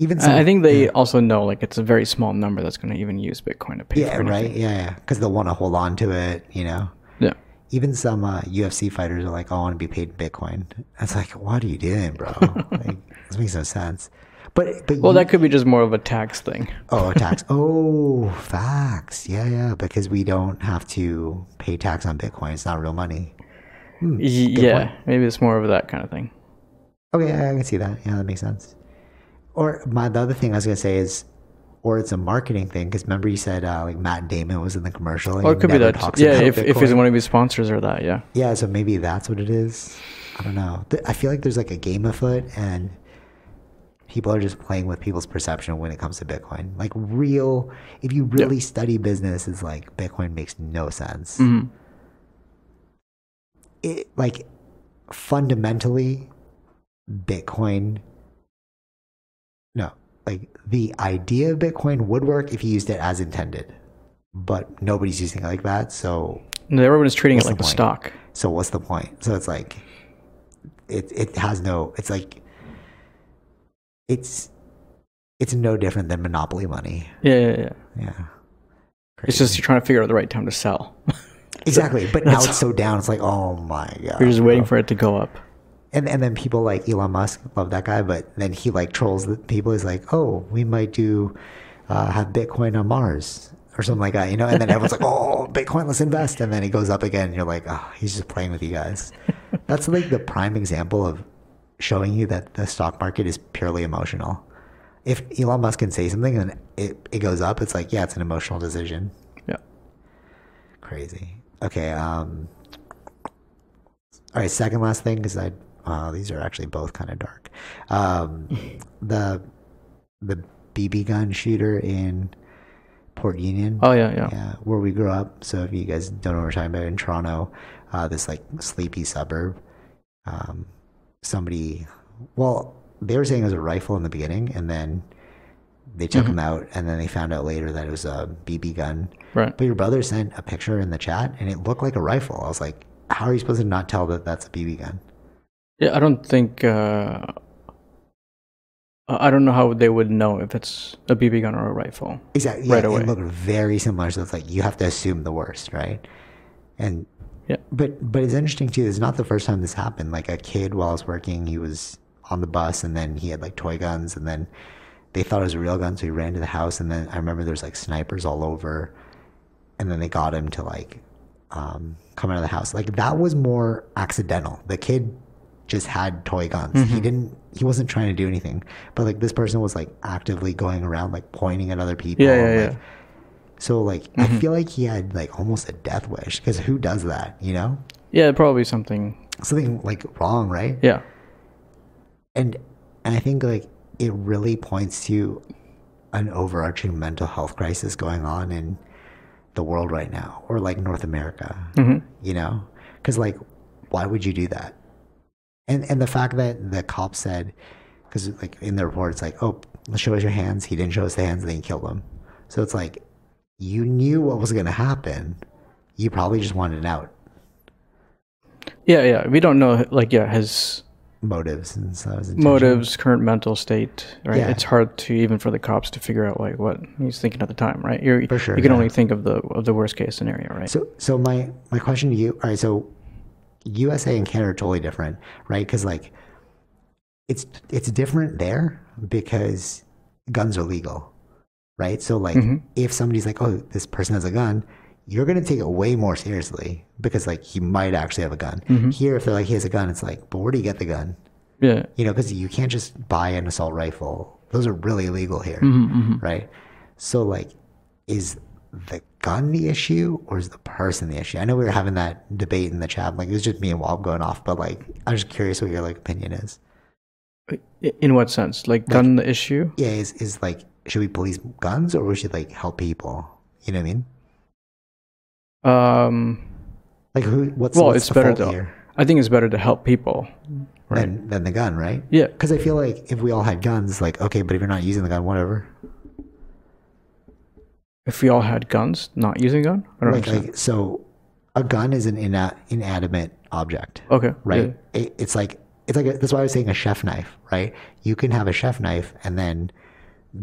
Speaker 1: Even
Speaker 2: I I think they
Speaker 1: yeah,
Speaker 2: also know like it's a very small number that's going to even use Bitcoin to pay
Speaker 1: yeah
Speaker 2: for anything.
Speaker 1: right yeah yeah because they'll want to hold on to it you know
Speaker 2: Yeah.
Speaker 1: even some uh, UFC fighters are like oh, I want to be paid in Bitcoin it's like what are you doing bro like this makes no sense but but
Speaker 2: Well,
Speaker 1: you-
Speaker 2: that could be just more of a tax thing.
Speaker 1: Oh, tax. Oh, facts. Yeah, yeah. Because we don't have to pay tax on Bitcoin. It's not real money.
Speaker 2: Y- yeah, maybe it's more of that kind of thing.
Speaker 1: Okay, I I can see that. Yeah, that makes sense. Or my the other thing I was gonna say is, or it's a marketing thing. Because remember you said uh, like Matt Damon was in the commercial. and
Speaker 2: Or
Speaker 1: he
Speaker 2: it could be
Speaker 1: never
Speaker 2: that.
Speaker 1: talks
Speaker 2: Yeah,
Speaker 1: about
Speaker 2: if if
Speaker 1: Bitcoin.
Speaker 2: he's one of his sponsors or that, yeah.
Speaker 1: Yeah, so maybe that's what it is. I don't know. Th- I feel like there's like a game afoot, and people are just playing with people's perception when it comes to Bitcoin. Like real, if you really study business, it's like Bitcoin makes no sense.
Speaker 2: Hmm. Mm-hmm.
Speaker 1: It like fundamentally, Bitcoin. No, like the idea of Bitcoin would work if you used it as intended, but nobody's using it like that, so
Speaker 2: No, everyone's treating it
Speaker 1: What's
Speaker 2: like
Speaker 1: the
Speaker 2: a
Speaker 1: point?
Speaker 2: stock.
Speaker 1: so what's the point? So it's like it it has no it's like it's it's no different than monopoly money.
Speaker 2: Yeah, yeah, yeah.
Speaker 1: Yeah.
Speaker 2: It's just you're trying to figure out the right time to sell.
Speaker 1: Exactly. But now it's so down, it's like, oh my god.
Speaker 2: You're just waiting for it to go up.
Speaker 1: and and then people like Elon Musk love that guy, but then he like trolls the people. He's like, oh, we might do uh, have Bitcoin on Mars or something like that, you know. And then everyone's like, oh, Bitcoin, let's invest. And then it goes up again. And you're like, oh, he's just playing with you guys. That's like the prime example of showing you that the stock market is purely emotional. If Elon Musk can say something and it, it goes up, it's like, yeah, it's an emotional decision.
Speaker 2: Yeah.
Speaker 1: Crazy. Okay. Um, all right. Second last thing because I wow, these are actually both kind of dark. Um, the the BB gun shooter in Port Union.
Speaker 2: Oh yeah, yeah.
Speaker 1: Yeah, where we grew up. So if you guys don't know what we're talking about in Toronto, uh, this like sleepy suburb, um, somebody, well, they were saying it was a rifle in the beginning, and then they took him out, and then they found out later that it was a BB gun.
Speaker 2: Right.
Speaker 1: But your brother sent a picture in the chat, and it looked like a rifle. I was like, how are you supposed to not tell that that's a BB gun?
Speaker 2: Yeah, I don't think. Uh, I I don't know how they would know if it's a BB gun or a rifle.
Speaker 1: Exactly. Yeah,
Speaker 2: Right away.
Speaker 1: It looked very similar, so it's like you have to assume the worst, right? And
Speaker 2: Yeah.
Speaker 1: But but it's interesting too. It's not the first time this happened. Like a kid while I was working, he was on the bus, and then he had like toy guns, and then they thought it was a real gun, so he ran to the house, and then I remember there's like snipers all over, and then they got him to like um, come out of the house. Like that was more accidental. The kid just had toy guns.
Speaker 2: Mm-hmm.
Speaker 1: He didn't. He wasn't trying to do anything. But like this person was like actively going around like pointing at other people.
Speaker 2: Yeah,
Speaker 1: and,
Speaker 2: yeah, Mm-hmm.
Speaker 1: like,
Speaker 2: yeah.
Speaker 1: so like I feel like he had like almost a death wish because who does that, you know?
Speaker 2: Yeah, probably something.
Speaker 1: Something like wrong, right?
Speaker 2: Yeah.
Speaker 1: And and I think like it really points to an overarching mental health crisis going on in the world right now or like North America. You know? Cuz like why would you do that? And and the fact that the cop said cuz like in the report it's like, "Oh, show us your hands." He didn't show us the hands and then he killed him. So it's like you knew what was going to happen. You probably just wanted an out
Speaker 2: Yeah, yeah. We don't know, like, yeah, his
Speaker 1: motives and so his intention.
Speaker 2: motives, current mental state, right?
Speaker 1: Yeah.
Speaker 2: It's hard to even for the cops to figure out like what he's thinking at the time, right? You're,
Speaker 1: For sure,
Speaker 2: you can
Speaker 1: yeah.
Speaker 2: only think of the of the worst case scenario, right?
Speaker 1: So, so my my question to you, all right? So, USA and Canada are totally different, right? Because like, it's it's different there because guns are legal, right? So like, if somebody's like, oh, this person has a gun, you're gonna take it way more seriously because like he might actually have a gun. Here, if they're like he has a gun, it's like, but where do you get the gun?
Speaker 2: yeah,
Speaker 1: you know, because you can't just buy an assault rifle. Those are really illegal here,
Speaker 2: Mm-hmm,
Speaker 1: right? So, like, is the gun the issue or is the person the issue? I know we were having that debate in the chat. Like, it was just me and Wob going off, but like, I'm just curious what your like opinion is.
Speaker 2: I- in what sense? Like gun the issue?
Speaker 1: Yeah, is is like, should we police guns or we should like help people? You know what I mean?
Speaker 2: Um,
Speaker 1: Like, who? What's
Speaker 2: well,
Speaker 1: what's
Speaker 2: it's
Speaker 1: the
Speaker 2: better
Speaker 1: fault
Speaker 2: to.
Speaker 1: here
Speaker 2: I think it's better to help people.
Speaker 1: than than the gun, right?
Speaker 2: Yeah,
Speaker 1: Because I feel like if we all had guns, like, okay, but if you're not using the gun, whatever.
Speaker 2: if we all had guns, not using gun. I don't
Speaker 1: Like,
Speaker 2: understand.
Speaker 1: like so, a gun is an ina- inanimate object,
Speaker 2: okay,
Speaker 1: right? It, it's like it's like a, that's why I was saying a chef knife, right? You can have a chef knife and then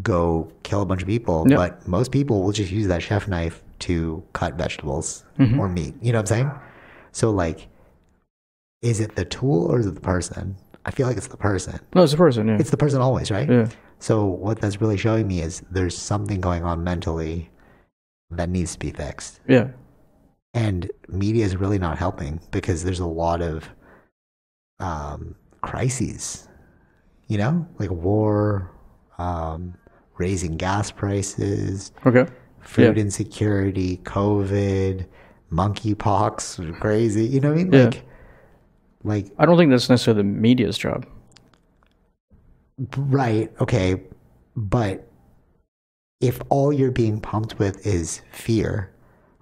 Speaker 1: go kill a bunch of people,
Speaker 2: Yep.
Speaker 1: but most people will just use that chef knife to cut vegetables
Speaker 2: Mm-hmm.
Speaker 1: or meat. You know what I'm saying? So like, is it the tool or is it the person? I feel like it's the person.
Speaker 2: No, it's a person. Yeah.
Speaker 1: It's the person always, right?
Speaker 2: yeah.
Speaker 1: So what that's really showing me is there's something going on mentally that needs to be fixed.
Speaker 2: Yeah.
Speaker 1: And media is really not helping because there's a lot of um, crises, you know, like war, um, raising gas prices,
Speaker 2: Okay.
Speaker 1: food
Speaker 2: Yeah.
Speaker 1: insecurity, COVID, monkeypox, crazy. You know what I mean?
Speaker 2: Yeah.
Speaker 1: Like, like
Speaker 2: I don't think that's necessarily the media's job.
Speaker 1: Right. Okay. But if all you're being pumped with is fear,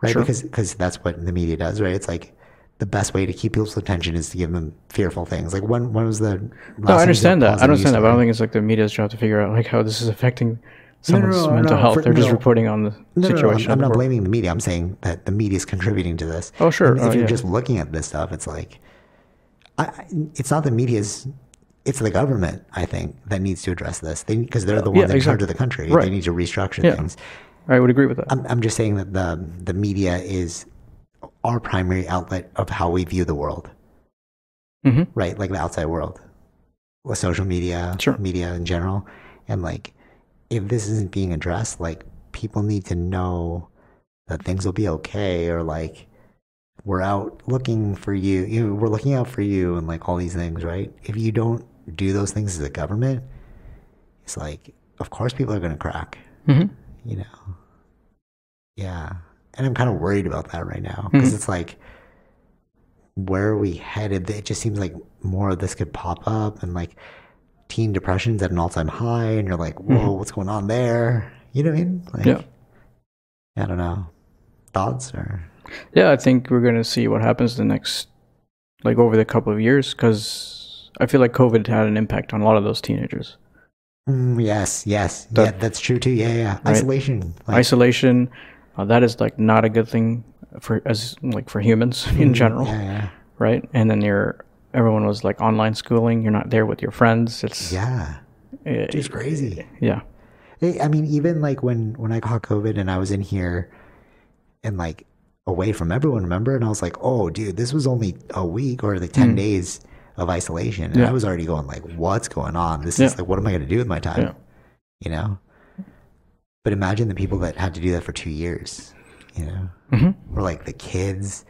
Speaker 1: right?
Speaker 2: Sure.
Speaker 1: Because because that's what the media does, right? It's like the best way to keep people's attention is to give them fearful things. Like when when was the last
Speaker 2: No, I
Speaker 1: time you saw
Speaker 2: understand that. I
Speaker 1: positive news
Speaker 2: understand that, but I don't
Speaker 1: story?
Speaker 2: think it's like the media's job to figure out like how this is affecting someone's
Speaker 1: no,
Speaker 2: mental
Speaker 1: no,
Speaker 2: health.
Speaker 1: for-
Speaker 2: They're just
Speaker 1: no.
Speaker 2: reporting on the
Speaker 1: No, no, no, I'm-
Speaker 2: situation.
Speaker 1: I'm,
Speaker 2: of the
Speaker 1: not
Speaker 2: world.
Speaker 1: blaming the media. I'm saying that the media is contributing to this.
Speaker 2: Oh, sure.
Speaker 1: And if
Speaker 2: Oh,
Speaker 1: you're
Speaker 2: yeah.
Speaker 1: just looking at this stuff, it's like, I- I, it's not the media's. It's the government, I think, that needs to address this because they're the ones in charge
Speaker 2: exactly.
Speaker 1: of the country.
Speaker 2: Uh, Right.
Speaker 1: They need to restructure
Speaker 2: Yeah.
Speaker 1: things.
Speaker 2: I would agree with that.
Speaker 1: I'm, I'm just saying that the the media is our primary outlet of how we view the world,
Speaker 2: hmm
Speaker 1: right? Like the outside world, with social media,
Speaker 2: Sure.
Speaker 1: media in general, and like if this isn't being addressed, like people need to know that things will be okay, or like we're out looking for you, you know, we're looking out for you, and like all these things, right? If you don't do those things as a government, it's like of course people are gonna crack
Speaker 2: hmm
Speaker 1: you know. Yeah. And I'm kind of worried about that right now
Speaker 2: Hmm.
Speaker 1: because it's like, where are we headed? It just seems like more of this could pop up and like teen depression's at an all time high, and you're like, whoa, what's going on there? You know what I mean? Like,
Speaker 2: Hmm. Yeah.
Speaker 1: I don't know. Thoughts or
Speaker 2: Yeah, I think we're gonna see what happens the next, like over the couple of years, because I feel like COVID had an impact on a lot of those teenagers.
Speaker 1: Mm, yes, yes, yeah,
Speaker 2: That-
Speaker 1: that's true too. Yeah, yeah,
Speaker 2: Right.
Speaker 1: isolation. Like,
Speaker 2: Isolation, uh, that is like not a good thing for as like for humans in general,
Speaker 1: Mm-hmm. yeah, yeah,
Speaker 2: right? And then you're everyone was like online schooling. You're not there with your friends. It's
Speaker 1: yeah.
Speaker 2: eh,
Speaker 1: It's crazy.
Speaker 2: yeah,
Speaker 1: I I mean, even like when when I caught COVID and I was in here and like away from everyone, remember? And I was like, oh, dude, this was only a week or like ten days of isolation, and I
Speaker 2: Hmm. Yeah.
Speaker 1: was already going like, what's going on? This
Speaker 2: Yeah.
Speaker 1: is like, what am I going to do with my time?
Speaker 2: Yeah.
Speaker 1: You know. But imagine the people that had to do that for two years. You know,
Speaker 2: Mhm.
Speaker 1: or like the kids.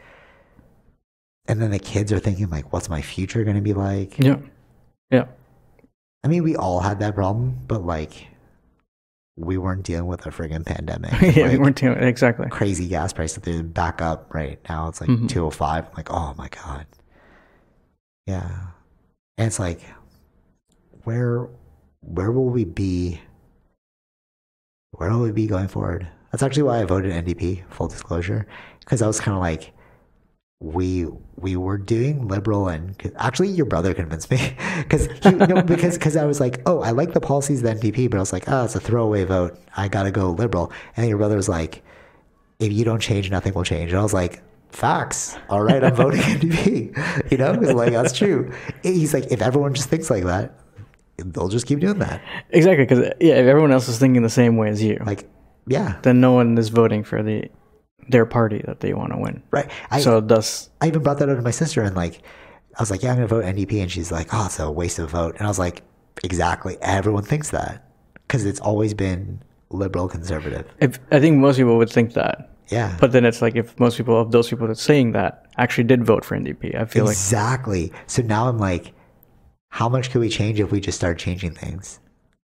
Speaker 1: And then the kids are thinking like, "What's my future going to be like?"
Speaker 2: yeah, yeah.
Speaker 1: I mean, we all had that problem, but like, we weren't dealing with a friggin' pandemic.
Speaker 2: yeah, we
Speaker 1: Like,
Speaker 2: weren't doing it exactly.
Speaker 1: crazy gas prices. They're back up right now. It's like
Speaker 2: Mhm.
Speaker 1: 205. I'm like, oh my God. Yeah. And it's like, where, where will we be? Where will we be going forward? That's actually why I voted NDP, full disclosure, because I was kind of like, we we were doing liberal and actually your brother convinced me because no, because because I was like oh I like the policies of the NDP but I was like oh it's a throwaway vote I gotta go liberal and your brother was like if you don't change, nothing will change. And I was like, facts. All right, I'm voting NDP. You know, it's like that's true. He's like, if everyone just thinks like that, they'll just keep doing that.
Speaker 2: Exactly, because yeah, if everyone else is thinking the same way as you,
Speaker 1: Like, yeah,
Speaker 2: then no one is voting for the their party that they want to win.
Speaker 1: right. I,
Speaker 2: so thus,
Speaker 1: I even brought that up to my sister, and like, I was like, yeah, I'm gonna vote NDP, and she's like, oh, it's a waste of a vote. And I was like, exactly. Everyone thinks that because it's always been liberal conservative.
Speaker 2: if, I think most people would think that.
Speaker 1: Yeah.
Speaker 2: But then it's like if most people of those people that's saying that actually did vote for NDP, I feel like
Speaker 1: Exactly. So now I'm like, how much could we change if we just start changing things?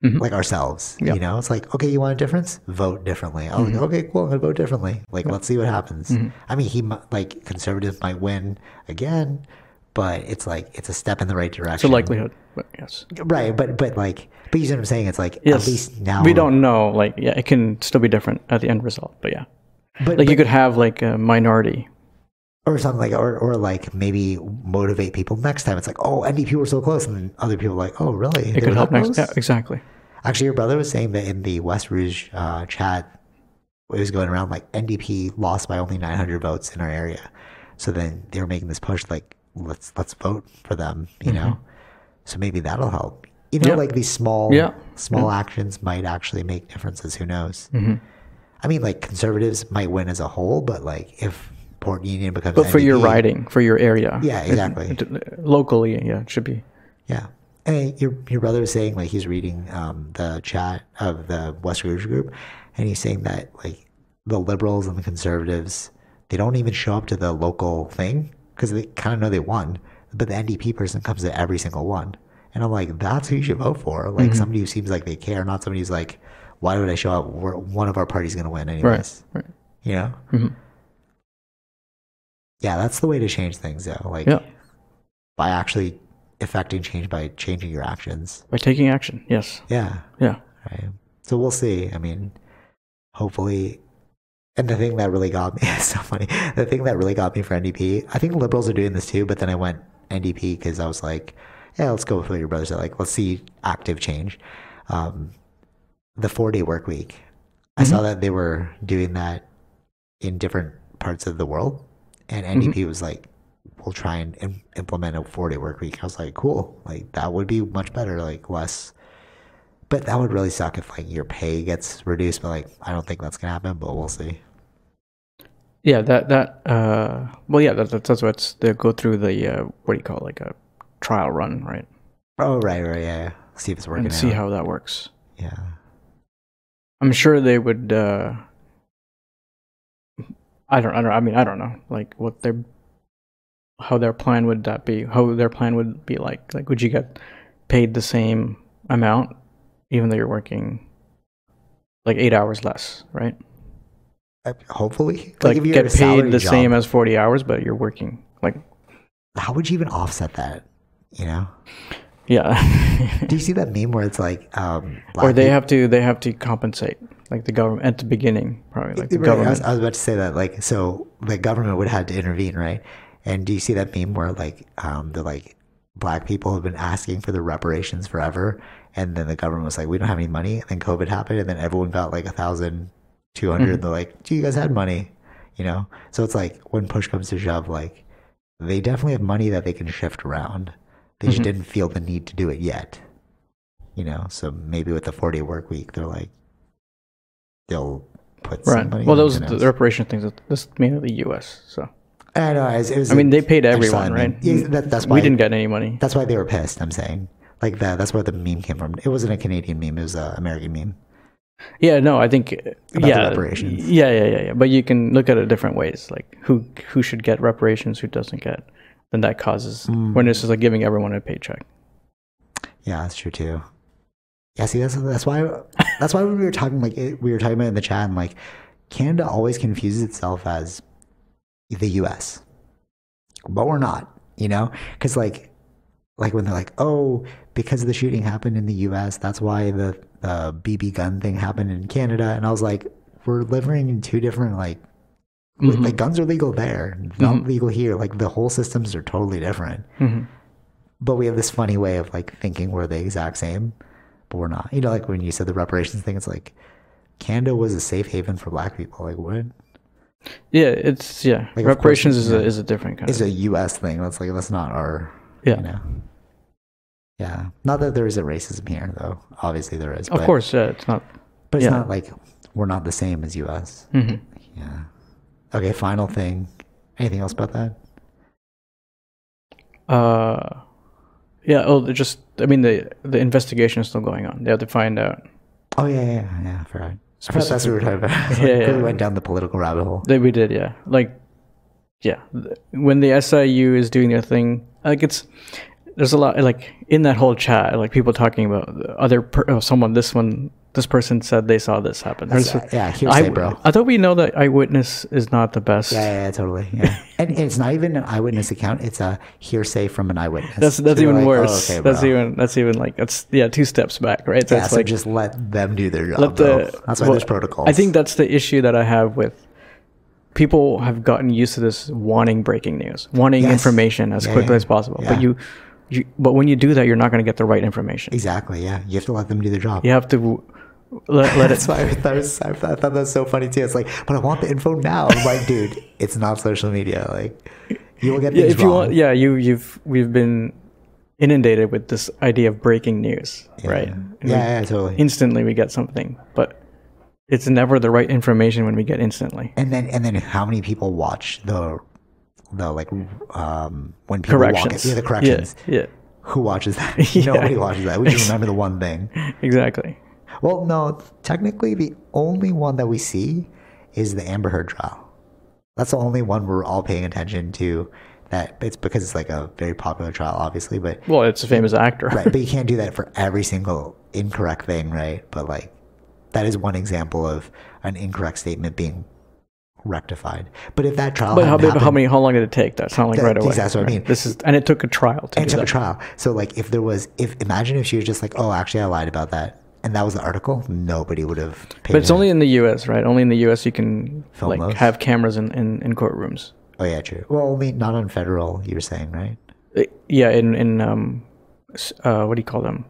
Speaker 2: Mm-hmm.
Speaker 1: Like ourselves. You know, it's like, okay, you want a difference? Vote differently. I was
Speaker 2: Mm-hmm.
Speaker 1: like, okay, cool, I'm gonna vote differently. Like, let's see what happens. I mean, he mi- like conservatives might win again, but it's like it's a step in the right
Speaker 2: it's a
Speaker 1: direction.
Speaker 2: likelihood. But yes,
Speaker 1: right, but but like, but you see what I'm saying? It's like
Speaker 2: yes.
Speaker 1: at least now
Speaker 2: we don't know. Like yeah, it can still be different at the end result. But yeah,
Speaker 1: But,
Speaker 2: like you could have like a minority.
Speaker 1: or something like or or like maybe motivate people next time. It's like, oh, NDP were so close, and then other people are like, oh, really?
Speaker 2: It could help next. Yeah, exactly.
Speaker 1: Actually, your brother was saying that in the West Rouge uh, chat, it was going around like NDP lost by only 900 votes in our area. So then they were making this push, like let's let's vote for them, you know. So maybe that'll help. You know,
Speaker 2: Mm-hmm. Yeah.
Speaker 1: like these small,
Speaker 2: Yeah. Mm-hmm.
Speaker 1: small actions might actually make differences. Who knows?
Speaker 2: Mhm.
Speaker 1: I mean, like conservatives might win as a whole, but like if Port Union becomes,
Speaker 2: But for your
Speaker 1: NDP,
Speaker 2: riding, for your area.
Speaker 1: yeah, exactly,
Speaker 2: It- locally, yeah, it should be.
Speaker 1: yeah. And your your brother was saying like he's reading um, the chat of the West Rouge group, and he's saying that like the liberals and the conservatives they don't even show up to the local thing because they kind of know they won, but the NDP person comes to every single one, and I'm like, that's who you should vote for, like
Speaker 2: Mm-hmm.
Speaker 1: somebody who seems like they care, not somebody who's like, why would I show up? We're, one of our party's going to win anyways.
Speaker 2: Right. Right.
Speaker 1: You know?
Speaker 2: Mhm.
Speaker 1: Yeah, that's the way to change things, though. Like,
Speaker 2: Yeah.
Speaker 1: by actually effecting change by changing your actions.
Speaker 2: By taking action. Yes.
Speaker 1: Yeah.
Speaker 2: Yeah.
Speaker 1: Right. So we'll see. I mean, hopefully. And the thing that really got me is so funny. The thing that really got me for NDP, I think liberals are doing this too, but then I went NDP because I was like, yeah, let's go with what your brother said. Like, let's see active change. Um, the four day work week. I saw that they were doing that in different parts of the world. And NDP was like, we'll try and im- implement a four day work week. I was like, cool. Like, that would be much better. Like, less. But that would really suck if like your pay gets reduced. But like, I don't think that's gonna happen. But we'll see.
Speaker 2: Yeah. That that. Uh. Well, yeah. That, that's that's what's they go through the uh, what do you call it, like a trial run, right?
Speaker 1: Oh right, right, yeah. yeah. See if it's working.
Speaker 2: and see
Speaker 1: out.
Speaker 2: how that works.
Speaker 1: Yeah.
Speaker 2: I'm sure they would. Uh, I don't. I don't. I mean, I don't know. Like what their, how their plan would that be? How their plan would be like? Like, would you get paid the same amount, even though you're working like eight hours less, right?
Speaker 1: Uh, Hopefully,
Speaker 2: Like,
Speaker 1: if you're
Speaker 2: get
Speaker 1: at a
Speaker 2: paid
Speaker 1: salary
Speaker 2: the
Speaker 1: job,
Speaker 2: same as forty hours, but you're working like
Speaker 1: How would you even offset that? You know?
Speaker 2: yeah.
Speaker 1: Do you see that meme where it's like, um,
Speaker 2: or
Speaker 1: black
Speaker 2: they
Speaker 1: peop-
Speaker 2: have to. They have to compensate like the government at the beginning, probably like the
Speaker 1: Right, I, was,
Speaker 2: government.
Speaker 1: I was about to say that, like, so the government would have had to intervene, right? And do you see that meme where like, um, the like black people have been asking for the reparations forever, and then the government was like, we don't have any money, and then COVID happened, and then everyone got like a thousand two
Speaker 2: Mm-hmm.
Speaker 1: hundred. They're like, do you guys had money? You know, so it's like when push comes to shove, like they definitely have money that they can shift around. They
Speaker 2: Mm-hmm.
Speaker 1: just didn't feel the need to do it yet. You know, so maybe with the four day work week, they're like, they'll put
Speaker 2: Right.
Speaker 1: somebody.
Speaker 2: Well,
Speaker 1: in,
Speaker 2: those
Speaker 1: who
Speaker 2: the
Speaker 1: knows?
Speaker 2: reparation things. This is mainly the U.S. So
Speaker 1: I know. It was, it was
Speaker 2: I mean, they paid
Speaker 1: I just saw
Speaker 2: everyone,
Speaker 1: that meme.
Speaker 2: right?
Speaker 1: Yeah, that- that's why
Speaker 2: we didn't get any money.
Speaker 1: That's why they were pissed. I'm saying, like that. That's where the meme came from. It wasn't a Canadian meme. It was an American meme.
Speaker 2: Yeah, no, I think
Speaker 1: the
Speaker 2: yeah,
Speaker 1: reparations.
Speaker 2: yeah, yeah, yeah, yeah. But you can look at it different ways, like who who should get reparations, who doesn't get, then that causes
Speaker 1: Mm.
Speaker 2: when it's just like giving everyone a paycheck.
Speaker 1: Yeah, that's true too. Yeah, see, that's that's why that's why when we were talking, like it, we were talking about it in the chat, and like Canada always confuses itself as the U.S., but we're not, you know, because like like when they're like, oh, because the shooting happened in the U.S., that's why the the BB gun thing happened in Canada, and I was like, we're living in two different like. w- Like guns are legal there, not legal here. Like the whole systems are totally different but we have this funny way of like thinking we're the exact same, but we're not. You know, like when you said the reparations thing, it's like Canada was a safe haven for black people. Like, what?
Speaker 2: Yeah, it's yeah.
Speaker 1: Like, of course,
Speaker 2: reparations is a is a different kind
Speaker 1: It's
Speaker 2: of
Speaker 1: a U.S. thing. That's like, that's not our,
Speaker 2: yeah.
Speaker 1: you know. Yeah. Not that there isn't racism here, though. Obviously there is.
Speaker 2: Of
Speaker 1: but,
Speaker 2: course, yeah. It's not.
Speaker 1: But it's
Speaker 2: yeah.
Speaker 1: not like we're not the same as U.S.
Speaker 2: Mhm.
Speaker 1: Yeah. Okay, final thing. Anything else about that?
Speaker 2: Uh, yeah. Oh, they're just I mean the the investigation is still going on. They have to find out.
Speaker 1: Oh, yeah, yeah, yeah. yeah I forgot. I forgot that's what we were talking about.
Speaker 2: Yeah, yeah.
Speaker 1: We went down the political rabbit hole.
Speaker 2: That we did, yeah. Like, yeah, th- when the SIU is doing their thing, like it's there's a lot like in that whole chat, like people talking about the other per- oh, someone. This one, this person said they saw this happen. There's-
Speaker 1: yeah, hearsay,
Speaker 2: I,
Speaker 1: bro.
Speaker 2: I thought we know that eyewitness is not the best.
Speaker 1: Yeah, yeah, yeah, totally. Yeah, and it's not even an eyewitness account; it's a hearsay from an eyewitness.
Speaker 2: That's
Speaker 1: So
Speaker 2: that's
Speaker 1: you're
Speaker 2: even
Speaker 1: like, oh,
Speaker 2: worse.
Speaker 1: okay,
Speaker 2: that's
Speaker 1: bro.
Speaker 2: even that's even like that's yeah two steps back, right?
Speaker 1: yeah.
Speaker 2: That's
Speaker 1: So
Speaker 2: like
Speaker 1: just let them do their job.
Speaker 2: let
Speaker 1: bro.
Speaker 2: the-
Speaker 1: that's why
Speaker 2: well,
Speaker 1: there's protocols.
Speaker 2: I think that's the issue that I have with people have gotten used to this wanting breaking news, wanting
Speaker 1: Yes.
Speaker 2: information as
Speaker 1: Yeah,
Speaker 2: quickly
Speaker 1: yeah.
Speaker 2: as possible.
Speaker 1: Yeah.
Speaker 2: But you, you, but when you do that, you're not going to get the right information.
Speaker 1: exactly. Yeah, you have to let them do their job.
Speaker 2: You have to let, let
Speaker 1: That's
Speaker 2: it.
Speaker 1: why I thought, it was, I thought that was so funny too. It's like, but I want the info now. I'm like, dude, it's not social media. Like, you will get
Speaker 2: Yeah,
Speaker 1: things
Speaker 2: if you
Speaker 1: wrong.
Speaker 2: want, yeah, you, you've, we've been, inundated with this idea of breaking news, right? And we-
Speaker 1: Yeah, yeah, totally.
Speaker 2: instantly we get something, but it's never the right information when we get instantly.
Speaker 1: and then and then how many people watch the the like um when people walk
Speaker 2: Corrections.
Speaker 1: in, yeah, the corrections.
Speaker 2: Yeah,
Speaker 1: Who watches that? Nobody watches that. We just remember the one thing.
Speaker 2: yeah, exactly.
Speaker 1: Well, no, technically the only one that we see is the Amber Heard trial. That's the only one we're all paying attention to. That it's because it's like a very popular trial, obviously, but
Speaker 2: Well, it's a famous actor.
Speaker 1: right, but you can't do that for every single incorrect thing, right? But like that is one example of an incorrect statement being rectified. But if that trial
Speaker 2: But how,
Speaker 1: hadn't
Speaker 2: big, how
Speaker 1: happened-
Speaker 2: many? How long did it take? That's not like
Speaker 1: That-
Speaker 2: right away.
Speaker 1: that's what I
Speaker 2: right?
Speaker 1: mean.
Speaker 2: This is, and it took a trial to
Speaker 1: and
Speaker 2: do
Speaker 1: took a
Speaker 2: that.
Speaker 1: trial. So like if there was if imagine if she was just like, Oh, actually I lied about that and that was the article, nobody would have paid
Speaker 2: but it's
Speaker 1: her.
Speaker 2: only in the U.S., right? Only in the U.S. you can
Speaker 1: Film
Speaker 2: like
Speaker 1: those.
Speaker 2: have cameras in, in, in courtrooms.
Speaker 1: Oh yeah, true. Well only not on federal, you were saying, right?
Speaker 2: Uh, yeah, in in um, s- uh, what do you call them?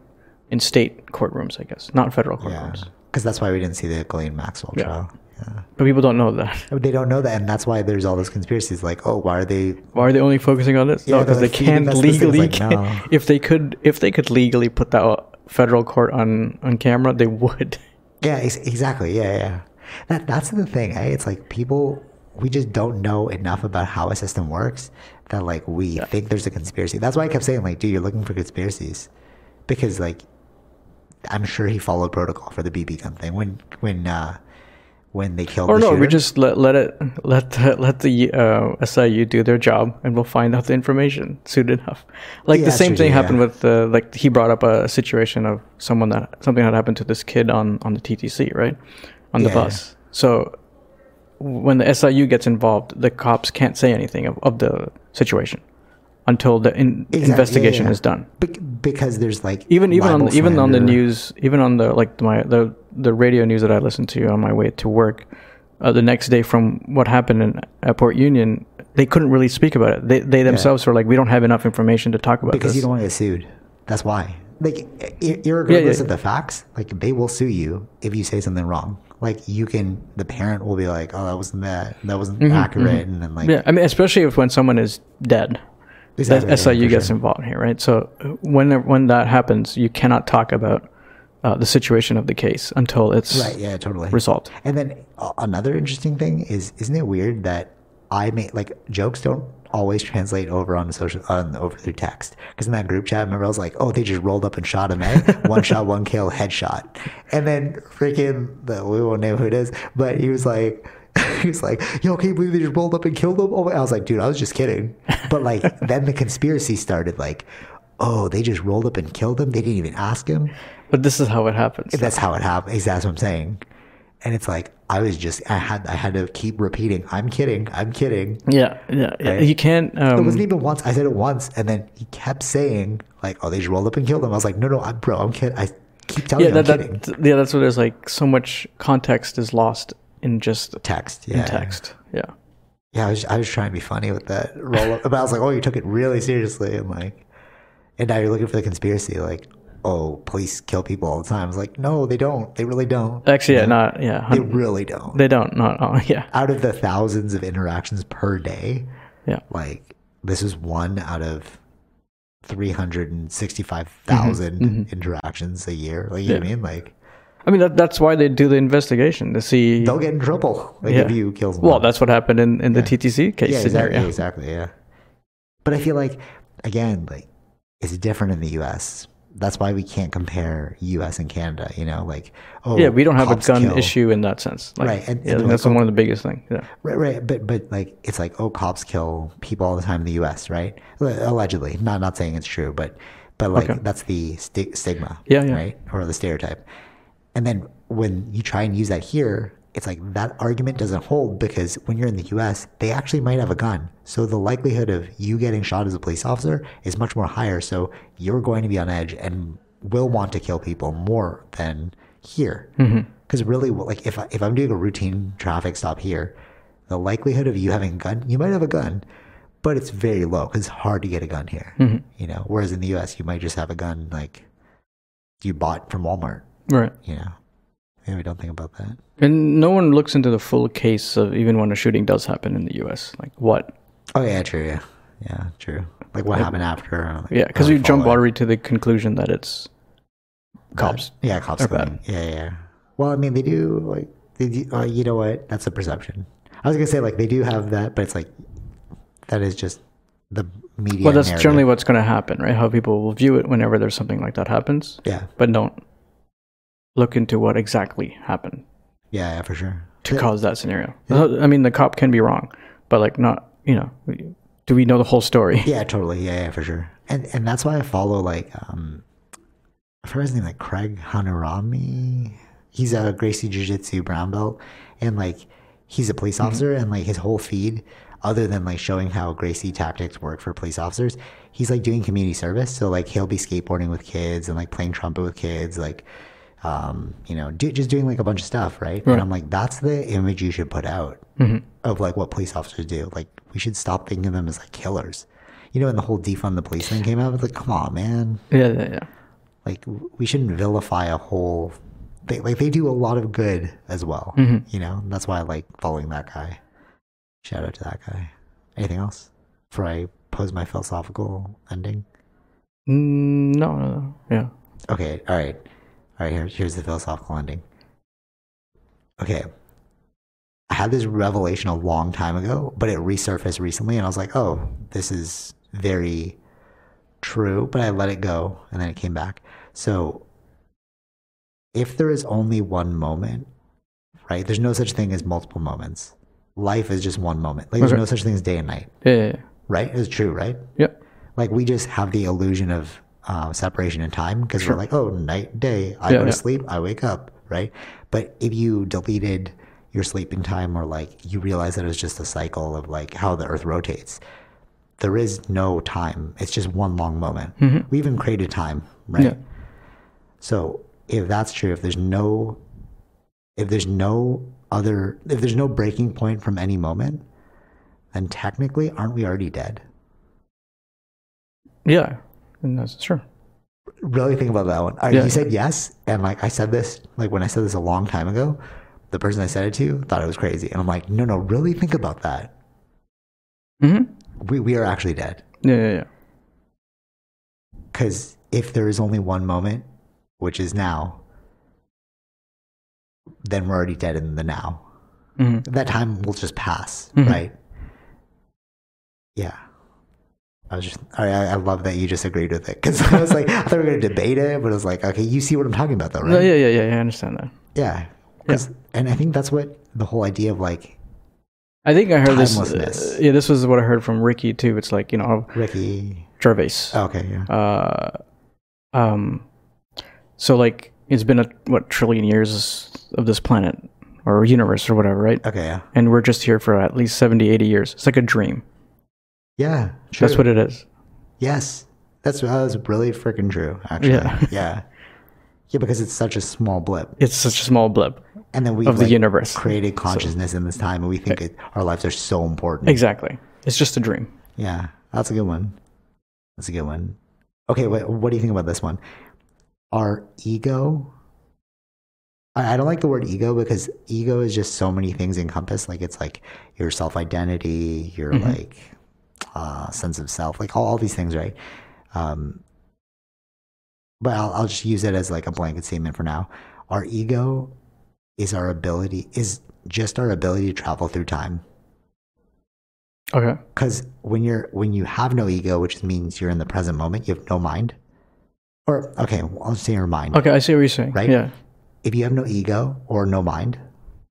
Speaker 2: In state courtrooms, I guess, not federal
Speaker 1: Yeah.
Speaker 2: courtrooms.
Speaker 1: Because that's why we didn't see the Ghislaine Maxwell trial. Yeah.
Speaker 2: But people don't know that.
Speaker 1: But They don't know that, and that's why there's all those conspiracies. Like, oh, why are they
Speaker 2: Why are they only focusing on this?
Speaker 1: Yeah,
Speaker 2: No,
Speaker 1: they're
Speaker 2: because they
Speaker 1: like feeding
Speaker 2: can't
Speaker 1: us this thing. It's like,
Speaker 2: legally.
Speaker 1: no.
Speaker 2: If they could, if they could legally put that out- federal court on on camera, they would.
Speaker 1: Yeah, ex- exactly. Yeah, yeah. That that's the thing. Eh? It's like people we just don't know enough about how a system works that like we think there's a conspiracy. That's why I kept saying like, dude, you're looking for conspiracies, because like, I'm sure he followed protocol for the BB gun thing when when uh when they killed.
Speaker 2: Or
Speaker 1: the
Speaker 2: no, we
Speaker 1: shooter.
Speaker 2: just let let it let the, let the uh, SIU do their job, and we'll find out the information soon enough. Like
Speaker 1: Yeah,
Speaker 2: the same
Speaker 1: true,
Speaker 2: thing
Speaker 1: yeah.
Speaker 2: happened with the like he brought up a situation of someone that something had happened to this kid on on the TTC, right, on the
Speaker 1: Yeah, yeah.
Speaker 2: bus. So when the SIU gets involved, the cops can't say anything of, of the situation until the in,
Speaker 1: Exactly, yeah,
Speaker 2: investigation
Speaker 1: yeah.
Speaker 2: is done.
Speaker 1: Bec- because there's like
Speaker 2: Even even on
Speaker 1: libel
Speaker 2: even on the
Speaker 1: slander.
Speaker 2: news, even on the like my the the radio news that I listened to on my way to work, uh, the next day from what happened in at Port Union, they couldn't really speak about it. They they themselves were like, we don't have enough information to talk about
Speaker 1: because
Speaker 2: this.
Speaker 1: you don't want to get sued. That's why. Like, ir- irregardless
Speaker 2: yeah.
Speaker 1: of the facts, like they will sue you if you say something wrong. Like you can, the parent will be like, "Oh, that wasn't that. That wasn't accurate," and then like,
Speaker 2: Mm-hmm, yeah, I mean, especially if when someone is dead,
Speaker 1: Exactly, yeah,
Speaker 2: the SIU
Speaker 1: for
Speaker 2: gets involved here, right? So uh, when when that happens, you cannot talk about uh, the situation of the case until it's
Speaker 1: right, yeah, totally.
Speaker 2: resolved.
Speaker 1: And then a- another interesting thing is, isn't it weird that I make like jokes don't always translate over on social on over through text? Because in that group chat, remember I was like, oh, they just rolled up and shot him, eh? one shot, one kill, headshot, and then freaking the we won't name who it is, but he was like. He was like, "Yo, can you believe they just rolled up and killed him?" Oh, my- I was like, "Dude, I was just kidding." But like, then the conspiracy started. Like, oh, they just rolled up and killed him. They didn't even ask him.
Speaker 2: But this is how it happens.
Speaker 1: That's how it happened. Exactly that's what I'm saying. And it's like I was just I had I had to keep repeating. I'm kidding. I'm kidding.
Speaker 2: Yeah, yeah, yeah.
Speaker 1: Right.
Speaker 2: You can't. Um,
Speaker 1: It wasn't even once. I said it once, and then he kept saying like, "Oh, they just rolled up and killed him." I was like, "No, no, I'm bro. I'm kidding. I keep telling
Speaker 2: yeah,
Speaker 1: you, I'm
Speaker 2: that,
Speaker 1: kidding."
Speaker 2: that, yeah, that's what there's like so much context is lost in just
Speaker 1: text. Yeah.
Speaker 2: text. Yeah.
Speaker 1: Yeah. I was I was trying to be funny with that roll up, but I was like, "Oh, you took it really seriously," and like, and now you're looking for the conspiracy, like. Oh, police kill people all the time. I was like, no, they don't. They really don't.
Speaker 2: Actually, yeah, not yeah.
Speaker 1: They
Speaker 2: hun-
Speaker 1: really don't.
Speaker 2: They don't. Not oh, yeah,
Speaker 1: Out of the thousands of interactions per day,
Speaker 2: yeah.
Speaker 1: like this is one out of 365,000
Speaker 2: Mm-hmm.
Speaker 1: interactions a year. Like, you know what I mean? Like,
Speaker 2: I mean, that, that's why they do the investigation to see.
Speaker 1: they'll get in trouble like, if
Speaker 2: Yeah.
Speaker 1: you kill someone.
Speaker 2: Well, that's what happened in, in the TTC case
Speaker 1: yeah, exactly,
Speaker 2: scenario.
Speaker 1: exactly. Yeah. But I feel like, again, like, it's different in the US. That's why we can't compare US and Canada, you know? Like, oh,
Speaker 2: Yeah, we don't have a
Speaker 1: cops
Speaker 2: gun
Speaker 1: kill.
Speaker 2: issue in that sense. Like,
Speaker 1: Right, and-
Speaker 2: yeah,
Speaker 1: and
Speaker 2: that's one of the biggest things. Yeah.
Speaker 1: Right, right, but but like it's like oh, cops kill people all the time in the U.S. Right, L- allegedly. Not not saying it's true, but but like that's the sti- stigma.
Speaker 2: Yeah, yeah.
Speaker 1: Right, or the stereotype. And then when you try and use that here, it's like that argument doesn't hold because when you're in the U.S., they actually might have a gun, so the likelihood of you getting shot as a police officer is much more higher. So you're going to be on edge and will want to kill people more than here. Because really, what- like if I, if I'm doing a routine traffic stop here, the likelihood of you having a gun, you might have a gun, but it's very low. 'cause it's hard to get a gun here. You know, whereas in the U.S., you might just have a gun like you bought from Walmart.
Speaker 2: Right.
Speaker 1: You know, maybe we don't think about that.
Speaker 2: And no one looks into the full case of even when a shooting does happen in the U.S. Like what
Speaker 1: Oh yeah, true. Yeah, Yeah, true. Like what happened after? Like,
Speaker 2: Yeah, because
Speaker 1: how
Speaker 2: you
Speaker 1: it
Speaker 2: jump
Speaker 1: followed.
Speaker 2: already to the conclusion that it's cops.
Speaker 1: Bad. Yeah, cops.
Speaker 2: Are
Speaker 1: cleaning. Yeah, yeah. Well, I mean, they do like they do, uh, you know what? That's a perception. I was gonna say like they do have that, but it's like that is just the media.
Speaker 2: Well, that's
Speaker 1: narrative.
Speaker 2: generally what's going to happen, right? How people will view it whenever there's something like that happens,
Speaker 1: Yeah,
Speaker 2: but don't look into what exactly happened
Speaker 1: yeah, yeah, for sure.
Speaker 2: to cause that scenario. Uh, I mean, the cop can be wrong, but like not, you know, do we know the whole story?
Speaker 1: Yeah, totally. Yeah, yeah, for sure. And and that's why I follow like um, I forgot his name, like Craig Hanurami. He's a Gracie Jiu Jitsu brown belt, and like he's a police officer, and like his whole feed, other than like showing how Gracie tactics work for police officers, he's like doing community service. So like he'll be skateboarding with kids and like playing trumpet with kids, like um, you know, do, just doing like a bunch of stuff, right? And I'm like, that's the image you should put out of like what police officers do. Like, we should stop thinking of them as like killers. You know, when the whole defund the police thing came out, I was like, come on, man.
Speaker 2: Yeah, yeah, yeah.
Speaker 1: Like, w- we shouldn't vilify a whole. They, like, they do a lot of good as well. You know, And that's why I like following that guy. Shout out to that guy. Anything else before I pose my philosophical ending?
Speaker 2: Mm, No, no, no. Yeah.
Speaker 1: Okay, all right. All right, here, here's the philosophical ending. Okay. I had this revelation a long time ago, but it resurfaced recently, and I was like, oh, this is very true, but I let it go, and then it came back. So, if there is only one moment, right, there's no such thing as multiple moments. Life is just one moment. Like, there's
Speaker 2: Okay.
Speaker 1: no such thing as day and night,
Speaker 2: Yeah, yeah, yeah.
Speaker 1: right? It's true, right?
Speaker 2: Yep.
Speaker 1: like we just have the illusion of um, separation in time because we're like, oh, night, day. I
Speaker 2: Yeah,
Speaker 1: go to
Speaker 2: yeah.
Speaker 1: sleep, I wake up, right? But if you deleted your sleeping time or like you realize that it was just a cycle of like how the earth rotates, there is no time. It's just one long moment. We even created time, right?
Speaker 2: Mm-hmm. Yeah.
Speaker 1: So if that's true, if there's no if there's no other if there's no breaking point from any moment, then technically aren't we already dead?
Speaker 2: Yeah. And that's sure.
Speaker 1: really think about that one. All right,
Speaker 2: Yeah.
Speaker 1: you said yes, and like I said this, like when I said this a long time ago, the person I said it to thought it was crazy, and I'm like, no, no, really think about that.
Speaker 2: hmm
Speaker 1: We we are actually dead
Speaker 2: Yeah, yeah, yeah.
Speaker 1: because if there is only one moment, which is now, then we're already dead in the now.
Speaker 2: Mhm.
Speaker 1: That time will just pass, right? Yeah. I was just, all right, I, I love that you just agreed with it because I was like, I thought we were going to debate it, but I was like, okay, you see what I'm talking about, though, right?
Speaker 2: No, yeah, yeah, yeah, yeah. I understand that.
Speaker 1: Yeah. 'Cause- And I think that's what the whole idea of like
Speaker 2: I think I heard this.
Speaker 1: Timelessness.
Speaker 2: uh, yeah, this was what I heard from Ricky too. It's like you know
Speaker 1: Ricky. oh,
Speaker 2: Gervais.
Speaker 1: Okay. Yeah.
Speaker 2: Uh, um, so like it's been a what trillion years of this planet or universe or whatever, right?
Speaker 1: Okay. Yeah.
Speaker 2: And we're just here for at least 70, 80 years. It's like a dream.
Speaker 1: Yeah.
Speaker 2: That's what it is.
Speaker 1: Yes. That's that was really freaking true. Actually. Yeah.
Speaker 2: Yeah.
Speaker 1: yeah. Yeah, because it's such a small blip,
Speaker 2: It's such a small blip
Speaker 1: and then we
Speaker 2: of the
Speaker 1: like,
Speaker 2: universe.
Speaker 1: created consciousness in this time, and we think it, our lives are so important.
Speaker 2: Exactly. It's just a dream.
Speaker 1: Yeah, that's a good one. That's a good one. Okay, wait, what do you think about this one? Our ego. I I don't like the word ego because ego is just so many things encompassed. Like it's like your self identity, your like uh, sense of self, like all, all these things, right? Um, but I'll, I'll just use it as like a blanket statement for now. Our ego is our ability, is just our ability to travel through time
Speaker 2: Okay.
Speaker 1: because when you're when you have no ego which means you're in the present moment you have no mind or okay i'll say your mind
Speaker 2: Okay, I see what you're saying.
Speaker 1: Right?
Speaker 2: Yeah.
Speaker 1: if you have no ego or no mind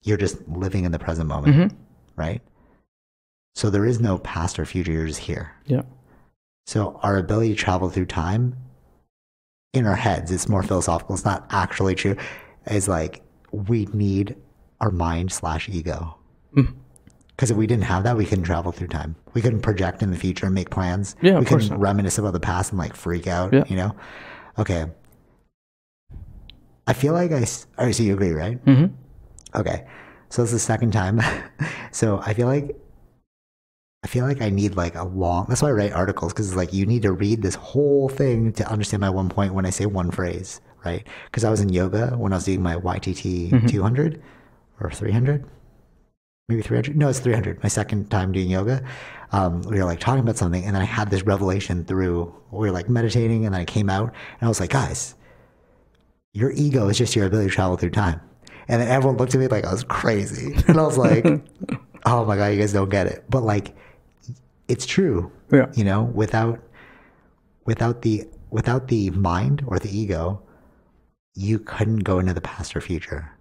Speaker 1: you're just living in the present moment
Speaker 2: Mm-hmm.
Speaker 1: right so there is no past or future you're just here
Speaker 2: Yeah.
Speaker 1: so our ability to travel through time in our heads, it's more philosophical. It's not actually true. It's like we need our mind slash ego.
Speaker 2: Mhm.
Speaker 1: Because if we didn't have that, we couldn't travel through time. We couldn't project in the future and make plans.
Speaker 2: Yeah, of
Speaker 1: we
Speaker 2: course
Speaker 1: couldn't
Speaker 2: not.
Speaker 1: reminisce about the past and like freak out.
Speaker 2: Yeah.
Speaker 1: You know? Okay. I feel like I. s- All right, so you agree, right?
Speaker 2: Mhm.
Speaker 1: Okay. So it's the second time. so I feel like I feel like I need like a long. That's why I write articles because it's like you need to read this whole thing to understand my one point when I say one phrase, right? Because I was in yoga when I was doing my YTT 200 or 300, maybe 300 no it's 300 my second time doing yoga um, we were like talking about something and then i had this revelation through we were like meditating and then i came out and i was like guys your ego is just your ability to travel through time and then everyone looked at me like i was crazy and i was like oh my god you guys don't get it but like it's true
Speaker 2: Yeah.
Speaker 1: you know without without the without the mind or the ego you couldn't go into the past or future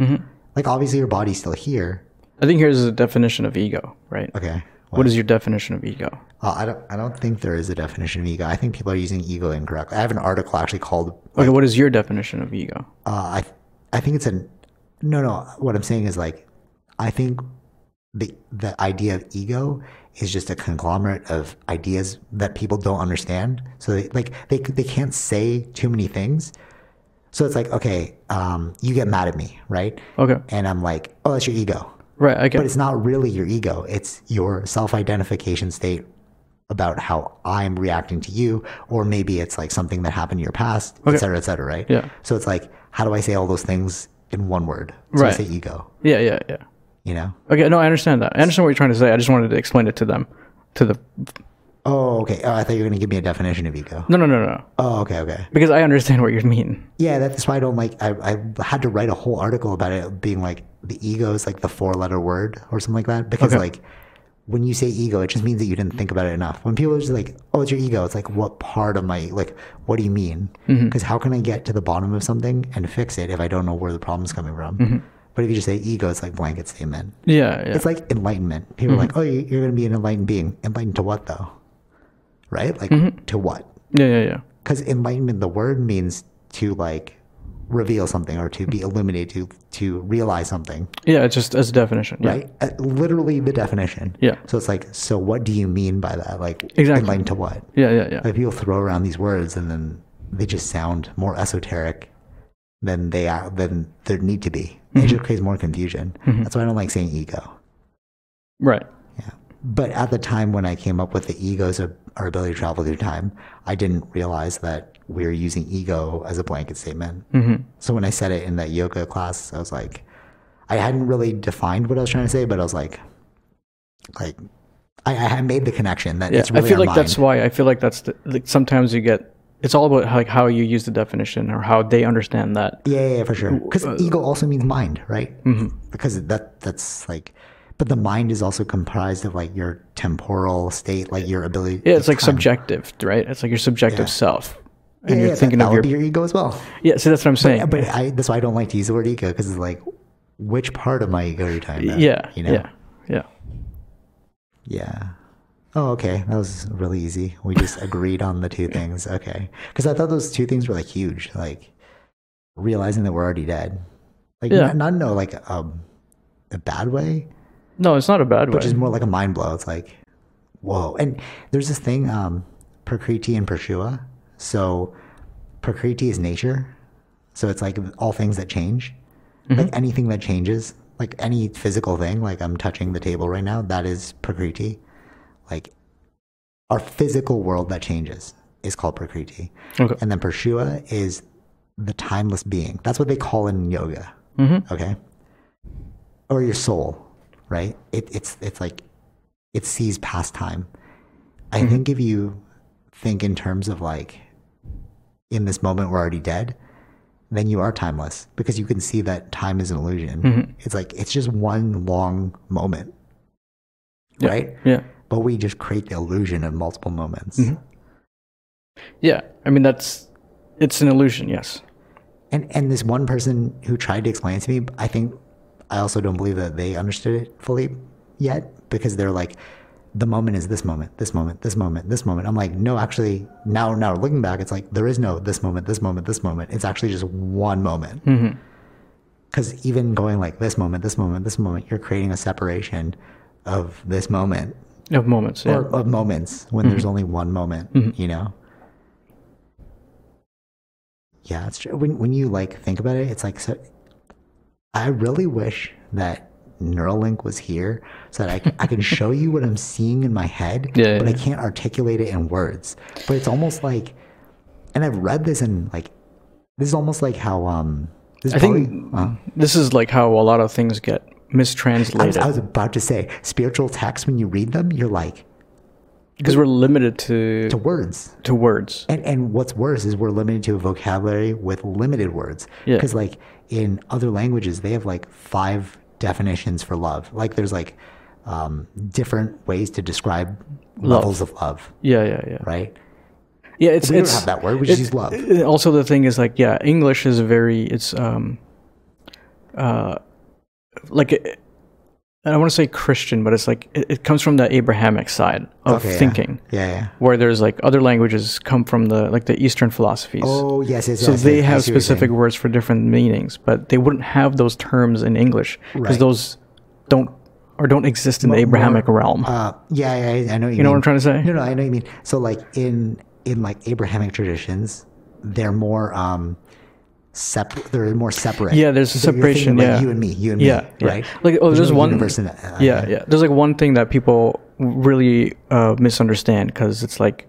Speaker 2: Mhm.
Speaker 1: like obviously your body's still here
Speaker 2: I think here's a definition of ego, right?
Speaker 1: okay
Speaker 2: What is your definition of ego?
Speaker 1: Uh, I don't. I don't think there is a definition of ego. I think people are using ego incorrectly. I have an article actually called.
Speaker 2: Okay, what is your definition of ego?
Speaker 1: Uh, I. I think it's an. No, no. What I'm saying is like, I think the the idea of ego is just a conglomerate of ideas that people don't understand. So they, like they they can't say too many things. So it's like okay, um, you get mad at me, right?
Speaker 2: Okay,
Speaker 1: And I'm like, oh, that's your ego.
Speaker 2: right. I get.
Speaker 1: But it's not really your ego. It's your self identification state about how I'm reacting to you, or maybe it's like something that happened in your past, et cetera, et cetera, right?
Speaker 2: Yeah.
Speaker 1: So it's like, how do I say all those things in one word? So I
Speaker 2: Right.
Speaker 1: say ego,
Speaker 2: yeah, yeah, yeah.
Speaker 1: you know?
Speaker 2: Okay, no, I understand that. I understand what you're trying to say. I just wanted to explain it to them, to the.
Speaker 1: Oh, okay. Oh, I thought you were going to give me a definition of ego.
Speaker 2: No, no, no, no.
Speaker 1: Oh, okay, okay.
Speaker 2: Because I understand what you mean.
Speaker 1: Yeah, that's why I don't like, I, I had to write a whole article about it being like, the ego is like the four letter word or something like that. Because
Speaker 2: Okay.
Speaker 1: like, when you say ego, it just means that you didn't think about it enough. When people are just like, "Oh, it's your ego," it's like, "What part of my like? What do you mean?" Because
Speaker 2: Mm-hmm.
Speaker 1: how can I get to the bottom of something and fix it if I don't know where the problem's coming from? But if you just say ego, it's like blanket statement.
Speaker 2: Yeah, Mm-hmm. yeah. Mm-hmm.
Speaker 1: It's like enlightenment. People are like, "Oh, you- you're going to be an enlightened being." Enlightened to what though? Right? Like
Speaker 2: Mm-hmm.
Speaker 1: to what?
Speaker 2: yeah, yeah, yeah.
Speaker 1: Because enlightenment, the word means to like reveal something or
Speaker 2: Mm.
Speaker 1: to be illuminated, to to realize something
Speaker 2: Yeah, it's just as a definition. Yeah.
Speaker 1: right? Uh, literally the definition.
Speaker 2: Yeah.
Speaker 1: So it's like, so what do you mean by that? Like,
Speaker 2: Exactly.
Speaker 1: Enlightened to what?
Speaker 2: Yeah, yeah, yeah.
Speaker 1: Like people throw around these words and then they just sound more esoteric than they are than there need to be. It
Speaker 2: Mm-hmm.
Speaker 1: just creates more confusion. That's why I don't like saying ego.
Speaker 2: Right.
Speaker 1: But at the time when I came up with the egos of our ability to travel through time, I didn't realize that we were using ego as a blanket statement.
Speaker 2: hmm
Speaker 1: So when I said it in that yoga class, I was like, I hadn't really defined what I was trying to say, but I was like, like, I, I had made the connection that
Speaker 2: Yeah.
Speaker 1: it's really
Speaker 2: I feel
Speaker 1: our
Speaker 2: like that's
Speaker 1: mind.
Speaker 2: why. I feel like that's the, like sometimes you get. It's all about like how you use the definition or how they understand that.
Speaker 1: Yeah, yeah, yeah, for sure. Because
Speaker 2: uh,
Speaker 1: ego also means mind, right?
Speaker 2: Mm-hmm.
Speaker 1: Because that that's like, but the mind is also comprised of like your temporal state, like your ability.
Speaker 2: Yeah, it's like subjective, right? It's like your subjective self, and
Speaker 1: Yeah,
Speaker 2: you're
Speaker 1: yeah, that,
Speaker 2: thinking
Speaker 1: that
Speaker 2: of
Speaker 1: would
Speaker 2: your.
Speaker 1: be your ego as well.
Speaker 2: yeah, see, that's what I'm saying.
Speaker 1: Yeah, but I, that's why I don't like to use the word ego because it's like, which part of my ego are you talking about?
Speaker 2: yeah,
Speaker 1: you know.
Speaker 2: yeah, yeah.
Speaker 1: Yeah. Oh, okay. That was really easy. We just agreed on the two things. Okay. Because I thought those two things were like huge, like realizing that we're already dead. Like,
Speaker 2: Yeah.
Speaker 1: not, not no, like um, a bad way,
Speaker 2: No, it's not a bad way.
Speaker 1: which is more like a mind blow. It's like, whoa. And there's this thing, um, Prakriti and Prashua. So, Prakriti is nature. So, it's like all things that change, like anything that changes, like any physical thing, like I'm touching the table right now, that is Prakriti like our physical world that changes is called prakriti
Speaker 2: Okay.
Speaker 1: and then parshua is the timeless being that's what they call in yoga
Speaker 2: Mm-hmm.
Speaker 1: okay or your soul right it, it's it's like it sees past time i
Speaker 2: Mm-hmm.
Speaker 1: think if you think in terms of like in this moment we're already dead then you are timeless because you can see that time is an illusion
Speaker 2: Mm-hmm.
Speaker 1: it's like it's just one long moment
Speaker 2: Yeah.
Speaker 1: right
Speaker 2: yeah, Mm-hmm.
Speaker 1: but we just create the illusion of multiple moments.
Speaker 2: yeah. I mean, that's it's an illusion. Yes.
Speaker 1: And and this one person who tried to explain it to me, I think I also don't believe that they understood it fully yet because they're like, the moment is this moment, this moment, this moment, this moment. I'm like, no, actually, now now looking back, it's like there is no this moment, this moment, this moment. It's actually just one moment. Because even going like this moment, this moment, this moment, you're creating a separation of this moment
Speaker 2: Of moments. Yeah. Mm-hmm.
Speaker 1: or of moments when there's only one moment, you know. Yeah, it's true. When when you like think about it, it's like so. I really wish that Neuralink was here so that I, c- I can show you what I'm seeing in my head,
Speaker 2: Yeah,
Speaker 1: but I
Speaker 2: yeah.
Speaker 1: can't articulate it in words. But it's almost like, and I've read this in like, this is almost like how um. This is
Speaker 2: I
Speaker 1: probably,
Speaker 2: think this is like how a lot of things get
Speaker 1: I was,
Speaker 2: mistranslated
Speaker 1: uh, I was about to say spiritual texts. When you read them, you're like
Speaker 2: because we're limited to
Speaker 1: to words,
Speaker 2: to words.
Speaker 1: and and what's worse is we're limited to a vocabulary with limited words.
Speaker 2: Yeah.
Speaker 1: Because like in other languages, they have like five definitions for love. Like there's like um, different ways to describe levels of love,
Speaker 2: Yeah, yeah, yeah.
Speaker 1: right?
Speaker 2: Yeah, it's
Speaker 1: We
Speaker 2: it's
Speaker 1: don't have that word. We just use love.
Speaker 2: Uh, also the thing is like yeah english is very it's um uh like it, i don't want to say christian but it's like it, it comes from the abrahamic side of
Speaker 1: Okay, yeah.
Speaker 2: thinking
Speaker 1: Yeah. yeah.
Speaker 2: where there's like other languages come from the like the eastern philosophies
Speaker 1: Oh yes, yes.
Speaker 2: so
Speaker 1: yes,
Speaker 2: they
Speaker 1: yes, I
Speaker 2: have
Speaker 1: see what you're saying.
Speaker 2: specific words for different meanings but they wouldn't have those terms in english because
Speaker 1: Right.
Speaker 2: those don't or don't exist in the abrahamic realm
Speaker 1: Uh, yeah, yeah, I- I know. You,
Speaker 2: you know what i'm trying to say
Speaker 1: No, no, I know what you mean. So, like in in like Abrahamic traditions, they're more um, sep- They're more separate.
Speaker 2: Yeah, there's a
Speaker 1: So you're thinking
Speaker 2: separation,
Speaker 1: about
Speaker 2: yeah.
Speaker 1: you and me, you and
Speaker 2: yeah,
Speaker 1: me,
Speaker 2: yeah.
Speaker 1: right?
Speaker 2: Like, oh, there's
Speaker 1: no
Speaker 2: one-
Speaker 1: universe in that. uh,
Speaker 2: yeah yeah there's like one thing that people really uh, misunderstand because it's like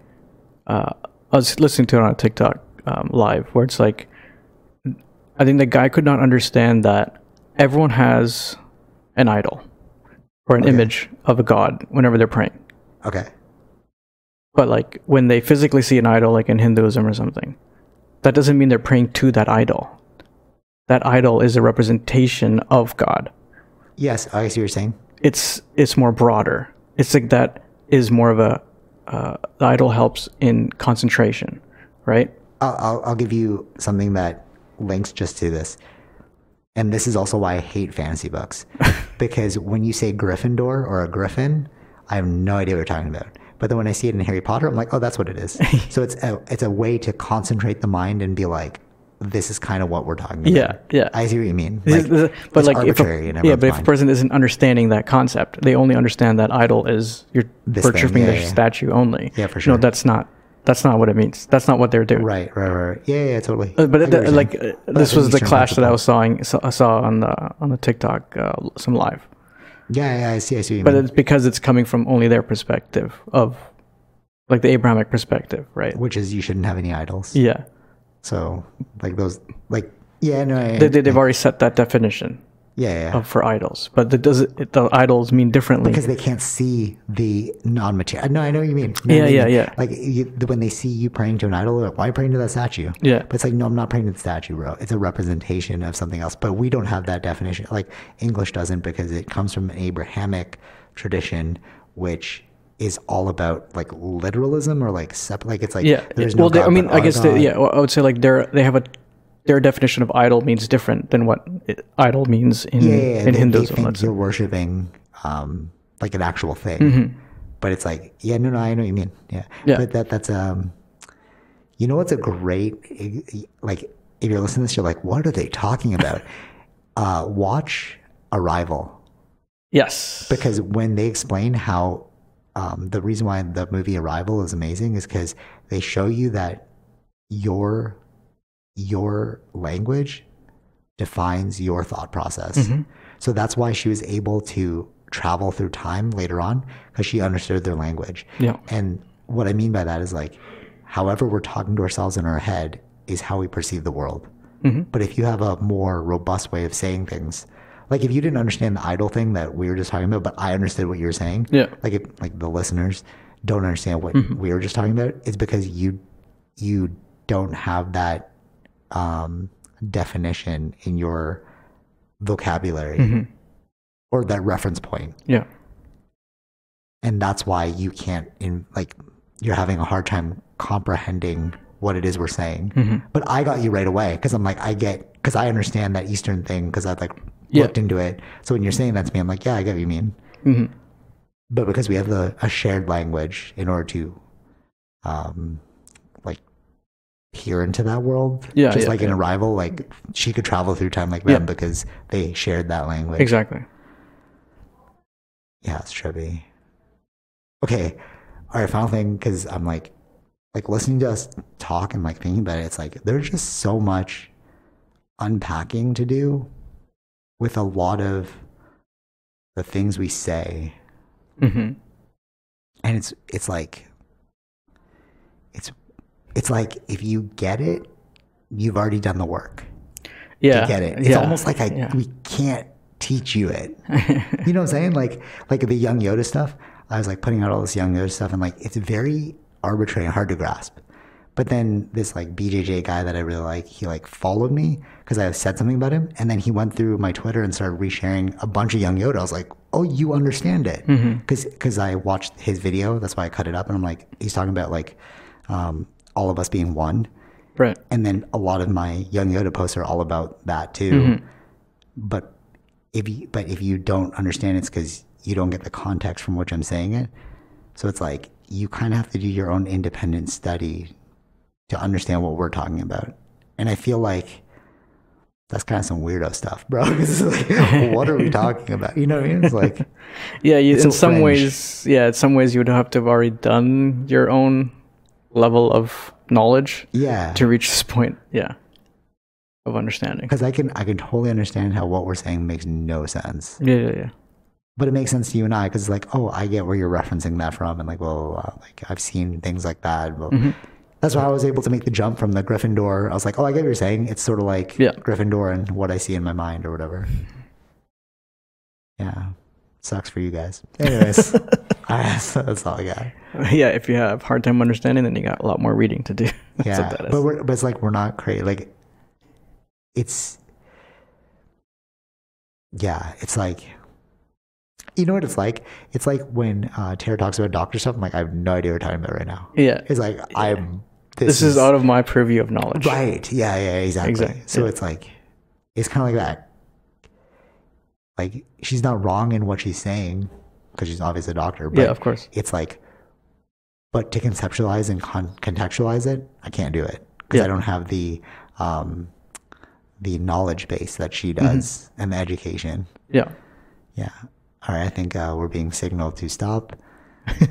Speaker 2: uh, i was listening to it on a tiktok um, live where it's like i think the guy could not understand that everyone has an idol or an image of a god whenever they're praying
Speaker 1: Okay.
Speaker 2: but like when they physically see an idol like in hinduism or something that doesn't mean they're praying to that idol that idol is a representation of god
Speaker 1: Yes, I see what you're saying.
Speaker 2: it's it's more broader. It's like that is more of a uh, the idol helps in concentration, right?
Speaker 1: I'll, I'll I'll give you something that links just to this, and this is also why I hate fantasy books, because when you say Gryffindor or a Griffin, I have no idea what you're talking about. But then when I see it in Harry Potter, I'm like, oh, that's what it is. so it's a it's a way to concentrate the mind and be like, this is kind of what we're talking about.
Speaker 2: Yeah, yeah.
Speaker 1: I see what you mean.
Speaker 2: This is- this- but
Speaker 1: it's
Speaker 2: like, if a,
Speaker 1: arbitrary in
Speaker 2: yeah,
Speaker 1: everyone's
Speaker 2: but if a
Speaker 1: mind.
Speaker 2: person isn't understanding that concept, they only understand that idol is you're
Speaker 1: This thing,
Speaker 2: worshipping
Speaker 1: yeah,
Speaker 2: the
Speaker 1: yeah.
Speaker 2: statue only.
Speaker 1: Yeah, for
Speaker 2: No,
Speaker 1: sure.
Speaker 2: that's not that's not what it means. That's not what they're doing.
Speaker 1: right, right, right. Yeah, yeah, totally.
Speaker 2: Uh, But
Speaker 1: I
Speaker 2: it,
Speaker 1: get what you're
Speaker 2: like
Speaker 1: saying.
Speaker 2: uh, this
Speaker 1: an
Speaker 2: was the
Speaker 1: Eastern
Speaker 2: clash that I
Speaker 1: principle.
Speaker 2: was sawing, saw, saw on the on the TikTok uh, some live.
Speaker 1: yeah, yeah, I see, I see. What you
Speaker 2: But
Speaker 1: mean.
Speaker 2: it's because it's coming from only their perspective of like the Abrahamic perspective, right?
Speaker 1: which is you shouldn't have any idols.
Speaker 2: Yeah.
Speaker 1: So like those like yeah no I,
Speaker 2: They, Oh. they, they've already set that definition
Speaker 1: yeah yeah, yeah
Speaker 2: of, for idols, but the, does it, the idols mean differently?
Speaker 1: because they can't see the non-material. No, I know what you mean. No, I
Speaker 2: Yeah,
Speaker 1: know what you
Speaker 2: yeah,
Speaker 1: mean.
Speaker 2: yeah.
Speaker 1: Like you, the- when they see you praying to an idol, they're like, why are you praying to that statue?
Speaker 2: Yeah.
Speaker 1: but it's like no, I'm not praying to the statue, bro. It's a representation of something else. But we don't have that definition. Like English doesn't because it comes from an Abrahamic tradition, which is all about like literalism or like sep- like it's like
Speaker 2: yeah.
Speaker 1: there's no
Speaker 2: well, they, I
Speaker 1: God
Speaker 2: mean,
Speaker 1: but
Speaker 2: I
Speaker 1: our
Speaker 2: guess they,
Speaker 1: God.
Speaker 2: yeah. well, I would say like their they have a their definition of idol means different than what i- idol means in
Speaker 1: yeah, yeah, yeah.
Speaker 2: in
Speaker 1: they,
Speaker 2: Hinduism.
Speaker 1: They think
Speaker 2: let's
Speaker 1: you're
Speaker 2: say.
Speaker 1: worshiping um, like an actual thing, but it's like, yeah, no, no, I know what you mean. Yeah,
Speaker 2: Mm-hmm. Yeah.
Speaker 1: But that that's um, you know what's a great like if you're listening to this, you're like, what are they talking about? uh, watch Arrival
Speaker 2: Yes.
Speaker 1: because when they explain how um, the reason why the movie Arrival is amazing is because they show you that your your language defines your thought process. So that's why she was able to travel through time later on because she understood their language.
Speaker 2: Yeah.
Speaker 1: And what I mean by that is like, however we're talking to ourselves in our head is how we perceive the world. But if you have a more robust way of saying things, like if you didn't understand the idol thing that we were just talking about, but I understood what you were saying,
Speaker 2: Yeah.
Speaker 1: like if like the listeners don't understand what we were just talking about, it's because you you don't have that um, definition in your vocabulary or that reference point
Speaker 2: Yeah.
Speaker 1: and that's why you can't in like you're having a hard time comprehending what it is we're saying
Speaker 2: Mm-hmm.
Speaker 1: but i got you right away because i'm like i get because i understand that eastern thing because i've like
Speaker 2: Yeah.
Speaker 1: looked into it so when you're saying that to me i'm like yeah i get what you mean
Speaker 2: Mhm.
Speaker 1: but because we have the, a shared language in order to um like peer into that world
Speaker 2: Yeah,
Speaker 1: just
Speaker 2: yeah,
Speaker 1: like in
Speaker 2: yeah.
Speaker 1: arrival like she could travel through time like them because they shared that language
Speaker 2: Exactly.
Speaker 1: yeah, it's trippy. Okay. All right, final thing, because I'm like, like listening to us talk and like thinking about it, it's like there's just so much unpacking to do with a lot of the things we say.
Speaker 2: hmm
Speaker 1: And it's it's like it's it's like if you get it, you've already done the work
Speaker 2: Yeah.
Speaker 1: to get it. It's
Speaker 2: yeah.
Speaker 1: almost like I
Speaker 2: yeah.
Speaker 1: we can't teach you it. you know what I'm saying? Like like the young Yoda stuff. I was like putting out all this young Yoda stuff, and like it's very arbitrary and hard to grasp. But then this like BJJ guy that I really like, he like followed me because I said something about him, and then he went through my Twitter and started resharing a bunch of Young Yoda. I was like, oh, you understand it,
Speaker 2: Mm-hmm.
Speaker 1: because I watched his video. That's why I cut it up, and I'm like, he's talking about like um, all of us being one,
Speaker 2: Right.
Speaker 1: and then a lot of my Young Yoda posts are all about that too. But if you but if you don't understand it's because you don't get the context from which I'm saying it. So it's like you kind of have to do your own independent study to understand what we're talking about. And I feel like that's kind of some weirdo stuff, bro. 'Cause it's like, what are we talking about? You know what I mean? It's like,
Speaker 2: Yeah, you, in
Speaker 1: so
Speaker 2: some
Speaker 1: fringe.
Speaker 2: ways, yeah, in some ways you would have to have already done your own level of knowledge
Speaker 1: yeah,
Speaker 2: to reach this point. Yeah. Of understanding.
Speaker 1: because I can I can totally understand how what we're saying makes no sense,
Speaker 2: Yeah, yeah, yeah.
Speaker 1: but it makes sense to you and I because it's like, oh, I get where you're referencing that from, and like, well, like I've seen things like that. Well, That's why I was able to make the jump from the Gryffindor. I was like, oh, I get what you're saying. It's sort of like
Speaker 2: Yeah.
Speaker 1: Gryffindor and what I see in my mind or whatever. Yeah. Sucks for you guys. Anyways, I, that's, that's all I got.
Speaker 2: Yeah, if you have a hard time understanding, then you got a lot more reading to do. That's
Speaker 1: Yeah.
Speaker 2: what that is.
Speaker 1: But, we're, but it's like, we're not crazy. Like, it's, yeah, it's like, you know what it's like? It's like when uh, Tara talks about doctor stuff. I'm like, I have no idea what we're talking about right now.
Speaker 2: yeah.
Speaker 1: It's like, I'm,
Speaker 2: This is out of my purview of knowledge.
Speaker 1: Right. Yeah. Yeah. Exactly.
Speaker 2: Exactly,
Speaker 1: So
Speaker 2: yeah.
Speaker 1: it's like, it's kind of like that. Like she's not wrong in what she's saying because she's obviously a doctor. But
Speaker 2: Yeah, of course.
Speaker 1: It's like, but to conceptualize and con- contextualize it, I can't do it because I
Speaker 2: Yeah.
Speaker 1: don't have the, um, the knowledge base that she does and the education.
Speaker 2: Yeah.
Speaker 1: Yeah. All right. I think uh, we're being signaled to stop.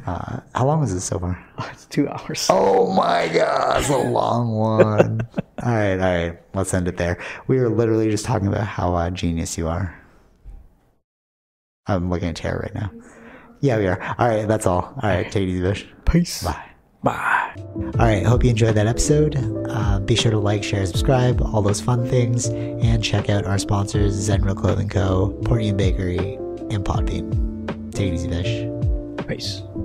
Speaker 1: uh, how long is this so far?
Speaker 2: It's two hours.
Speaker 1: Oh my god, it's a long one. all right, all right, let's end it there. We were literally just talking about how uh, genius you are. I'm looking at Tara right now. Yeah, we are. All right, that's all. All right, take it easy, Vish.
Speaker 2: Peace.
Speaker 1: Bye.
Speaker 2: Bye.
Speaker 1: All right, hope you enjoyed that episode. Uh, be sure to like, share, subscribe, all those fun things, and check out our sponsors Zenro Clothing Co., Portian Bakery, and Podbean. Take it easy, Vish.
Speaker 2: Peace.